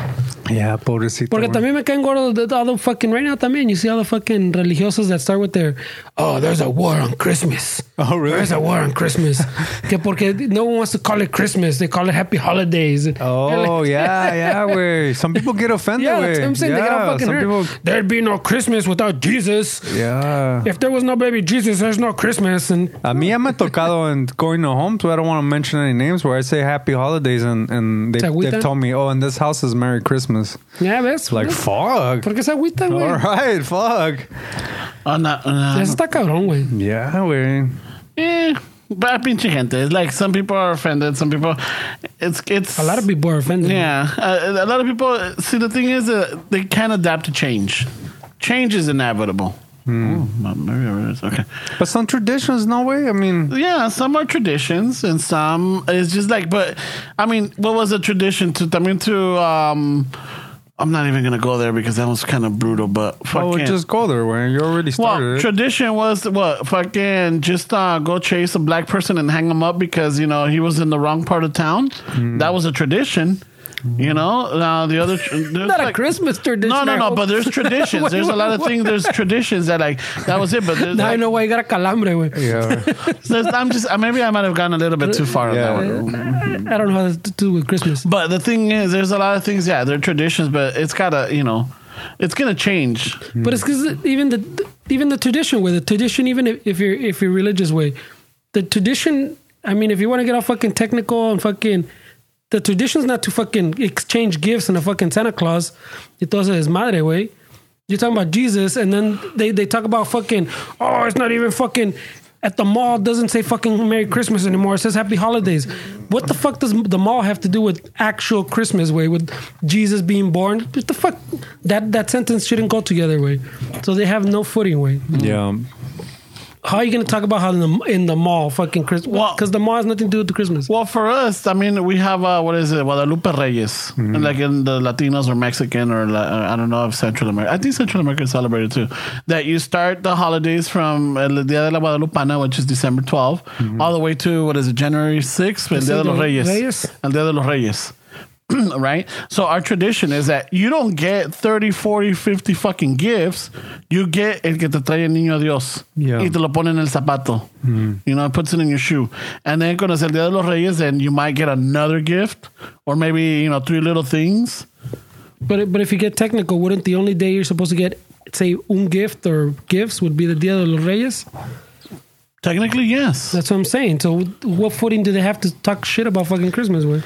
Speaker 4: yeah, pobrecito.
Speaker 2: Porque
Speaker 4: güey.
Speaker 2: también me caen gordos de all the fucking right now también. You see all the fucking religiosos that start with their oh, there's a war on Christmas.
Speaker 4: Oh, really?
Speaker 2: There's a war on Christmas. que porque no one wants to call it Christmas. They call it Happy Holidays.
Speaker 4: Oh yeah, yeah, way. Some people get offended.
Speaker 2: yeah, that's
Speaker 4: way.
Speaker 2: what I'm saying.
Speaker 4: Yeah,
Speaker 2: they get all fucking
Speaker 4: some
Speaker 2: hurt.
Speaker 4: people.
Speaker 2: There'd be no Christmas without Jesus.
Speaker 4: Yeah.
Speaker 2: If there was no baby Jesus, there's no Christmas. And
Speaker 4: A mí ya me ha tocado en going to homes where I don't want to mention any names where I say happy holidays and, and they,
Speaker 2: ¿Te agüita?
Speaker 4: they've told me, oh, in this house is Merry Christmas.
Speaker 2: yeah, ves.
Speaker 4: Like,
Speaker 2: ¿Ves?
Speaker 4: fuck.
Speaker 2: porque se agüita, güey.
Speaker 4: All right, fuck.
Speaker 1: On that, uh,
Speaker 2: Eso está cabrón, güey.
Speaker 4: Yeah, güey.
Speaker 1: eh, but pinche gente. It's like some people are offended. Some people, it's it's
Speaker 2: A lot of people are offended.
Speaker 1: Yeah, uh, a lot of people. See, the thing is, uh, they can't adapt to change. Change is inevitable.
Speaker 2: Hmm.
Speaker 1: Oh, maybe I read it. okay.
Speaker 4: But some traditions, no way. I mean,
Speaker 1: Yeah, some are traditions and some it's just like but I mean, what was a tradition to I mean to um I'm not even gonna go there because that was kind of brutal, but
Speaker 4: oh,
Speaker 1: fucking
Speaker 4: just go there, way. You already started.
Speaker 1: well,
Speaker 4: it.
Speaker 1: tradition was what fucking just uh, go chase a
Speaker 2: Hmm.
Speaker 1: black person and hang him up because you know he was in the wrong part of town. That was a tradition. You know, uh, the other tr- there's
Speaker 2: Not a
Speaker 1: like-
Speaker 2: Christmas tradition.
Speaker 1: No, no,
Speaker 2: I
Speaker 1: no.
Speaker 2: hope.
Speaker 1: But there's traditions.
Speaker 2: Wait,
Speaker 1: There's a lot of
Speaker 2: wait,
Speaker 1: things. There's traditions that like that was it. But there's,
Speaker 2: Now I
Speaker 1: like,
Speaker 2: know why you got a calambre, güey.
Speaker 4: Yeah.
Speaker 1: there's- I'm just uh, maybe I might have gone a little bit too far
Speaker 4: Yeah.
Speaker 1: on that one.
Speaker 2: I don't know how to do with Christmas.
Speaker 1: But the thing is, there's a lot of things. Yeah, they're traditions, but it's gotta you know, it's gonna change.
Speaker 2: But it's because even the even the tradition way, the tradition, even if, if you're if you're religious way, the tradition. I mean, if you want to get all fucking technical and fucking, the tradition's not to fucking exchange gifts and a fucking Santa Claus. It does his madre way. You're talking about Jesus, and then they they talk about fucking. Oh, it's not even fucking. At the mall it doesn't say fucking Merry Christmas anymore. It says Happy Holidays. What the fuck does the mall have to do with actual Christmas? Way with Jesus being born. What the fuck that that sentence shouldn't go together. Way. So they have no footing. Way.
Speaker 4: Yeah.
Speaker 2: How are you gonna talk about how in the, in the mall fucking Christmas?
Speaker 1: Well-
Speaker 2: Because the mall has nothing to do with the Christmas.
Speaker 1: Well, for us, I mean, we have uh, what is it, Guadalupe Reyes, and like in the Latinos or Mexican or La- I don't know if Central America. I think Central America is celebrated too. That you start the holidays from El Dia de la Guadalupana, which is December 12th, all the way to what is it, January 6th, El
Speaker 2: Is
Speaker 1: Dia de
Speaker 2: it
Speaker 1: los
Speaker 2: the
Speaker 1: Reyes.
Speaker 2: Reyes?
Speaker 1: El Dia de los Reyes. right? So our tradition is that you don't get 30, 40, 50 fucking gifts. You get el que te trae el niño Dios.
Speaker 4: Yeah. Hmm.
Speaker 1: Y te lo pone en el zapato. You know, it puts it in your shoe. And then con el Día de los Reyes, then you might get another gift or maybe, you know, three little things.
Speaker 2: But but if you get technical, wouldn't the only day you're supposed to get say un gift or gifts would be the Dia de los Reyes?
Speaker 1: Technically, yes.
Speaker 2: That's what I'm saying. So what footing do they have to talk shit about fucking Christmas with?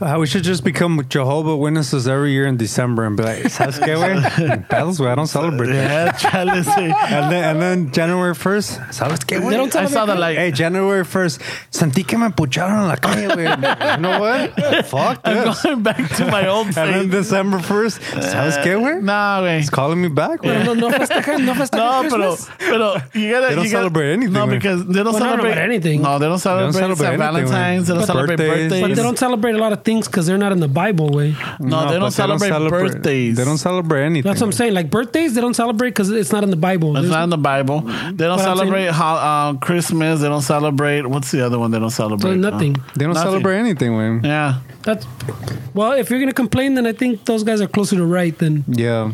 Speaker 4: Uh, we should just become Jehovah Witnesses every year in December and be like, ¿sabes qué, güey? Battles, güey. I don't celebrate that.
Speaker 1: yeah, chale, sí.
Speaker 4: And then, and then January 1st, ¿sabes qué, güey?
Speaker 2: They don't
Speaker 1: I saw that like.
Speaker 4: Hey, January 1st, sentí que me empucharon en la calle, güey. You know what? Fuck
Speaker 1: I'm
Speaker 4: this.
Speaker 1: going back to my old
Speaker 4: And then
Speaker 1: thing.
Speaker 4: December 1st, ¿sabes qué, güey?
Speaker 1: Nah, güey.
Speaker 4: It's calling me back, güey.
Speaker 2: No, no festejan,
Speaker 1: No,
Speaker 2: no festejan
Speaker 1: pero,
Speaker 2: Christmas.
Speaker 1: pero you gotta,
Speaker 4: They don't
Speaker 1: you gotta-
Speaker 4: celebrate anything,
Speaker 1: No,
Speaker 4: man.
Speaker 1: because they don't
Speaker 2: Well, not
Speaker 1: celebrate
Speaker 2: about anything.
Speaker 1: No, they don't celebrate,
Speaker 4: celebrate
Speaker 1: Saint
Speaker 4: anything,
Speaker 1: Valentine's. They don't
Speaker 4: man.
Speaker 1: celebrate
Speaker 4: Birthdays.
Speaker 1: birthdays.
Speaker 4: But
Speaker 2: But they don't celebrate a lot of things because they're not in the Bible way.
Speaker 1: no, they don't
Speaker 4: but
Speaker 1: celebrate birthdays.
Speaker 4: They don't celebrate anything.
Speaker 2: That's what I'm saying. Like birthdays, they don't celebrate because it's not in the Bible.
Speaker 1: It's
Speaker 2: There's-
Speaker 1: not in the Bible.
Speaker 4: Mm-hmm.
Speaker 1: They don't
Speaker 2: But I'm
Speaker 1: celebrate
Speaker 2: saying-
Speaker 1: hol- uh, Christmas. They don't celebrate. What's the other one? They don't celebrate.
Speaker 2: Well, nothing.
Speaker 1: Uh,
Speaker 4: They don't
Speaker 1: nothing.
Speaker 4: celebrate anything, güey.
Speaker 1: Yeah.
Speaker 2: That's well, if you're gonna complain, then I think those guys are closer to right than
Speaker 4: Yeah.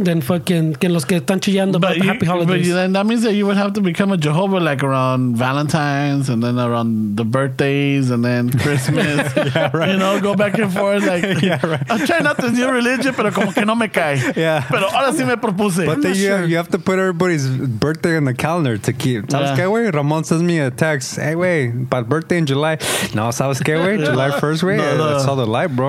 Speaker 2: than fucking que los que están chillando about
Speaker 1: But, you,
Speaker 2: the happy
Speaker 1: but
Speaker 2: holidays.
Speaker 1: you- then that means that you would have to become a Jehovah like around Valentine's and then around the birthdays and then Christmas. You know, go back and forth. Like,
Speaker 4: Yeah, right.
Speaker 1: I'm trying not to do religion, pero como que no me cae.
Speaker 4: Yeah.
Speaker 1: Pero ahora sí me propuse.
Speaker 4: But then you,
Speaker 2: sure.
Speaker 4: have, you have to put everybody's birthday on the calendar to keep. ¿Sabes
Speaker 1: Yeah.
Speaker 4: qué, güey? Ramon sends me a text. Hey, güey, my birthday in July. No, ¿sabes qué, güey? July 1st, güey.
Speaker 1: No, no.
Speaker 4: I saw the light, bro.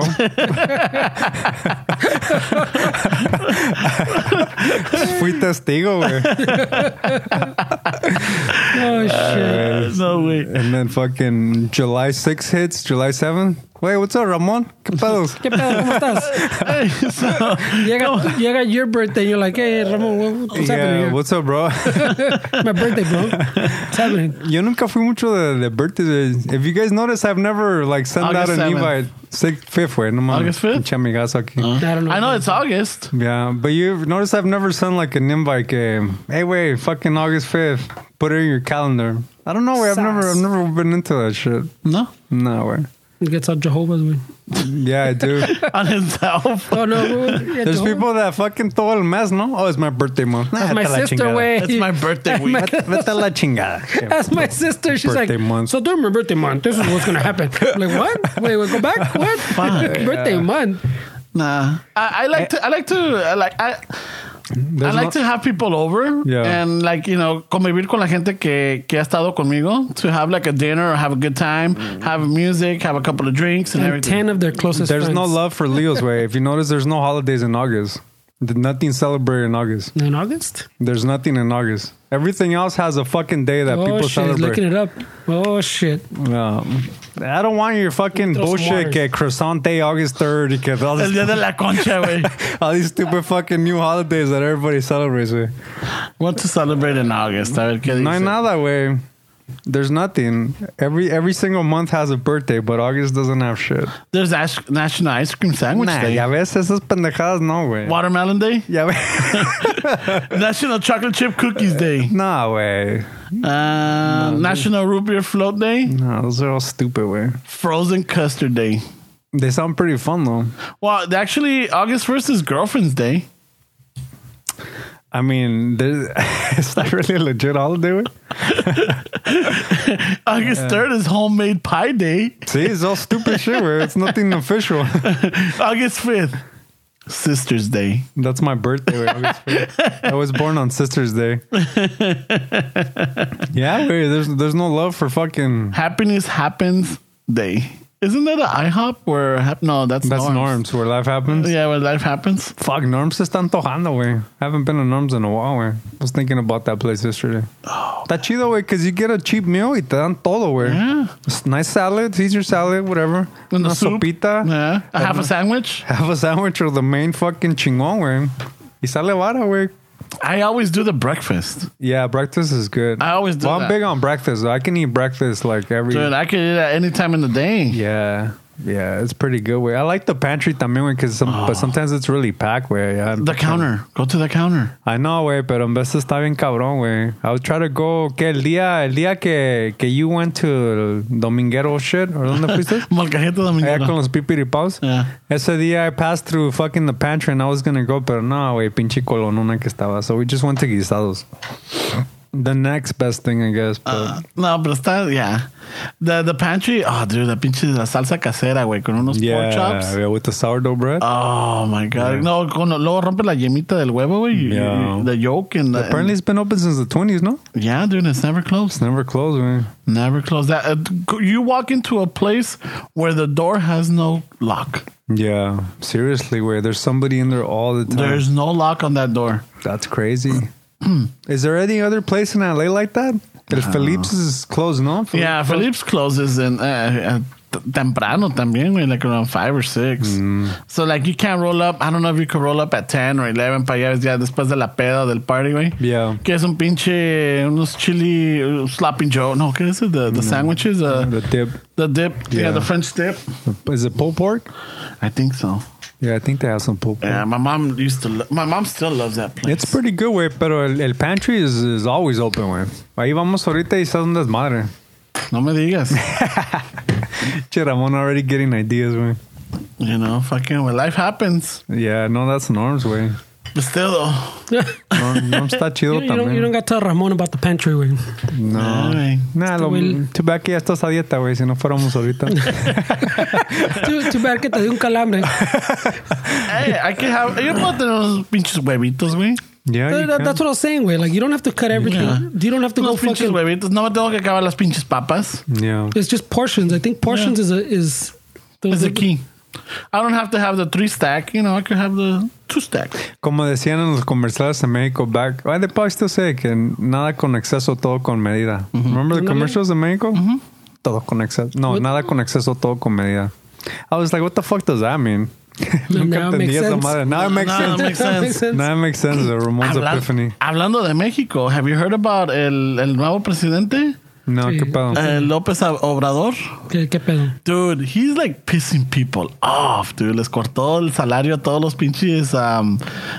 Speaker 4: Fui testigo, güey.
Speaker 1: uh,
Speaker 2: oh shit!
Speaker 1: no way.
Speaker 4: And then fucking July 6th hits, July 7th. Wait, what's up, Ramon? ¿Qué pedos?
Speaker 2: ¿Qué pedo? ¿Cómo estás?
Speaker 1: Hey, so,
Speaker 2: Llega, llega your birthday, you're like, hey Ramon, what- what's happening
Speaker 4: Yeah,
Speaker 2: here?
Speaker 4: what's up, bro?
Speaker 2: My birthday, bro. What's happening?
Speaker 4: Yo nunca fui mucho de, de birthdays. If you guys notice, I've never like sent
Speaker 1: August
Speaker 4: out an
Speaker 1: 7th.
Speaker 4: invite. Sixth, fifth, güey. No mames.
Speaker 1: August Ah. 5th?
Speaker 4: Pinche amigazo aquí.
Speaker 2: I don't know.
Speaker 1: I know it's August.
Speaker 4: Yeah, but you've noticed I've never sent like an invite. Game. Hey, wait, fucking August fifth. Put it in your calendar. I don't know. Wait, I've never, I've
Speaker 2: Sus.
Speaker 4: never been into that shit.
Speaker 1: No,
Speaker 4: No way.
Speaker 2: It gets out Jehovah's way.
Speaker 4: Yeah, I do.
Speaker 1: on himself.
Speaker 2: Oh no, we- yeah,
Speaker 4: There's
Speaker 2: Jehovah-
Speaker 4: people that fucking todo el mes, no? Oh, it's my birthday month. Nah,
Speaker 2: That's my
Speaker 4: vete a la
Speaker 2: sister
Speaker 4: chingada.
Speaker 2: way.
Speaker 1: It's my birthday
Speaker 2: That's my-
Speaker 1: week.
Speaker 4: Vete a la chingada.
Speaker 2: That's my sister. She's
Speaker 4: Birthday
Speaker 2: like,
Speaker 4: month.
Speaker 2: so during my birthday month, this is what's gonna happen. I'm like what? Wait, wait, go back. What? birthday month.
Speaker 1: Nah, I, I like to. I like to. I like. I, I
Speaker 4: Eh. There's
Speaker 1: like
Speaker 4: no-
Speaker 1: to have people over
Speaker 4: Yeah.
Speaker 1: and like you know convivir con la gente que, que ha estado conmigo to have like a dinner or have a good time, have music, have a couple of drinks and,
Speaker 2: And
Speaker 1: everything.
Speaker 2: ten of their closest.
Speaker 4: There's no
Speaker 2: friends.
Speaker 4: love for Leo's way. If you notice, there's no holidays in August. Th- Nothing celebrated in August.
Speaker 2: in August.
Speaker 4: There's nothing in August. Everything else has a fucking day that
Speaker 2: Oh
Speaker 4: people
Speaker 2: shit! He's
Speaker 4: celebrate.
Speaker 2: looking it up. Oh shit!
Speaker 4: No. I don't want your fucking
Speaker 2: Throw some
Speaker 4: bullshit
Speaker 2: water.
Speaker 4: que croissant day August 3rd y que all,
Speaker 1: El
Speaker 4: this,
Speaker 1: día de la concha, güey.
Speaker 4: all these stupid fucking new holidays that everybody celebrates with.
Speaker 1: What to celebrate in August? A ver qué dice.
Speaker 4: No hay nada, way. There's nothing. Every every single month has a birthday, but August doesn't have shit.
Speaker 1: There's Ash- National Ice Cream Sandwich
Speaker 4: Nah,
Speaker 1: Day,
Speaker 4: ya ves esas pendejadas, no, güey.
Speaker 1: Watermelon Day,
Speaker 4: Ya ves.
Speaker 1: National Chocolate Chip Cookies Day,
Speaker 4: Nah, way.
Speaker 1: uh, National Root Beer Float Day,
Speaker 4: No, those are all stupid, way.
Speaker 1: Frozen Custard Day.
Speaker 4: They sound pretty fun though.
Speaker 1: Well, actually, August 1st is Girlfriend's Day.
Speaker 4: I mean, there's- is that really a legit holiday? güey?
Speaker 1: August 3rd is Homemade Pie Day.
Speaker 4: See, it's all stupid shit. güey. It's nothing official.
Speaker 1: August 5th, Sisters Day.
Speaker 4: That's my birthday. güey, August 5th. I was born on Sisters Day. Yeah, güey, there's there's no love for fucking.
Speaker 1: Happiness Happens Day. Isn't that an IHOP? Where hap- no, that's
Speaker 4: That's norms.
Speaker 1: norms.
Speaker 4: where life happens.
Speaker 1: Yeah, where life happens.
Speaker 4: Fuck, Norms se están tojando, güey. Haven't been to Norms in a while, güey. I was thinking about that place yesterday. Está chido, güey, because you get a cheap meal y te dan todo, güey.
Speaker 1: Yeah.
Speaker 4: It's Nice salad, Caesar salad, whatever.
Speaker 1: And the
Speaker 4: Una
Speaker 1: soup.
Speaker 4: sopita. Uh,
Speaker 1: Yeah, a half a sandwich.
Speaker 4: Have a sandwich or the main fucking chingón, güey. Y sale vara, güey.
Speaker 1: I always do the breakfast.
Speaker 4: Yeah, breakfast is good.
Speaker 1: I always do
Speaker 4: Well, I'm
Speaker 1: that.
Speaker 4: big on breakfast. Though. I can eat breakfast like every.
Speaker 1: Dude, I could eat that any time in the day.
Speaker 4: yeah. Yeah, it's pretty good way. I like the pantry también because some, but sometimes it's really packed way. Yeah.
Speaker 1: Ah. The counter. Go to the counter.
Speaker 4: I know, güey, pero en vez está bien cabrón, güey. I would try to go, que el día, el día que, que you went to el Dominguero shit, or donde fuiste?
Speaker 1: Molcajete
Speaker 4: Allá con
Speaker 1: dominguero.
Speaker 4: los pipiripaos.
Speaker 1: Yeah.
Speaker 4: Ese día I passed through fucking the pantry and I was gonna go, pero no, güey, pinche colonuna que estaba. So we just went to guisados. The next best thing, I guess. But
Speaker 1: Uh, No, pero está, yeah. The, the pantry, oh, dude, la pinche la salsa casera, güey, con unos pork chops.
Speaker 4: yeah, with the sourdough bread.
Speaker 1: Oh my god. No, con, luego rompe la yemita del huevo, güey.
Speaker 4: Yeah.
Speaker 1: y- y- The yolk and the.
Speaker 4: Apparently, it's been open since the 20s, no?
Speaker 1: yeah, dude, it's never closed.
Speaker 4: It's never closed, güey.
Speaker 1: Never closed. That uh, you walk into a place where the door has no lock.
Speaker 4: Yeah, seriously, güey. There's somebody in there all the time.
Speaker 1: There's no lock on that door.
Speaker 4: That's crazy. Is there any other place in LA like that? El Felipe's is closed, no? Fel-
Speaker 1: Yeah, Phillips closes in uh, uh, t- temprano también, güey, like around five or six.
Speaker 4: Mm.
Speaker 1: So like you can't roll up. I don't know if you could roll up at ten or eleven para allá ya después de la peda del party, güey.
Speaker 4: Yeah.
Speaker 1: Que es un pinche unos chili uh, sloppy joe. No, ¿qué es it? The, the sandwiches, uh,
Speaker 4: The dip.
Speaker 1: the dip. Yeah.
Speaker 4: Yeah.
Speaker 1: the French dip.
Speaker 4: Is it pulled pork?
Speaker 1: I think so.
Speaker 4: Yeah, I think they have some pulled pork.
Speaker 1: Yeah, my mom used to. Lo- my mom still loves that place.
Speaker 4: It's pretty good, way, pero el, el pantry is, is always open, way. Ahí vamos ahorita y está un desmadre.
Speaker 1: no me digas.
Speaker 4: Che, Ramon already getting ideas, way.
Speaker 1: you know, fucking well, life happens.
Speaker 4: Yeah, no, that's Norm's way.
Speaker 1: But still, though,
Speaker 4: Norm, Norm está chido
Speaker 2: You, you don't, you don't
Speaker 4: también.
Speaker 2: got to tell Ramon about the pantry wing.
Speaker 1: no.
Speaker 4: Nah, lo,
Speaker 2: Will.
Speaker 4: too bad que ya estás a dieta, güey, si no fuéramos ahorita.
Speaker 2: too, too bad que te dio un calambre.
Speaker 1: Hey, hay que have. Yo puedo tener unos pinches huevitos, güey.
Speaker 4: yeah, you
Speaker 2: That- that-
Speaker 4: can.
Speaker 2: that's what I was saying, güey. Like, you don't have to cut everything.
Speaker 1: Yeah.
Speaker 2: You don't have to go
Speaker 1: Unos pinches
Speaker 2: fucking.
Speaker 1: huevitos. No me tengo que acabar las pinches papas.
Speaker 4: yeah.
Speaker 2: It's just portions. I think portions is a is the,
Speaker 1: Es the key. I don't have to have the three stack. You know, I could have the two stack.
Speaker 4: Como decían en los comerciales en México, back, why they probably still say que nada con exceso, todo con medida. Remember the commercials in Mexico? Todo con exceso. No, nada con exceso, todo con medida. I was like, what the fuck does that mean? Nunca
Speaker 2: now it
Speaker 4: entendí
Speaker 2: makes
Speaker 4: esa
Speaker 2: sense.
Speaker 4: madre. Now it makes
Speaker 1: Now it
Speaker 4: sense.
Speaker 1: makes sense.
Speaker 4: Now it makes sense. The Ramones
Speaker 1: Hablan-
Speaker 4: epiphany.
Speaker 1: hablando de México, have you heard about el, el nuevo presidente?
Speaker 4: No,
Speaker 2: Sí.
Speaker 4: qué pedo.
Speaker 1: Eh, López Ob- Obrador.
Speaker 2: ¿Qué, qué pedo?
Speaker 1: Dude, he's like pissing people off, dude. Les cortó el salario a todos los pinches, um,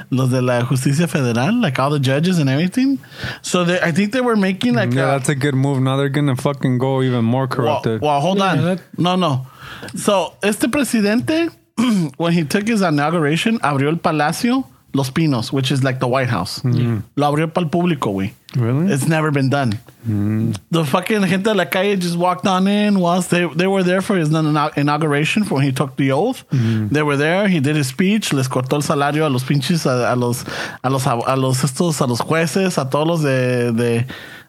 Speaker 1: los de la justicia federal, like all the judges and everything. So they, I think they were making like
Speaker 4: yeah,
Speaker 1: a-
Speaker 4: that's a good move. Now they're gonna fucking go even more
Speaker 1: Well,
Speaker 4: corrupted.
Speaker 1: well, hold on.
Speaker 2: Yeah, that-
Speaker 1: no, no. So, este presidente, when he took his inauguration, abrió el Palacio Los Pinos, which is like the White House. Lo abrió para el público, güey.
Speaker 4: Mm. Really?
Speaker 1: It's never been done. The fucking gente de la calle just walked on in whilst they, they were there for his inau- inauguration for when he took the oath.
Speaker 2: Mm-hmm.
Speaker 1: They were there. He did his speech. Les cortó el salario a los pinches, a, a los, a los, ab- a los estos, a los jueces, a todos los de, de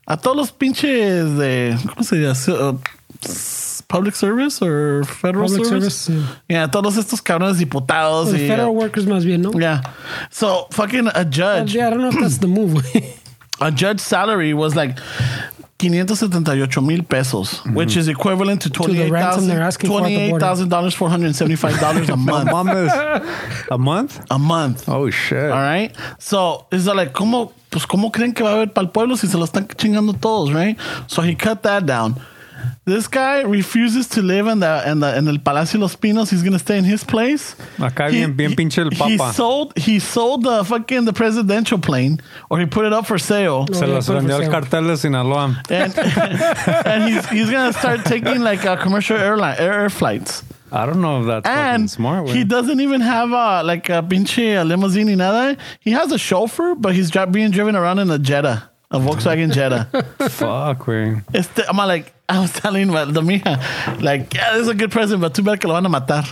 Speaker 1: a todos los pinches de, ¿cómo se dice? Uh, s- Public service or federal
Speaker 2: Public
Speaker 1: service?
Speaker 2: service,
Speaker 1: Yeah, todos estos cabrones diputados.
Speaker 2: The
Speaker 1: y, uh,
Speaker 2: federal workers más bien, ¿no?
Speaker 1: yeah. So fucking a judge.
Speaker 2: Yeah, I don't know if that's the move, güey.
Speaker 1: a judge's salary was like 578 mil pesos,
Speaker 4: Mm-hmm.
Speaker 1: which is equivalent to
Speaker 2: the ransom they're
Speaker 1: $28,000
Speaker 2: asking for at the border.
Speaker 1: $28,000, $475 a
Speaker 4: A
Speaker 1: month.
Speaker 4: month is- Oh, a month?
Speaker 1: a month.
Speaker 4: Oh shit.
Speaker 1: All right. So it's like, ¿cómo, pues, ¿cómo creen que va a haber para el pueblo si se lo están chingando todos, right? So he cut that down. This guy refuses to live in the in the in el Palacio Los Pinos. He's gonna stay in his place.
Speaker 4: Acá bien- bien pinche el
Speaker 1: He
Speaker 4: papa.
Speaker 1: sold he sold the fucking the presidential plane, or he put it up for sale.
Speaker 4: Se
Speaker 2: Yeah,
Speaker 4: los
Speaker 2: perfect
Speaker 4: vendió el
Speaker 2: sandwich.
Speaker 4: cartel de Sinaloa.
Speaker 1: and, and he's, he's gonna start taking like uh, commercial airline air, air flights.
Speaker 4: I don't know if that's fucking
Speaker 1: And
Speaker 4: smart.
Speaker 1: he
Speaker 4: Way.
Speaker 1: doesn't even have a like a pinche a limousine ni nada. He has a chauffeur, but he's dri- being driven around in a Jetta, a Volkswagen Jetta.
Speaker 4: Fuck, way.
Speaker 1: It's the, I'm like, I was telling my, the mija, like, yeah, this is a good present, but too bad que lo van a matar.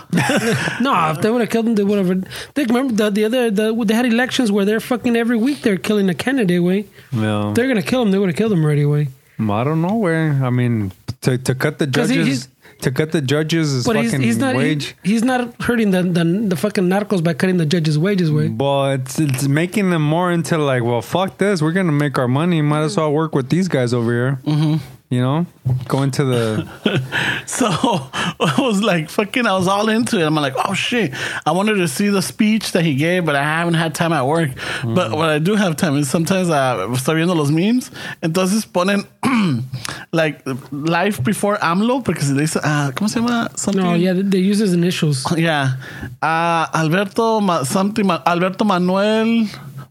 Speaker 2: No, if they would have killed him, they would have. They remember the, the other the, they had elections where they're fucking every week they're killing a candidate. Way
Speaker 4: No.
Speaker 2: they're gonna kill him, they would have killed him already. Way,
Speaker 4: I don't know where. I mean, to, to cut the
Speaker 2: 'Cause he-
Speaker 4: judges,
Speaker 2: he's-
Speaker 4: to cut the judges is
Speaker 2: but he's,
Speaker 4: fucking
Speaker 2: he's not he-
Speaker 4: wage.
Speaker 2: he's not hurting the, the the fucking narcos by cutting the judges' wages. Way,
Speaker 4: But it's, it's making them more into like, well, fuck this. We're gonna make our money. Might as well work with these guys over here. Mm-hmm. You know, going to the
Speaker 1: So I was like, fucking, I was all into it. I'm like, oh shit, I wanted to see the speech that he gave, but I haven't had time at work. But what I do have time is sometimes uh, estoy viendo los memes. Entonces ponen like life before AMLO, porque se le dice, ah, ¿cómo se llama? Something.
Speaker 4: Mm.
Speaker 2: no, yeah, they, they use his initials.
Speaker 1: Yeah. Ah, Alberto, Ma- something, Ma- Alberto Manuel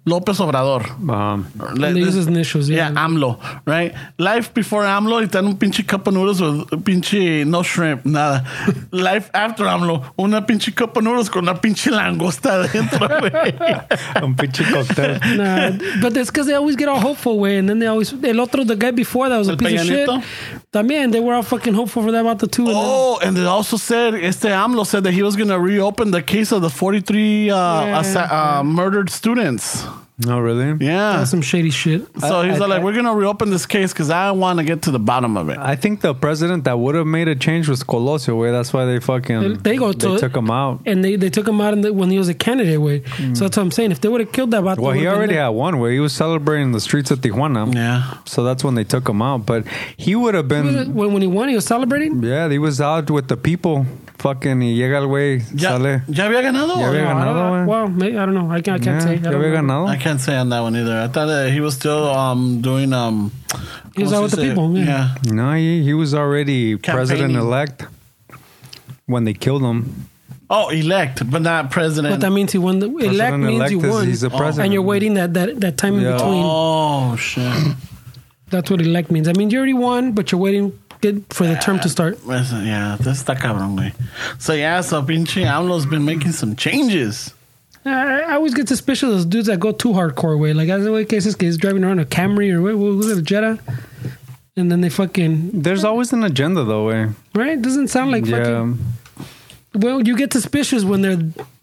Speaker 1: López Obrador.
Speaker 4: um,
Speaker 1: Le-
Speaker 2: They use his initials.
Speaker 1: yeah,
Speaker 2: Yeah,
Speaker 1: AMLO, right? Life before AMLO, y te dan un pinche cup of noodles with pinche no shrimp, nada. Life after AMLO, una pinche cup of noodles con una pinche langosta adentro, güey.
Speaker 4: un pinche cocktail.
Speaker 2: Nah, but that's because they always get all hopeful way, and then they always el otro the guy before that was a
Speaker 1: El
Speaker 2: piece of shit.
Speaker 1: Peña
Speaker 2: También they were all fucking hopeful for that about the two. and then-
Speaker 1: Oh, and they also said, este AMLO said that he was going to reopen the case of the 43 uh, assa- uh, murdered students.
Speaker 4: No, really.
Speaker 1: Yeah.
Speaker 2: that's some shady shit.
Speaker 1: So
Speaker 4: I-
Speaker 1: he's
Speaker 4: I-
Speaker 1: like,
Speaker 4: I-
Speaker 1: we're going to reopen this case because I want to get to the bottom of it.
Speaker 4: I think the president that would have made a change was Colosio. Way that's why they fucking
Speaker 2: They go to-
Speaker 4: they took him out.
Speaker 2: and they, they took him out in the, when he was a candidate way. So that's what I'm saying. If they would have killed that, Vato,
Speaker 4: Mm. Well, he
Speaker 2: would've been
Speaker 4: already
Speaker 2: like-
Speaker 4: had one where he was celebrating the streets of Tijuana.
Speaker 1: Yeah.
Speaker 4: So that's when they took him out. But he would have been.
Speaker 2: when when he won, he was celebrating.
Speaker 4: Yeah, he was out with the people. Fucking, y llega el güey,
Speaker 1: Ya,
Speaker 4: sale.
Speaker 1: ya había ganado.
Speaker 4: Ya
Speaker 1: o
Speaker 4: había
Speaker 1: no?
Speaker 4: ganado. Another one?
Speaker 2: Well, maybe, I don't know. I can't, I can't
Speaker 4: Yeah,
Speaker 2: say. I
Speaker 4: ya
Speaker 2: don't
Speaker 4: había
Speaker 2: know.
Speaker 4: ganado.
Speaker 1: I can't say on that one either. I thought that he was still um doing um.
Speaker 2: He was
Speaker 1: ¿cómo
Speaker 2: out
Speaker 1: se
Speaker 2: with the
Speaker 1: dice?
Speaker 2: people, yeah.
Speaker 4: No, he, he was already president elect when they killed him.
Speaker 1: Oh, elect, but not president.
Speaker 2: But that means he won. The, elect
Speaker 4: President
Speaker 2: means
Speaker 4: elect
Speaker 2: you
Speaker 4: is-
Speaker 2: won, Oh.
Speaker 4: he's the president.
Speaker 2: and you're waiting that that, that time in
Speaker 4: Yeah.
Speaker 2: between.
Speaker 1: oh shit!
Speaker 2: That's what elect means. I mean, you already won, but you're waiting get- for the term to start.
Speaker 1: Pues, yeah, this está cabrón, güey. So yeah, so pinche AMLO's been making some changes.
Speaker 2: I, I always get suspicious of those dudes that go too hardcore way. Like I was like, cases he's driving around a Camry or what was it a Jetta, and then they fucking
Speaker 4: There's always an agenda, though. Eh?
Speaker 2: right. Doesn't sound like fucking.
Speaker 4: Yeah,
Speaker 2: Well, you get suspicious when they're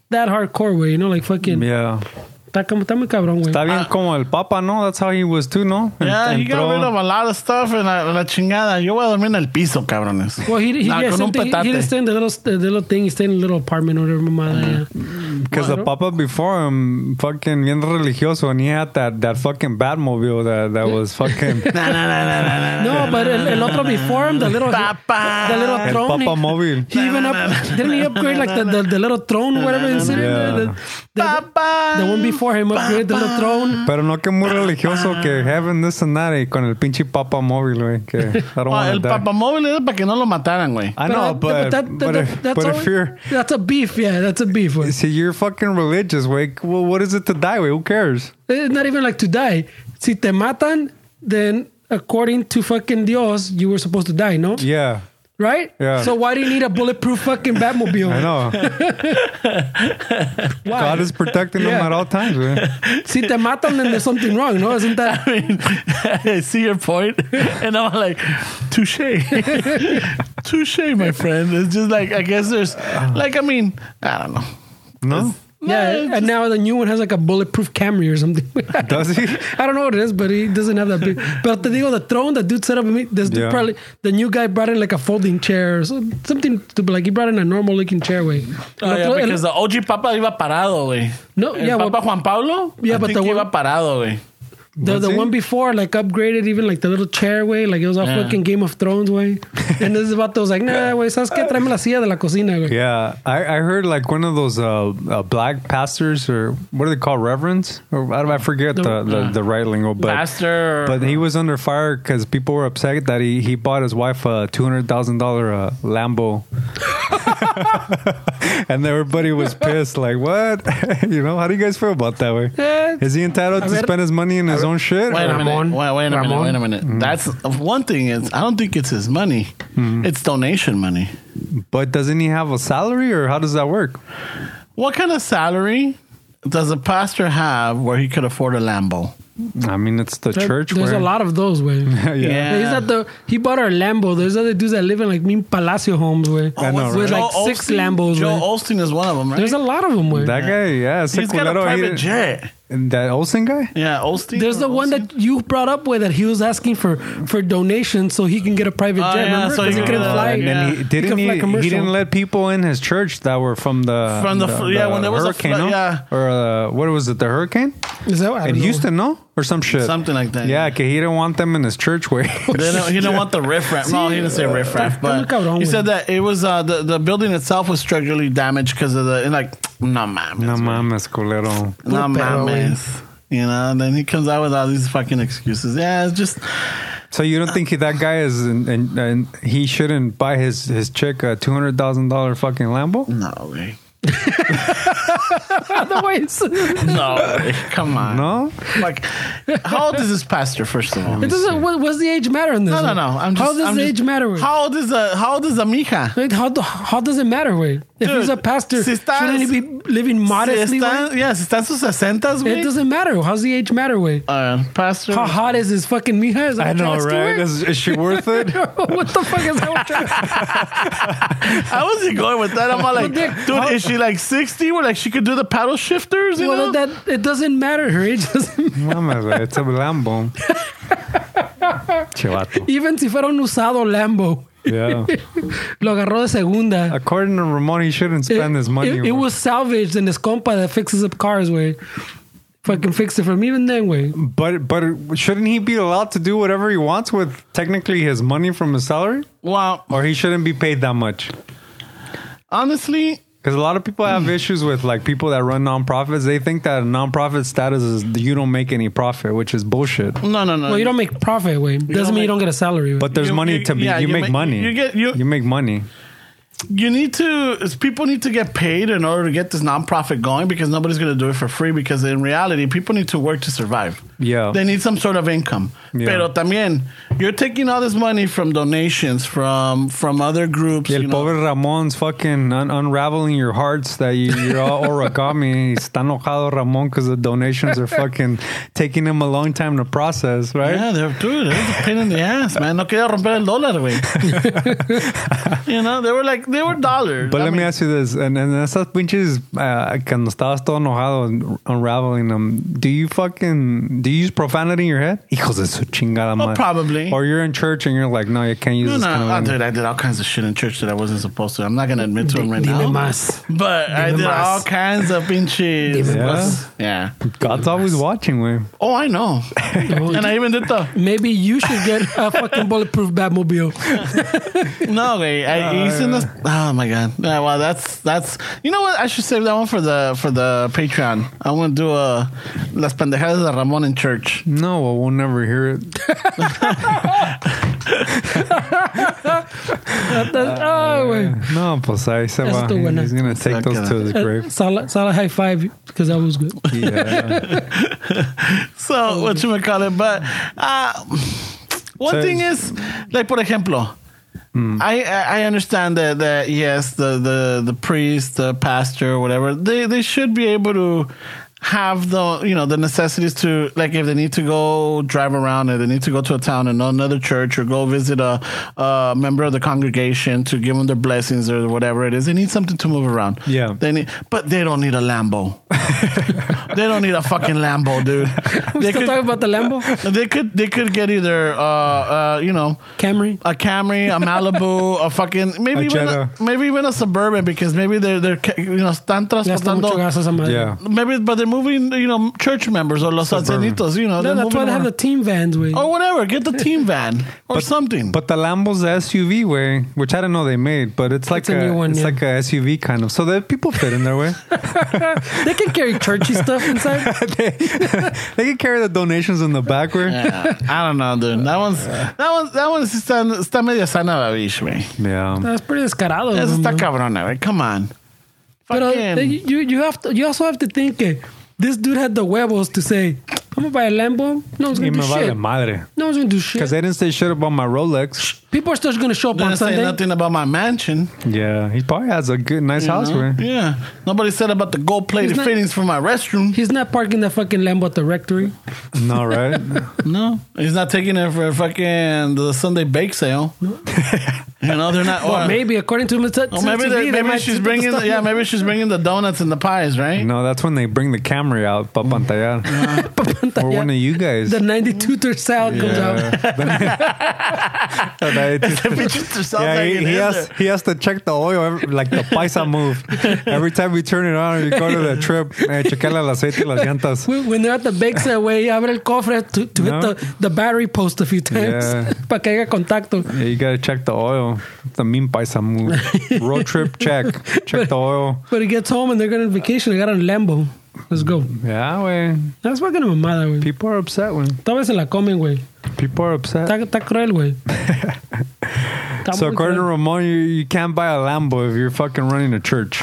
Speaker 2: that hardcore way, you know, like fucking.
Speaker 4: yeah.
Speaker 2: Está como- está muy cabrón, güey.
Speaker 4: Está bien como el Papa, no? That's how he was too, no?
Speaker 1: Ah. Yeah, he got
Speaker 4: Entró-
Speaker 1: rid of a lot of stuff and la, la chingada. Yo voy a dormir en el piso, cabrones.
Speaker 2: Well, he, he,
Speaker 1: Nah,
Speaker 2: yeah,
Speaker 1: con
Speaker 2: same
Speaker 1: un
Speaker 2: thing. He- he
Speaker 1: petate.
Speaker 2: didn't stay in the little, the little thing. He stayed in a little apartment or whatever. Mamada, yeah.
Speaker 4: Because the papa before him, fucking bien religioso, and he had that, that fucking Batmobile that, that was fucking el
Speaker 1: Na, na, na, na, na, na.
Speaker 2: No, but el, el otro before him, the little,
Speaker 1: Papa.
Speaker 2: the little throne.
Speaker 4: Papa
Speaker 2: he-
Speaker 4: Mobile.
Speaker 2: He even up, didn't he upgrade like the, the, the little throne, whatever it's in
Speaker 4: Yeah.
Speaker 2: there? The, the,
Speaker 1: Papa.
Speaker 2: the one before him upgraded the little throne.
Speaker 4: Pero no que muy religioso,
Speaker 1: Ah.
Speaker 4: que heaven this and that, y con el pinche Papa Mobile, güey. Que I don't
Speaker 1: Oh,
Speaker 4: want
Speaker 1: el
Speaker 4: to die.
Speaker 1: papamóvil era para que no lo mataran, güey.
Speaker 4: I know, but, but, if, but
Speaker 2: all-
Speaker 4: if you're,
Speaker 2: that's a beef, yeah, that's a beef. güey.
Speaker 4: see, you're fucking religious, güey. Well, what is it to die, güey? Who cares?
Speaker 2: It's Eh, not even like to die. Si te matan, then according to fucking Dios, you were supposed to die, no?
Speaker 4: Yeah,
Speaker 2: Right?
Speaker 4: Yeah.
Speaker 2: So why do you need a bulletproof fucking Batmobile?
Speaker 4: I know.
Speaker 2: Why?
Speaker 4: God is protecting
Speaker 2: Yeah.
Speaker 4: them at all times, güey.
Speaker 2: si te matan, then there's something wrong, no? Isn't that?
Speaker 1: I see your point, and I'm like, touche, touche, my friend. It's just like I guess there's, like I mean, I don't know.
Speaker 4: No?
Speaker 2: Yeah.
Speaker 1: it's
Speaker 2: and now the new one has like a bulletproof Camry or something.
Speaker 4: Does he?
Speaker 2: I don't know what it is, but he doesn't have that big. But the digo, the throne that dude set up, I mean, this dude
Speaker 4: Yeah.
Speaker 2: probably the new guy brought in like a folding chair or so- something to like he brought in a normal looking chair way.
Speaker 1: Oh, yeah, because the OG Papa iba parado, güey.
Speaker 2: No,
Speaker 1: El
Speaker 2: yeah,
Speaker 1: Papa
Speaker 2: well-
Speaker 1: Juan Pablo.
Speaker 2: Yeah,
Speaker 1: I
Speaker 2: but
Speaker 1: think
Speaker 2: the
Speaker 1: iba
Speaker 2: one-
Speaker 1: parado, güey.
Speaker 2: The, the
Speaker 4: Let's see.
Speaker 2: one before, like upgraded, even like the little chair way, like it was all
Speaker 1: Yeah.
Speaker 2: fucking Game of Thrones way. And this vato was like, nah, güey, ¿sabes qué? Tráeme la silla de la cocina, güey.
Speaker 4: Yeah, I, I heard like one of those uh, uh, black pastors or what are they called, reverends? Or I, I forget the Mm. the, the, right lingo, but
Speaker 1: Pastor.
Speaker 4: but he was under fire because people were upset that he, he bought his wife a two hundred thousand dollar uh, Lambo, and everybody was pissed. Like, what? you know, how do you guys feel about that way?
Speaker 2: Eh,
Speaker 4: Is he entitled to
Speaker 2: ver.
Speaker 4: spend his money in his own shit?
Speaker 1: Wait a minute.
Speaker 2: Ramon.
Speaker 1: Wait, wait a minute.
Speaker 2: Ramon.
Speaker 4: Mm. Mm-hmm.
Speaker 1: Wait a minute. That's one thing is I don't think it's his money. It's donation money.
Speaker 4: But doesn't he have a salary or how does that work?
Speaker 1: What kind of salary does a pastor have where he could afford a Lambo?
Speaker 4: I mean, it's the
Speaker 2: There-
Speaker 4: church.
Speaker 2: There's
Speaker 4: where-
Speaker 2: a lot of those, way.
Speaker 4: yeah.
Speaker 2: He's not the. He bought our Lambo. There's other dudes that live in like mean Palacio homes, way.
Speaker 4: I know,
Speaker 2: With
Speaker 1: Oh, Joe
Speaker 2: like six
Speaker 1: Osteen-
Speaker 2: Lambos,
Speaker 1: Joe
Speaker 2: way.
Speaker 1: Osteen is one of them, right?
Speaker 2: There's a lot of them, way.
Speaker 4: That guy, yeah, ese
Speaker 1: He's got a
Speaker 4: culero, he
Speaker 1: private
Speaker 4: did-
Speaker 1: jet.
Speaker 4: That Olsen guy?
Speaker 1: Yeah, Osteen.
Speaker 2: There's the
Speaker 1: or
Speaker 2: one
Speaker 1: Osteen?
Speaker 2: that you brought up with that he was asking for for donations so he can get a private
Speaker 1: Oh,
Speaker 2: jet.
Speaker 1: yeah,
Speaker 2: remember?
Speaker 1: so he
Speaker 2: 'Cause he
Speaker 1: can
Speaker 2: couldn't
Speaker 1: get a-
Speaker 2: fly.
Speaker 4: Oh, And then
Speaker 1: Yeah.
Speaker 4: he didn't
Speaker 2: He
Speaker 4: he,
Speaker 2: can fly
Speaker 4: he,
Speaker 2: commercial.
Speaker 4: didn't let people in his church that were from the
Speaker 1: From the- yeah, when there was a
Speaker 4: hurricane,
Speaker 1: flood,
Speaker 4: no?
Speaker 1: yeah.
Speaker 4: or uh, what was it the hurricane
Speaker 2: Is that, I don't
Speaker 4: in
Speaker 2: know.
Speaker 4: Houston no or some shit
Speaker 1: Something like that,
Speaker 4: yeah
Speaker 1: yeah.
Speaker 4: que he didn't want them in his church way
Speaker 1: They don't, he don't want the riffraff. No, he didn't say riffraff, but
Speaker 2: look how wrong
Speaker 1: he
Speaker 2: with
Speaker 1: said
Speaker 2: it.
Speaker 1: that it was uh, the the building itself was structurally damaged because of the and like no mames,
Speaker 4: no mames culero
Speaker 1: no
Speaker 2: Puta,
Speaker 1: mames. You know, and then he comes out with all these fucking excuses. Yeah, it's just
Speaker 4: so you don't think he, that guy is and and- and he shouldn't buy his his chick a two hundred thousand dollar fucking Lambo
Speaker 1: no way,
Speaker 2: Otherwise, it
Speaker 1: no way. Come on,
Speaker 4: no
Speaker 1: Like, how old is this pastor? First of all,
Speaker 2: doesn't. What, what's the age matter in this?
Speaker 1: No, no,
Speaker 2: one?
Speaker 1: no. I'm just,
Speaker 2: how does
Speaker 1: I'm
Speaker 2: the
Speaker 1: just-
Speaker 2: age matter? How,
Speaker 1: How old is a How old is a mija?
Speaker 2: how, do- how does it matter, way? If
Speaker 1: Dude,
Speaker 2: he's a pastor,
Speaker 1: si estás-
Speaker 2: shouldn't he be living modestly?
Speaker 1: Si
Speaker 2: güey?
Speaker 1: está, yeah, si está en sus sesentas,
Speaker 2: It
Speaker 1: güey.
Speaker 2: doesn't matter. How's the age matter, way?
Speaker 1: Uh, pastor.
Speaker 2: How hot is his fucking mija? Is that
Speaker 4: I
Speaker 2: what you're
Speaker 4: know
Speaker 2: asking,
Speaker 4: right
Speaker 2: güey?
Speaker 4: is, is she worth it
Speaker 2: what the fuck is that? what you're asking?
Speaker 1: I wasn't going with that. I'm all like,
Speaker 2: Well,
Speaker 1: dude,
Speaker 2: Dick,
Speaker 1: is she like 60? Where like she could do the paddle shifters? You
Speaker 2: well,
Speaker 1: know?
Speaker 2: that it doesn't matter. Her age doesn't.
Speaker 4: mames güey, it's a Lambo chivato
Speaker 2: Even si fuera un usado Lambo,
Speaker 4: yeah
Speaker 2: lo agarró de segunda.
Speaker 4: according to Ramon he shouldn't spend his money
Speaker 2: It, it
Speaker 4: güey.
Speaker 2: was salvaged in this compa that fixes up cars, way. Fucking fix it from even then, way.
Speaker 4: But but shouldn't he be allowed to do whatever he wants with technically his money from his salary,
Speaker 1: well,
Speaker 4: or he shouldn't be paid that much?
Speaker 1: honestly,
Speaker 4: Because a lot of people have
Speaker 1: Hmm.
Speaker 4: issues with like people that run nonprofits. They think that nonprofit status is you don't make any profit, which is bullshit.
Speaker 1: no, no, no.
Speaker 2: Well, you don't make profit, way. Doesn't mean
Speaker 1: make-
Speaker 2: you don't get a salary, way.
Speaker 4: But there's
Speaker 1: You-
Speaker 4: money
Speaker 1: you-
Speaker 4: to be.
Speaker 1: yeah,
Speaker 4: you,
Speaker 1: you
Speaker 4: make
Speaker 1: make-
Speaker 4: money.
Speaker 1: you get- you-
Speaker 4: make money.
Speaker 1: you need to, it's, people need to get paid in order to get this nonprofit going because nobody's going to do it for free because in reality, people need to work to survive.
Speaker 4: Yeah.
Speaker 1: They need some sort of income.
Speaker 4: Yeah.
Speaker 1: Pero también, you're taking all this money from donations, from from other groups.
Speaker 4: Y el
Speaker 1: you know.
Speaker 4: pobre Ramon's fucking un- unraveling your hearts that you, you're all origami. Está enojado Ramon because the donations are fucking taking him a long time to process, right?
Speaker 1: Yeah, they're, dude, it was a pain in the ass, man. No quería romper el dólar, güey. you know, they were like, they were dollars.
Speaker 4: But
Speaker 1: I
Speaker 4: let me
Speaker 1: mean,
Speaker 4: ask you this, and, and esas pinches uh, cuando estabas todo enojado and unraveling them, do you fucking do you use profanity in your head? Hijos de su chingada madre.
Speaker 1: Oh, probably.
Speaker 4: Or you're in church and you're like, no, you can't use
Speaker 1: No,
Speaker 4: this
Speaker 1: no,
Speaker 4: kind of
Speaker 1: oh,
Speaker 4: language.
Speaker 1: dude, I did all kinds of shit in church that I wasn't supposed to. I'm not gonna admit to them right
Speaker 2: Dime
Speaker 1: now.
Speaker 2: más.
Speaker 1: But I
Speaker 2: Dime
Speaker 1: did
Speaker 2: más.
Speaker 1: all kinds of pinches.
Speaker 4: Dime
Speaker 1: What's- Yeah.
Speaker 4: God's always watching, güey.
Speaker 1: Oh, I know. and I even did the
Speaker 2: Maybe you should get a fucking bulletproof Batmobile.
Speaker 1: no way. I he's in the oh my god. Yeah, well, that's that's you know what? I should save that one for the for the Patreon. I want to do a las pendejadas de Ramon in church.
Speaker 4: No, well, we'll never hear it.
Speaker 2: oh, wait.
Speaker 4: No, pues ahí se
Speaker 2: Esa
Speaker 4: va.
Speaker 2: estuvo buena.
Speaker 4: He's gonna take those to his grave.
Speaker 2: Solid, solid high five because that was good.
Speaker 4: Yeah.
Speaker 1: So, what you call it, but uh, one
Speaker 4: So-
Speaker 1: thing is, like, por ejemplo, I I I understand that that yes, the the the priest, the pastor, whatever, they they should be able to have the you know the necessities to like if they need to go drive around and they need to go to a town and another church or go visit a, a member of the congregation to give them their blessings or whatever it is they need something to move around
Speaker 4: Yeah.
Speaker 1: they need but they don't need a lambo they don't need a fucking Lambo, dude.
Speaker 2: We
Speaker 1: They
Speaker 2: still
Speaker 1: could,
Speaker 2: talking about the Lambo,
Speaker 1: they could they could get either uh uh you know
Speaker 2: Camry.
Speaker 1: a Camry, a Malibu, a fucking maybe
Speaker 4: A
Speaker 1: even a,
Speaker 4: Jetta.
Speaker 1: maybe even a suburban because maybe they're they're ca- you know están
Speaker 2: Gasta mucho
Speaker 1: transportando
Speaker 2: gas esa madre.
Speaker 4: yeah.
Speaker 1: maybe but they're moving you know church members or los
Speaker 4: Suburban.
Speaker 1: ancianitos you know
Speaker 2: No,
Speaker 1: they're
Speaker 2: that's
Speaker 1: moving
Speaker 2: why they have the
Speaker 1: around.
Speaker 2: team vans, way.
Speaker 1: or whatever get the team van or something
Speaker 4: But the Lambo's the SUV way, which I didn't know they made, but it's like
Speaker 2: It's a
Speaker 4: a,
Speaker 2: new one,
Speaker 4: it's
Speaker 2: yeah.
Speaker 4: like a SUV kind of. So that people fit in their way.
Speaker 2: They can carry churchy stuff inside.
Speaker 4: they, they can carry the donations in the back way. Yeah.
Speaker 1: Yeah, I don't know, dude. That one's that one's that one's está, está media sana la bish, güey.
Speaker 2: That's pretty descarado.
Speaker 1: Eso
Speaker 2: güey,
Speaker 1: está
Speaker 2: man.
Speaker 1: cabrona, güey. Come on.
Speaker 2: But uh,
Speaker 1: Fucking-
Speaker 2: you you have to you also have to think eh, this dude had the huevos to say I'm gonna buy a Lambo. No one's
Speaker 4: Y
Speaker 2: gonna
Speaker 4: me
Speaker 2: do
Speaker 4: vale
Speaker 2: shit.
Speaker 4: madre.
Speaker 2: No one's gonna do
Speaker 4: Because
Speaker 2: shit.
Speaker 4: they didn't say shit about my Rolex.
Speaker 2: People are still gonna show up on
Speaker 1: Didn't say
Speaker 2: Sunday.
Speaker 1: nothing about my mansion.
Speaker 4: Yeah, he probably has a good, nice house,
Speaker 1: No?
Speaker 4: güey.
Speaker 1: Yeah. Nobody said about the gold plated
Speaker 2: He's not-
Speaker 1: fittings for my restroom.
Speaker 2: He's not parking that fucking Lambo at the rectory.
Speaker 4: No, right?
Speaker 1: No. He's not taking it for fucking the Sunday bake sale. you know, they're not.
Speaker 2: Well,
Speaker 1: or-
Speaker 2: maybe according to Mr.
Speaker 1: uh, Oh, maybe, they're-
Speaker 2: TV, they
Speaker 1: maybe
Speaker 2: might
Speaker 1: she's
Speaker 2: put the
Speaker 1: bringing
Speaker 2: stuff
Speaker 1: the, yeah
Speaker 2: in.
Speaker 1: maybe she's bringing the donuts and the pies right
Speaker 4: no, that's when they bring the Camry out, pa pantallar. Or one of you guys.
Speaker 2: the 92 third sound comes out.
Speaker 4: yeah, he, he has he has to check the oil every, like the paisa move. Every time we turn it on, we go to the trip. Eh, checarle el aceite y las llantas.
Speaker 2: When when they're at the bake sale, güey, abre el cofre to, to
Speaker 4: No.
Speaker 2: hit the, the battery post a few times.
Speaker 4: Yeah.
Speaker 2: Para que haya contacto.
Speaker 4: Yeah, you gotta check the oil. The mean paisa move. Road trip check. Check the oil.
Speaker 2: But he gets home and they're going on vacation. They got on Lambo. Let's go.
Speaker 4: Yeah, way.
Speaker 2: That's fucking mamada, güey.
Speaker 4: People are upset when
Speaker 2: Tal vez se la comen, güey.
Speaker 4: people are upset.
Speaker 2: Está, está cruel, güey. Está
Speaker 4: So
Speaker 2: muy
Speaker 4: according to
Speaker 2: cruel.
Speaker 4: Ramon, you, you can't buy a Lambo if you're fucking running a church.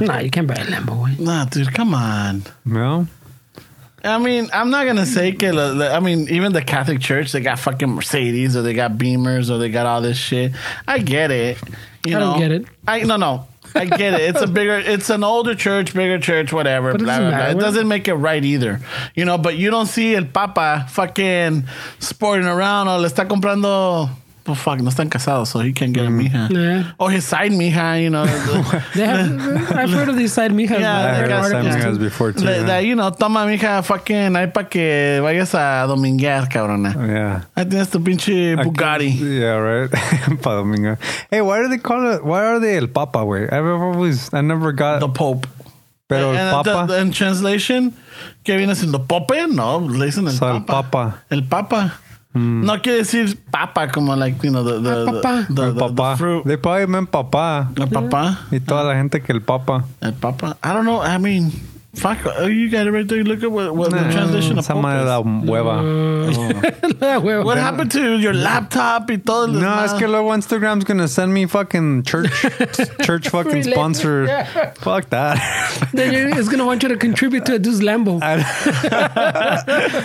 Speaker 2: Nah, you can't buy a Lambo, güey.
Speaker 1: nah dude come on
Speaker 4: No,
Speaker 1: I mean, I'm not gonna say que la- la- I mean, even the Catholic Church, they got fucking Mercedes or they got Beamers or they got all this shit. I get it. You
Speaker 2: I
Speaker 1: know?
Speaker 2: don't get it.
Speaker 1: I no no. I get it. It's a bigger, it's an older church, bigger church, whatever.
Speaker 2: But it
Speaker 1: blah,
Speaker 2: doesn't
Speaker 1: blah, blah.
Speaker 2: matter.
Speaker 1: It doesn't make it right either, you know. But you don't see el Papa fucking sporting around or le está comprando. Oh fuck, no están casados, so he can't get
Speaker 2: Mm.
Speaker 1: a mija.
Speaker 2: Yeah.
Speaker 1: Or his side mija, you know.
Speaker 2: They have, I've heard of these side mijas.
Speaker 1: Yeah,
Speaker 4: I
Speaker 2: güey.
Speaker 4: heard
Speaker 1: got
Speaker 4: of Sam
Speaker 1: articles
Speaker 4: guys
Speaker 1: too.
Speaker 4: before too.
Speaker 1: Le-
Speaker 4: yeah.
Speaker 1: de ahí, you know, toma, mija, fucking, ahí para que vayas a dominguear, cabrona.
Speaker 4: yeah.
Speaker 1: Ahí tienes tu pinche Bugatti.
Speaker 4: Yeah, right. Pa Domingo. Hey, why do they call it? Why are they el Papa? Way I've always, I never got.
Speaker 1: The Pope.
Speaker 4: pero el
Speaker 1: And the-
Speaker 4: Papa.
Speaker 1: in translation, ¿qué viene siendo? ¿Pope? No, le dicen el
Speaker 4: So, el
Speaker 1: Papa.
Speaker 4: Papa. Mm.
Speaker 1: El Papa. No quiere decir Papa como, like, you know, the, the,
Speaker 2: Ah, papá.
Speaker 1: the, the,
Speaker 4: el
Speaker 1: the- the
Speaker 4: Papa.
Speaker 1: fruit.
Speaker 4: They probably meant Papa.
Speaker 1: El Papa.
Speaker 4: Y toda la gente que el Papa.
Speaker 1: El Papa. I don't know, I mean, fuck, oh, you got it right there. Look at what, what the translation of
Speaker 4: Esa
Speaker 1: Pope
Speaker 4: madre
Speaker 1: is.
Speaker 4: da hueva.
Speaker 2: Yeah, güey.
Speaker 1: What happened to your laptop y todo? el
Speaker 4: No, es
Speaker 1: desmadre?
Speaker 4: que luego Instagram's gonna send me fucking church, church fucking
Speaker 2: Related,
Speaker 4: sponsor.
Speaker 2: yeah.
Speaker 4: Fuck that.
Speaker 2: Then you're- it's going to want you to contribute to a dude's Lambo.
Speaker 1: Ah,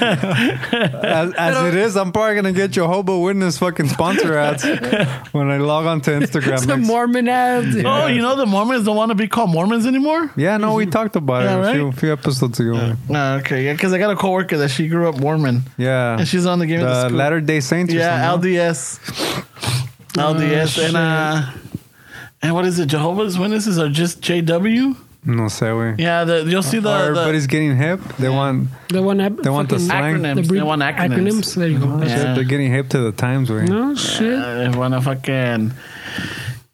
Speaker 4: As, as it is, I'm probably gonna get your hobo witness fucking sponsor ads when I log on to Instagram.
Speaker 2: Some
Speaker 4: next-
Speaker 2: Mormon ass.
Speaker 1: Oh, you know the Mormons don't want to be called Mormons anymore?
Speaker 4: Yeah, no, we talked about
Speaker 1: Yeah,
Speaker 4: it a, few,
Speaker 1: right?
Speaker 4: few episodes ago. Yeah,
Speaker 1: Uh, okay, yeah, because I got a coworker that she grew up Mormon. And she's on the game. of the
Speaker 4: the
Speaker 1: school.
Speaker 4: Latter Day Saints. or
Speaker 1: Yeah,
Speaker 4: something,
Speaker 1: LDS, Oh, LDS, and uh, and what is it? Jehovah's Witnesses are just JW.
Speaker 4: No No sé, güey.
Speaker 1: Yeah, the, you'll see
Speaker 4: Or
Speaker 1: the, the
Speaker 4: everybody's getting hip. They want.
Speaker 2: They want, ab-
Speaker 4: They want the
Speaker 2: fucking-
Speaker 4: slang.
Speaker 1: acronyms.
Speaker 2: breed-
Speaker 1: they want acronyms.
Speaker 2: acronyms. There you go.
Speaker 4: Oh, shit,
Speaker 1: Yeah.
Speaker 4: They're getting hip to the times,
Speaker 1: Ah.
Speaker 4: güey.
Speaker 2: No shit.
Speaker 1: Uh, they want to fucking.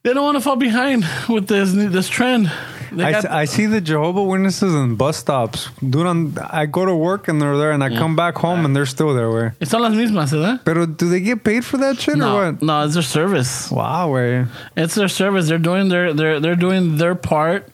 Speaker 1: They don't want to fall behind with this new- this trend. They
Speaker 4: I,
Speaker 1: got-
Speaker 4: s- I see the Jehovah Witnesses in bus stops. Dude, on, I go to work and they're there, and I come back home and they're still there, güey.
Speaker 1: son las mismas, ¿verdad?
Speaker 4: Pero do they get paid for that shit or
Speaker 1: No,
Speaker 4: what?
Speaker 1: no, it's their service.
Speaker 4: Wow, güey.
Speaker 1: It's their service. They're doing their they're they're doing their part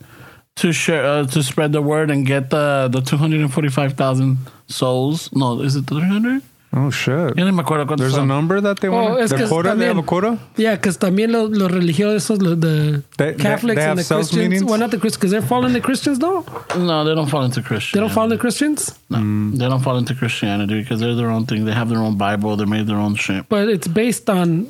Speaker 1: to share uh, to spread the word and get the the two hundred and forty five thousand souls. No, is it three hundred?
Speaker 4: Oh shit.
Speaker 1: Yo no me acuerdo cuántos
Speaker 4: There's a
Speaker 1: son.
Speaker 4: number that they want.
Speaker 2: es que
Speaker 4: the
Speaker 2: es
Speaker 4: quota. They
Speaker 2: también-
Speaker 4: have a quota.
Speaker 2: Yeah, because también los, los religiosos, los the
Speaker 4: They- they-
Speaker 2: Catholics
Speaker 4: they have
Speaker 2: and the
Speaker 4: sales
Speaker 2: Christians.
Speaker 4: meetings?
Speaker 2: Well, not the Christians, because they're following the Christians, though.
Speaker 1: No, they don't fall into
Speaker 2: They
Speaker 1: Christian.
Speaker 2: don't follow the Christians,
Speaker 1: No, they don't fall into Christianity because they're their own thing. They have their own Bible. They made their own shit.
Speaker 2: but it's based on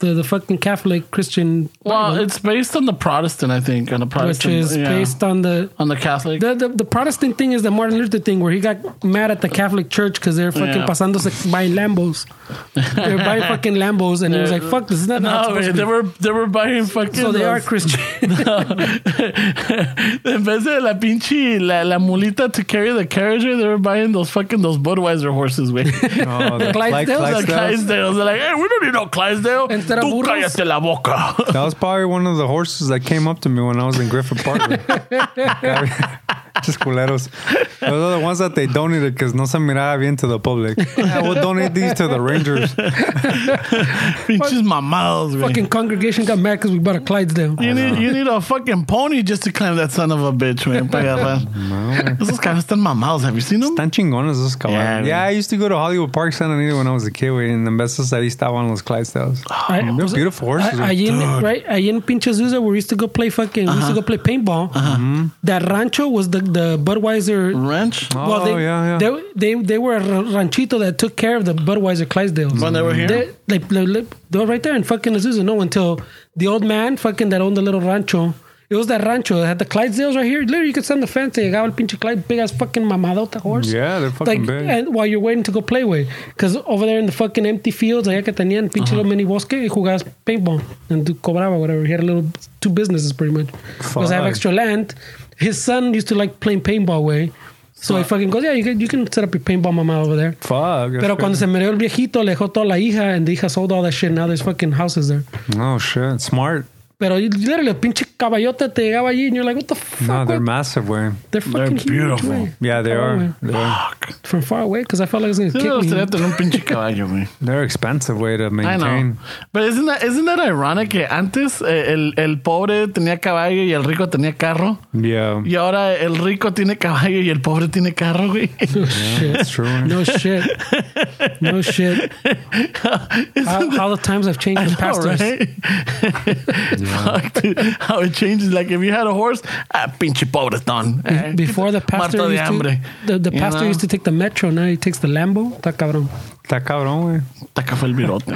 Speaker 2: the, the fucking Catholic Christian,
Speaker 1: Well,
Speaker 2: Bible,
Speaker 1: it's based on the Protestant, I think, on the
Speaker 2: which
Speaker 1: Protestant,
Speaker 2: is
Speaker 1: yeah.
Speaker 2: based on the.
Speaker 1: on the Catholic.
Speaker 2: The, the, the Protestant thing is the Martin Luther thing where he got mad at the Catholic Church because they're fucking
Speaker 1: Yeah.
Speaker 2: pasándose buying Lambos. they're buying fucking Lambos, and he was like, "Fuck, this is not." how it's
Speaker 1: no,
Speaker 2: supposed to
Speaker 1: they
Speaker 2: be."
Speaker 1: were they were buying fucking.
Speaker 2: so they are
Speaker 1: those-
Speaker 2: Christian.
Speaker 1: en vez de la pinche la, la mulita to carry the carriage, they were buying those fucking those Budweiser horses, güey.
Speaker 4: Oh, the
Speaker 2: Clydesdales?
Speaker 4: Clyde-
Speaker 2: The
Speaker 1: the
Speaker 4: Clydesdales.
Speaker 1: Clydesdales. They're like, hey, we don't need no Clydesdale.
Speaker 2: Instead of
Speaker 1: Tú
Speaker 2: burros?
Speaker 1: cállate la boca.
Speaker 4: That was probably one of the horses that came up to me when I was in Griffith Park. Just culeros. Those are the ones that they donated because no se miraba bien to the public. Yeah, we'll donate these to the Rangers.
Speaker 1: Pinches mamados, güey.
Speaker 2: fucking congregation got mad because we bought a Clydesdale.
Speaker 1: You need, you need a fucking pony just to climb that son of a bitch, man. Pa' agarrar. Esos cabros están mamados. Have you seen them?
Speaker 4: Tan chingones esos
Speaker 1: Yeah,
Speaker 4: caballos. Yeah, I used to go to Hollywood Park, San Anita when I was a kid, güey, and the veces ahí estaban los Clydesdales.
Speaker 2: I-
Speaker 4: They're
Speaker 2: was it-
Speaker 4: beautiful horses.
Speaker 2: I-
Speaker 4: güey.
Speaker 2: Allí en,
Speaker 1: Uh-huh.
Speaker 2: right, allí en pinche Azusa, we used to go play fucking, we used to go play paintball. That rancho was the the Budweiser.
Speaker 1: Ranch?
Speaker 4: Oh,
Speaker 2: well, they,
Speaker 4: yeah, yeah.
Speaker 2: they they they were a ra- ranchito that took care of the Budweiser Clydesdales.
Speaker 1: When they were here?
Speaker 2: They, like, like, like, they were right there in fucking Azusa. No, until the old man fucking that owned the little rancho. It was that rancho that had the Clydesdales right here. Literally, you could send the fence. They llegaba el pinche Clyde, big ass fucking mamadota horse.
Speaker 4: Yeah, they're fucking big.
Speaker 2: And while you're waiting to go play with. Because over there in the fucking empty fields, allá que tenían pinche
Speaker 4: Uh-huh.
Speaker 2: little mini bosque, y jugabas paintball. And tú cobraba, whatever. He had a little, two businesses pretty much. Because I have
Speaker 4: Fuck.
Speaker 2: extra land. His son used to like playing paintball, way. So he fucking goes, yeah, you can, you can set up your paintball mama over there.
Speaker 4: Fuck. that's
Speaker 2: Pero cuando se
Speaker 4: crazy.
Speaker 2: murió el viejito, le dejó toda la hija, and the hija sold all that shit. Now there's fucking houses there.
Speaker 4: Oh, shit. Smart.
Speaker 2: Pero you- literally, el pinche caballote te llegaba allí, and you're like, what the fuck?
Speaker 4: No, they're
Speaker 2: what-
Speaker 4: massive, güey.
Speaker 2: they're fucking
Speaker 1: beautiful.
Speaker 2: Huge, güey.
Speaker 4: Yeah, they
Speaker 2: Far
Speaker 4: are.
Speaker 2: away.
Speaker 4: They are.
Speaker 1: Fuck.
Speaker 2: From far away, because I felt like it was going to
Speaker 1: Sí, me
Speaker 2: kick me.
Speaker 1: gustaría tener un pinche caballo, güey.
Speaker 4: They're expensive, way to
Speaker 1: I know.
Speaker 4: maintain.
Speaker 1: But isn't that, isn't that ironic que antes eh, el, el pobre tenía caballo y el rico tenía carro?
Speaker 4: Yeah.
Speaker 1: Y ahora el rico tiene caballo y el pobre tiene carro, güey.
Speaker 2: No shit.
Speaker 4: That's true. güey.
Speaker 2: No shit. No shit. How, how the times have changed
Speaker 1: I
Speaker 2: the
Speaker 1: know,
Speaker 2: Ah, pastors.
Speaker 1: right? Fuck, dude. How it changes. Like if you had a horse, ah, pinche pobretón. Eh,
Speaker 2: Before the pastor
Speaker 1: Muerto de
Speaker 2: used to,
Speaker 1: hambre.
Speaker 2: the, the
Speaker 1: You
Speaker 2: pastor
Speaker 1: know?
Speaker 2: used to take the metro. Now he takes the Lambo. Está cabrón.
Speaker 4: Está cabrón, güey.
Speaker 1: Taca fue el virote.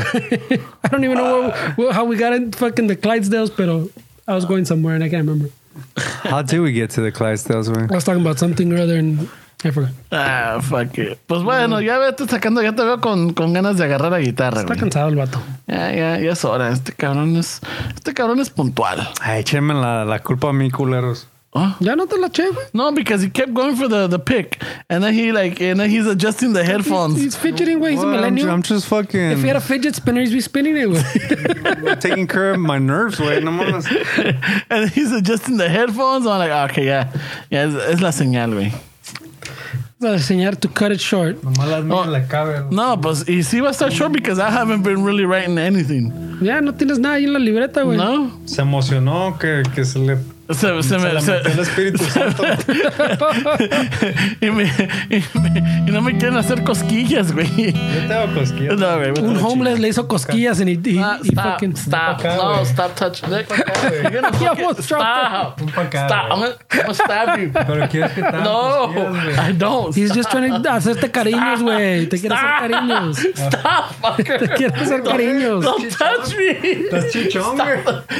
Speaker 2: I don't even know where, where- how we got in fucking the Clydesdales, pero I was going somewhere and I can't remember.
Speaker 4: How do we get to the Clydesdales, güey?
Speaker 2: I was talking about something or other and I forgot.
Speaker 1: Ah, fuck it. Pues bueno, ya vete sacando, ya te veo con, con ganas de agarrar la guitarra,
Speaker 2: Está
Speaker 1: güey.
Speaker 2: cansado el vato.
Speaker 1: Ya, ya, ya es hora. Este cabrón es, este cabrón es puntual.
Speaker 4: Ay, échenme la, la culpa a mí, culeros.
Speaker 1: Oh.
Speaker 2: Ya no te la eché, güey.
Speaker 1: No, because he kept going for the, the pick, and then he like, and then he's adjusting the headphones.
Speaker 2: He's fidgeting, güey. He's a
Speaker 4: Well, I'm,
Speaker 2: millennial.
Speaker 4: ju- I'm
Speaker 2: if
Speaker 4: just
Speaker 2: he had
Speaker 4: fucking
Speaker 2: a fidget spinner, he'd be spinning it, güey.
Speaker 4: taking care of my nerves, güey. No mames.
Speaker 1: and he's adjusting the headphones. I'm like, okay, yeah, yeah, es, es la señal, güey.
Speaker 2: Para enseñar to cut it short.
Speaker 4: Nomás las mías le cabe.
Speaker 1: No, pues, y sí va a estar short because I haven't been really writing anything.
Speaker 2: Ya no tienes nada ahí en la libreta, güey.
Speaker 1: No,
Speaker 4: Se emocionó que, que se le
Speaker 1: se, se me,
Speaker 4: se le
Speaker 1: se-
Speaker 4: metió el Espíritu Santo.
Speaker 1: y, me, y me- y no me quieren hacer cosquillas, güey.
Speaker 4: Yo te hago cosquillas.
Speaker 1: No, güey, vete a
Speaker 2: Un
Speaker 1: la
Speaker 2: homeless le hizo cosquillas and he, he,
Speaker 1: Stop,
Speaker 2: he
Speaker 1: stop,
Speaker 2: fucking
Speaker 1: stop.
Speaker 4: acá,
Speaker 1: no,
Speaker 4: güey.
Speaker 1: stop touching. Nick, You're gonna
Speaker 2: He
Speaker 1: fucking
Speaker 2: almost dropped
Speaker 1: stop.
Speaker 4: Ven pa' acá,
Speaker 1: Stop. I'm
Speaker 4: güey.
Speaker 1: gonna, I'm gonna stab you.
Speaker 4: Pero quieres que te haga
Speaker 1: No,
Speaker 4: cosquillas, güey.
Speaker 1: I don't.
Speaker 2: He's just trying to hacerte cariños, güey. Te quiere hacer cariños.
Speaker 1: Stop,
Speaker 2: Te
Speaker 1: fucker.
Speaker 2: quiere hacer cariños.
Speaker 1: Don't touch me.
Speaker 4: Estás chichón, güey.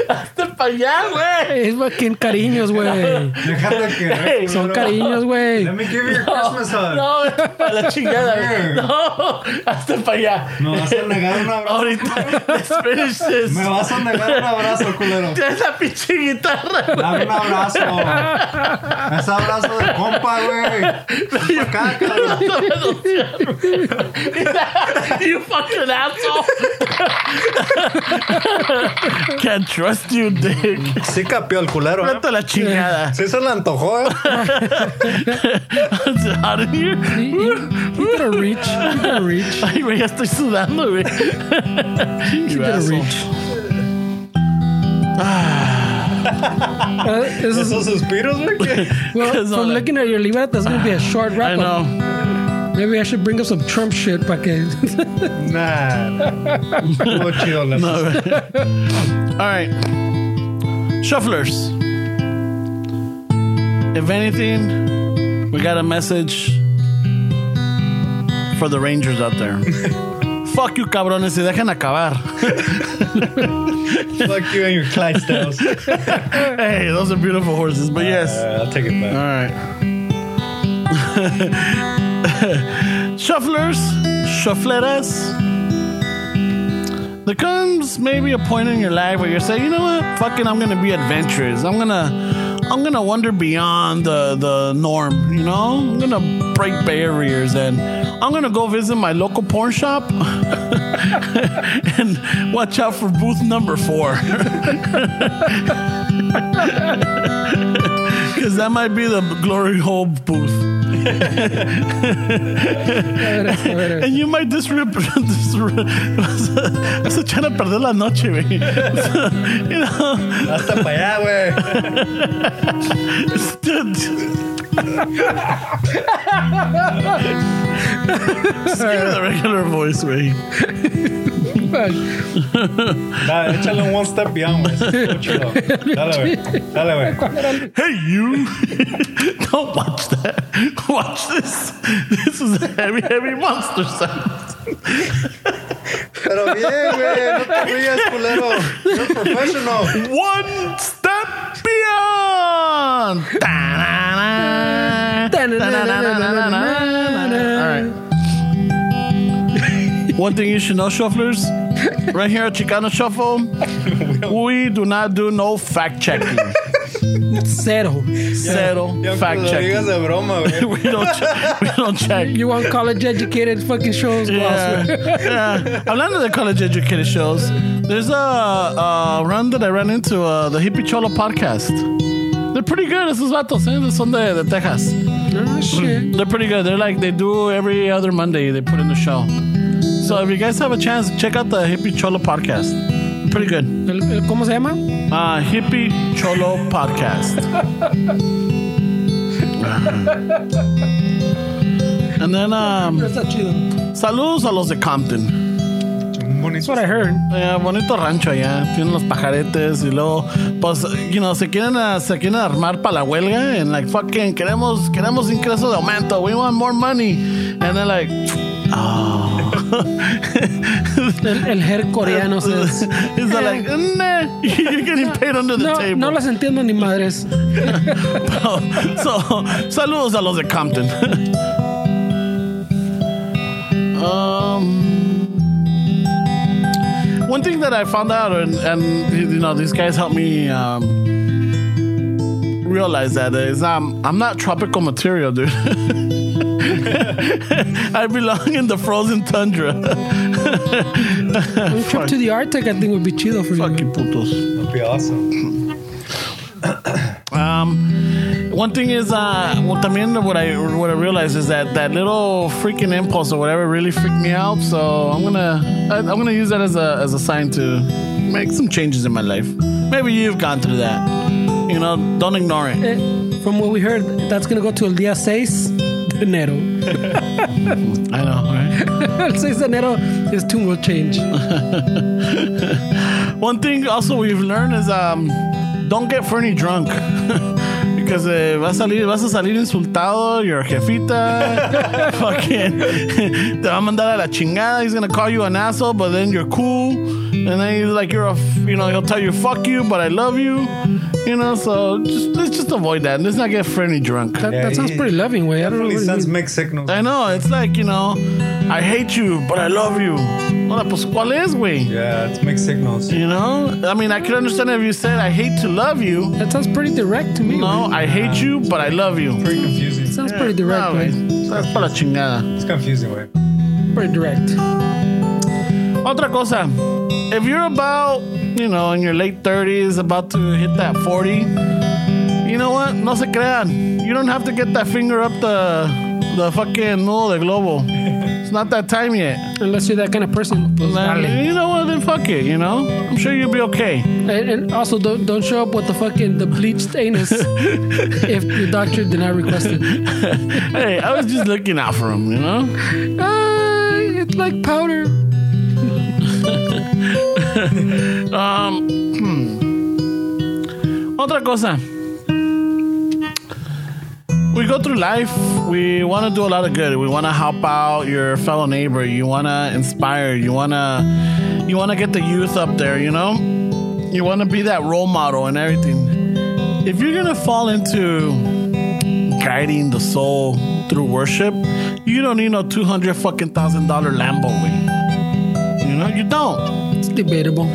Speaker 1: Hazte pa' allá, güey.
Speaker 2: Es fucking cariños, güey.
Speaker 4: Déjate que.
Speaker 2: Son cariños,
Speaker 4: Let
Speaker 2: güey.
Speaker 4: me give you your Christmas hug.
Speaker 1: No, para la chingada. güey. No, hazte pa' allá.
Speaker 4: Me vas a negar un abrazo.
Speaker 1: Ahorita, let's finish this.
Speaker 4: Me vas a negar un abrazo, culero.
Speaker 1: Ya es la pinche guitarra, güey.
Speaker 4: Dame un abrazo. Ese abrazo de compa, güey. Ven pa' acá, cabrón.
Speaker 1: No me lo You fucking asshole. Can't trust you, dick.
Speaker 4: Sí capió el culero. ¿eh?
Speaker 1: Vete a la chingada.
Speaker 4: Sí se le antojó, ¿eh?
Speaker 1: It's out of here.
Speaker 2: He, he, he did a reach. He did a reach.
Speaker 1: Ay, güey, ya estoy sudando, güey.
Speaker 2: He did a reach. Ah, this is,
Speaker 4: Esos suspiros, güey. que-
Speaker 2: well,
Speaker 1: Cause all
Speaker 2: from
Speaker 1: that-
Speaker 2: looking at your libreta, it's gonna be a short
Speaker 1: I
Speaker 2: wrap up.
Speaker 1: know.
Speaker 2: Maybe I should bring up some Trump shit para que
Speaker 4: Nah. Estuvo chido la
Speaker 1: All right. All right. Shufflers. If anything, we got a message for the Rangers out there. Fuck you, cabrones, y dejen acabar.
Speaker 4: Fuck you and your Clydesdales.
Speaker 1: Hey, those are beautiful horses, but yes.
Speaker 4: Uh, I'll take it
Speaker 1: All
Speaker 4: back.
Speaker 1: right. Shufflers, shuffleras. There comes maybe a point in your life where you say, you know what, fucking, I'm gonna be adventurous. I'm gonna, I'm gonna wander beyond the the norm. You know, I'm gonna break barriers and I'm gonna go visit my local porn shop and watch out for booth number four. Because that might be the glory hole booth. And you might disrupt. disrupt estoy trying to perder la noche, güey. you know,
Speaker 4: Hasta para allá, güey.
Speaker 1: dude. Screw the regular voice, güey.
Speaker 2: Fuck.
Speaker 6: Dale, échale un one step beyond, güey. Eso estuvo chido. Dale, güey. Dale, güey.
Speaker 7: Hey, you! Don't watch that. Watch this. This is a heavy, heavy monster sound.
Speaker 6: Pero bien, güey. No te rías, culero. You're professional.
Speaker 7: One step beyond. Ta-na-na. Ta-na-na-na-na-na-na.
Speaker 1: One thing you should know, shufflers, right here at Chicano Shuffle, we do not do no fact checking.
Speaker 2: Cero.
Speaker 1: Zero
Speaker 6: Y aunque
Speaker 1: fact
Speaker 6: lo digas
Speaker 1: checking.
Speaker 6: de broma, güey.
Speaker 1: We don't, che- we don't check.
Speaker 2: You want college educated fucking shows, boss.
Speaker 1: Yeah. yeah. Hablando de college educated shows, there's a, a run that I ran into uh, the Hippie Cholo podcast. They're pretty good. Esos vatos, eh? Son de, de Texas.
Speaker 2: Oh, shit.
Speaker 1: They're pretty good. They're like, they do every other Monday, they put in a show. So if you guys have a chance, check out the Hippie Cholo podcast. Pretty good.
Speaker 2: El- el- ¿Cómo se llama?
Speaker 1: Uh, Hippie Cholo podcast. and then, um,
Speaker 2: Está chido.
Speaker 1: saludos a los de Compton.
Speaker 4: Un bonito.
Speaker 2: That's what I heard.
Speaker 1: Eh, bonito rancho allá, tienen los pajaretes y luego, pues, you know, se quieren, ah, se quieren armar para la huelga and like, fucking, queremos, queremos ingreso de aumento, we want more money. And they're like, oh.
Speaker 2: El, el her coreano says.
Speaker 1: It's not like, nah, you're getting paid under the
Speaker 2: No,
Speaker 1: table.
Speaker 2: no las entiendo ni madres.
Speaker 1: so, saludos a los de Compton. um, one thing that I found out, and, and you know, these guys helped me um, realize that is um, I'm not tropical material, dude. I belong in the frozen tundra.
Speaker 2: Un trip to the Arctic, I think, would be chido for you.
Speaker 1: Fucking putos.
Speaker 6: That'd be awesome.
Speaker 1: Um, one thing is, uh, well, también what I what I realized is that that little freaking impulse or whatever really freaked me out. So I'm gonna I, I'm gonna use that as a as a sign to make some changes in my life. Maybe you've gone through that. You know, don't ignore it.
Speaker 2: Eh, From what we heard, that's gonna go to el día 6 de enero.
Speaker 1: I know, right?
Speaker 2: El 6 de enero, his tune will change.
Speaker 1: One thing also we've learned is um, don't get Fernie drunk. Because eh, vas, a salir, vas a salir insultado, your jefita, fucking, te va a mandar a la chingada. He's gonna call you an asshole, but then you're cool. And then he's like, you're a, f- you know, he'll tell you, fuck you, but I love you. You know, so just, let's just avoid that. Let's not get Fernie drunk.
Speaker 2: That, that sounds pretty loving, way. I don't know.
Speaker 6: Really
Speaker 2: what it
Speaker 6: sounds
Speaker 2: means.
Speaker 6: Mexican.
Speaker 1: I know, it's like, you know, I hate you, but I love you. Hola, pues, ¿cuál es, güey?
Speaker 6: Yeah, it's mixed signals.
Speaker 1: You know, I mean, I could understand if you said, I hate to love you.
Speaker 2: That sounds pretty direct to me.
Speaker 1: No, I hate you, but I love you.
Speaker 6: Pretty confusing.
Speaker 2: Sounds pretty direct,
Speaker 1: No, güey.
Speaker 2: way.
Speaker 1: Estás para la chingada.
Speaker 6: It's confusing, güey.
Speaker 2: Pretty direct.
Speaker 1: Otra cosa. If you're about, you know, in your late 30s, about to hit that 40, you know what? No se crean. You don't have to get that finger up the the fucking nudo de globo. It's not that time yet.
Speaker 2: Unless you're that kind of person. Pues,
Speaker 1: Then,
Speaker 2: dale.
Speaker 1: You know what? Then fuck it, you know? I'm sure you'll be okay.
Speaker 2: And, and also, don't don't show up with the fucking the bleached anus if the doctor did not request it.
Speaker 1: hey, I was just looking out for him, you know?
Speaker 2: Ah, it's like powder.
Speaker 1: Um, hmm. Otra cosa. We go through life. We want to do a lot of good. We want to help out your fellow neighbor. You want to inspire. You want to you want to get the youth up there, you know? You want to be that role model and everything. If you're going to fall into guiding the soul through worship, you don't need no 200 fucking thousand dollar Lambo. Way. You know, you don't.
Speaker 2: It's debatable.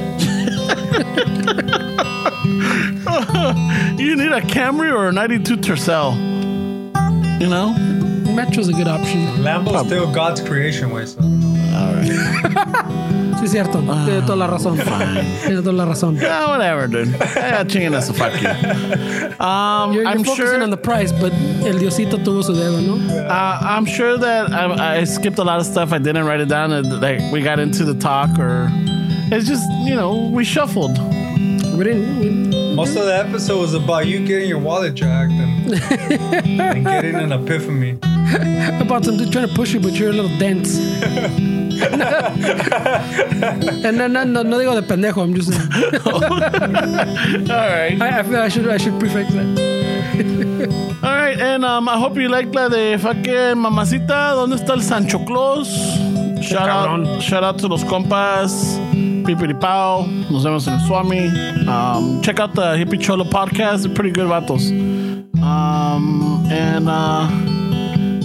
Speaker 1: You need a Camry or a 92 Tercel. You know?
Speaker 2: Metro's a good option.
Speaker 6: Lambo's still God's creation, güey. So.
Speaker 2: Sí, es cierto. Tiene toda la razón. Tiene toda la razón.
Speaker 1: Yeah, Mm. Ah, whatever, dude. Yeah, chinging that's a fuck you. Um,
Speaker 2: You're, you're
Speaker 1: I'm
Speaker 2: focusing
Speaker 1: sure.
Speaker 2: on the price, but el diosito tuvo su dedo, ¿no?
Speaker 1: uh, I'm sure that I, I skipped a lot of stuff. I didn't write it down. And, like we got into the talk, or it's just you know we shuffled.
Speaker 2: We didn't, we-
Speaker 6: Most of the episode was about you getting your wallet jacked and, and getting an epiphany.
Speaker 2: about some dude trying to push you, but you're a little dense. and no, no, no, no digo de pendejo. I'm just. Saying.
Speaker 1: All right.
Speaker 2: I, I feel I should I should prefix that.
Speaker 1: All right, and um, I hope you like la de fucking mamacita. ¿Dónde está el Sancho Claus? Shout
Speaker 2: cabrón.
Speaker 1: out, shout out to los compas. Pipiripao. Nos vemos en el Swami. Um, check out the Hippie Cholo podcast. They're pretty good vatos. Um, and uh,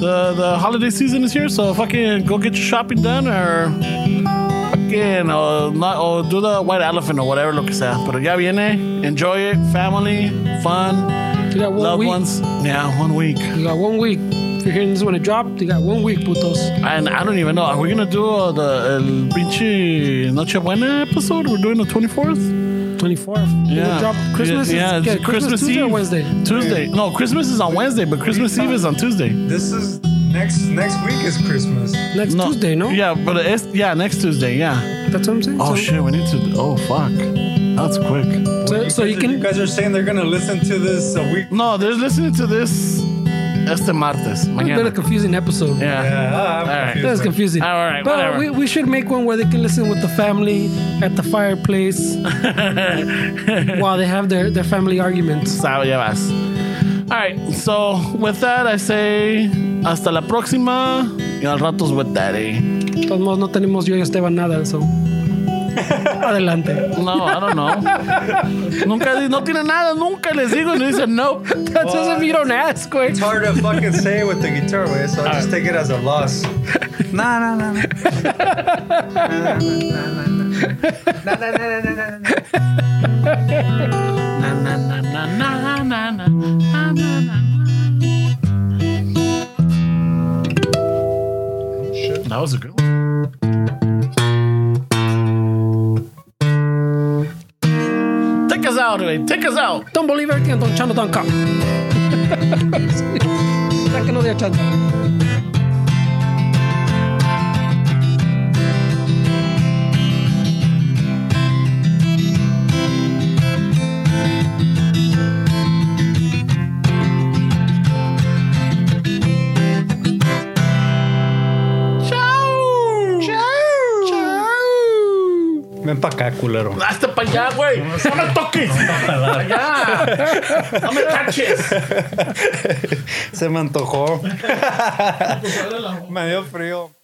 Speaker 1: the, the holiday season is here, so fucking go get your shopping done or fucking uh, not, or do the white elephant or whatever lo que sea. Pero ya viene. Enjoy it. Family, fun.
Speaker 2: You got one
Speaker 1: Loved
Speaker 2: week.
Speaker 1: ones. Yeah, one week.
Speaker 2: You got one week. If you're hearing this when it dropped, you got one week, putos.
Speaker 1: And I don't even know. Are we gonna do uh, the El Pinche Noche Buena episode? We're doing the 24th?
Speaker 2: 24th. It dropped Christmas. is-
Speaker 1: Yeah,
Speaker 2: yeah,
Speaker 1: it's Christmas,
Speaker 2: Tuesday
Speaker 1: Eve.
Speaker 2: or Wednesday.
Speaker 1: Tuesday. No, Christmas is on Wednesday, but Christmas Eve is on Tuesday.
Speaker 6: This is next next week is Christmas.
Speaker 2: Next
Speaker 1: No.
Speaker 2: Tuesday, no?
Speaker 1: Yeah, but it's, yeah, next Tuesday, yeah.
Speaker 2: That's what I'm saying.
Speaker 1: Oh,
Speaker 2: so,
Speaker 1: shit, we need to. Oh, fuck. That's quick.
Speaker 2: So, so you
Speaker 6: You
Speaker 2: can.
Speaker 6: guys are saying they're gonna listen to this a week.
Speaker 1: No, they're listening to this este martes.
Speaker 2: It's been a
Speaker 1: Mañana.
Speaker 2: confusing episode.
Speaker 1: Yeah.
Speaker 6: Yeah, I'm
Speaker 1: All right.
Speaker 2: That was
Speaker 6: confused.
Speaker 2: confusing.
Speaker 1: All right,
Speaker 2: but
Speaker 1: whatever.
Speaker 2: we, we should make one where they can listen with the family at the fireplace while they have their, their family arguments.
Speaker 1: Sao ya vas. All right, so with that, I say hasta la próxima. Y al ratos with daddy.
Speaker 2: De todos modos, no tenemos yo y Esteban nada, so. Adelante.
Speaker 1: No, I don't know. nunca, di- no tiene nada, nunca les digo y le dicen no.
Speaker 2: That's as if you don't ask, güey.
Speaker 6: It's hard to fucking say with the guitar way, so I just take it as a loss.
Speaker 4: No, no, no, no.
Speaker 1: Na, na, na, na, na, na, na. That was a good one. Take us out, baby. Take us out.
Speaker 2: Don't believe everything on Chano.com. Para que no dé chance.
Speaker 1: Chao. Chao. Chao.
Speaker 4: Ven pa' acá, culero.
Speaker 1: Hasta para allá, güey. No me toques. Allá. No me caches.
Speaker 4: Se me antojó. me dio frío.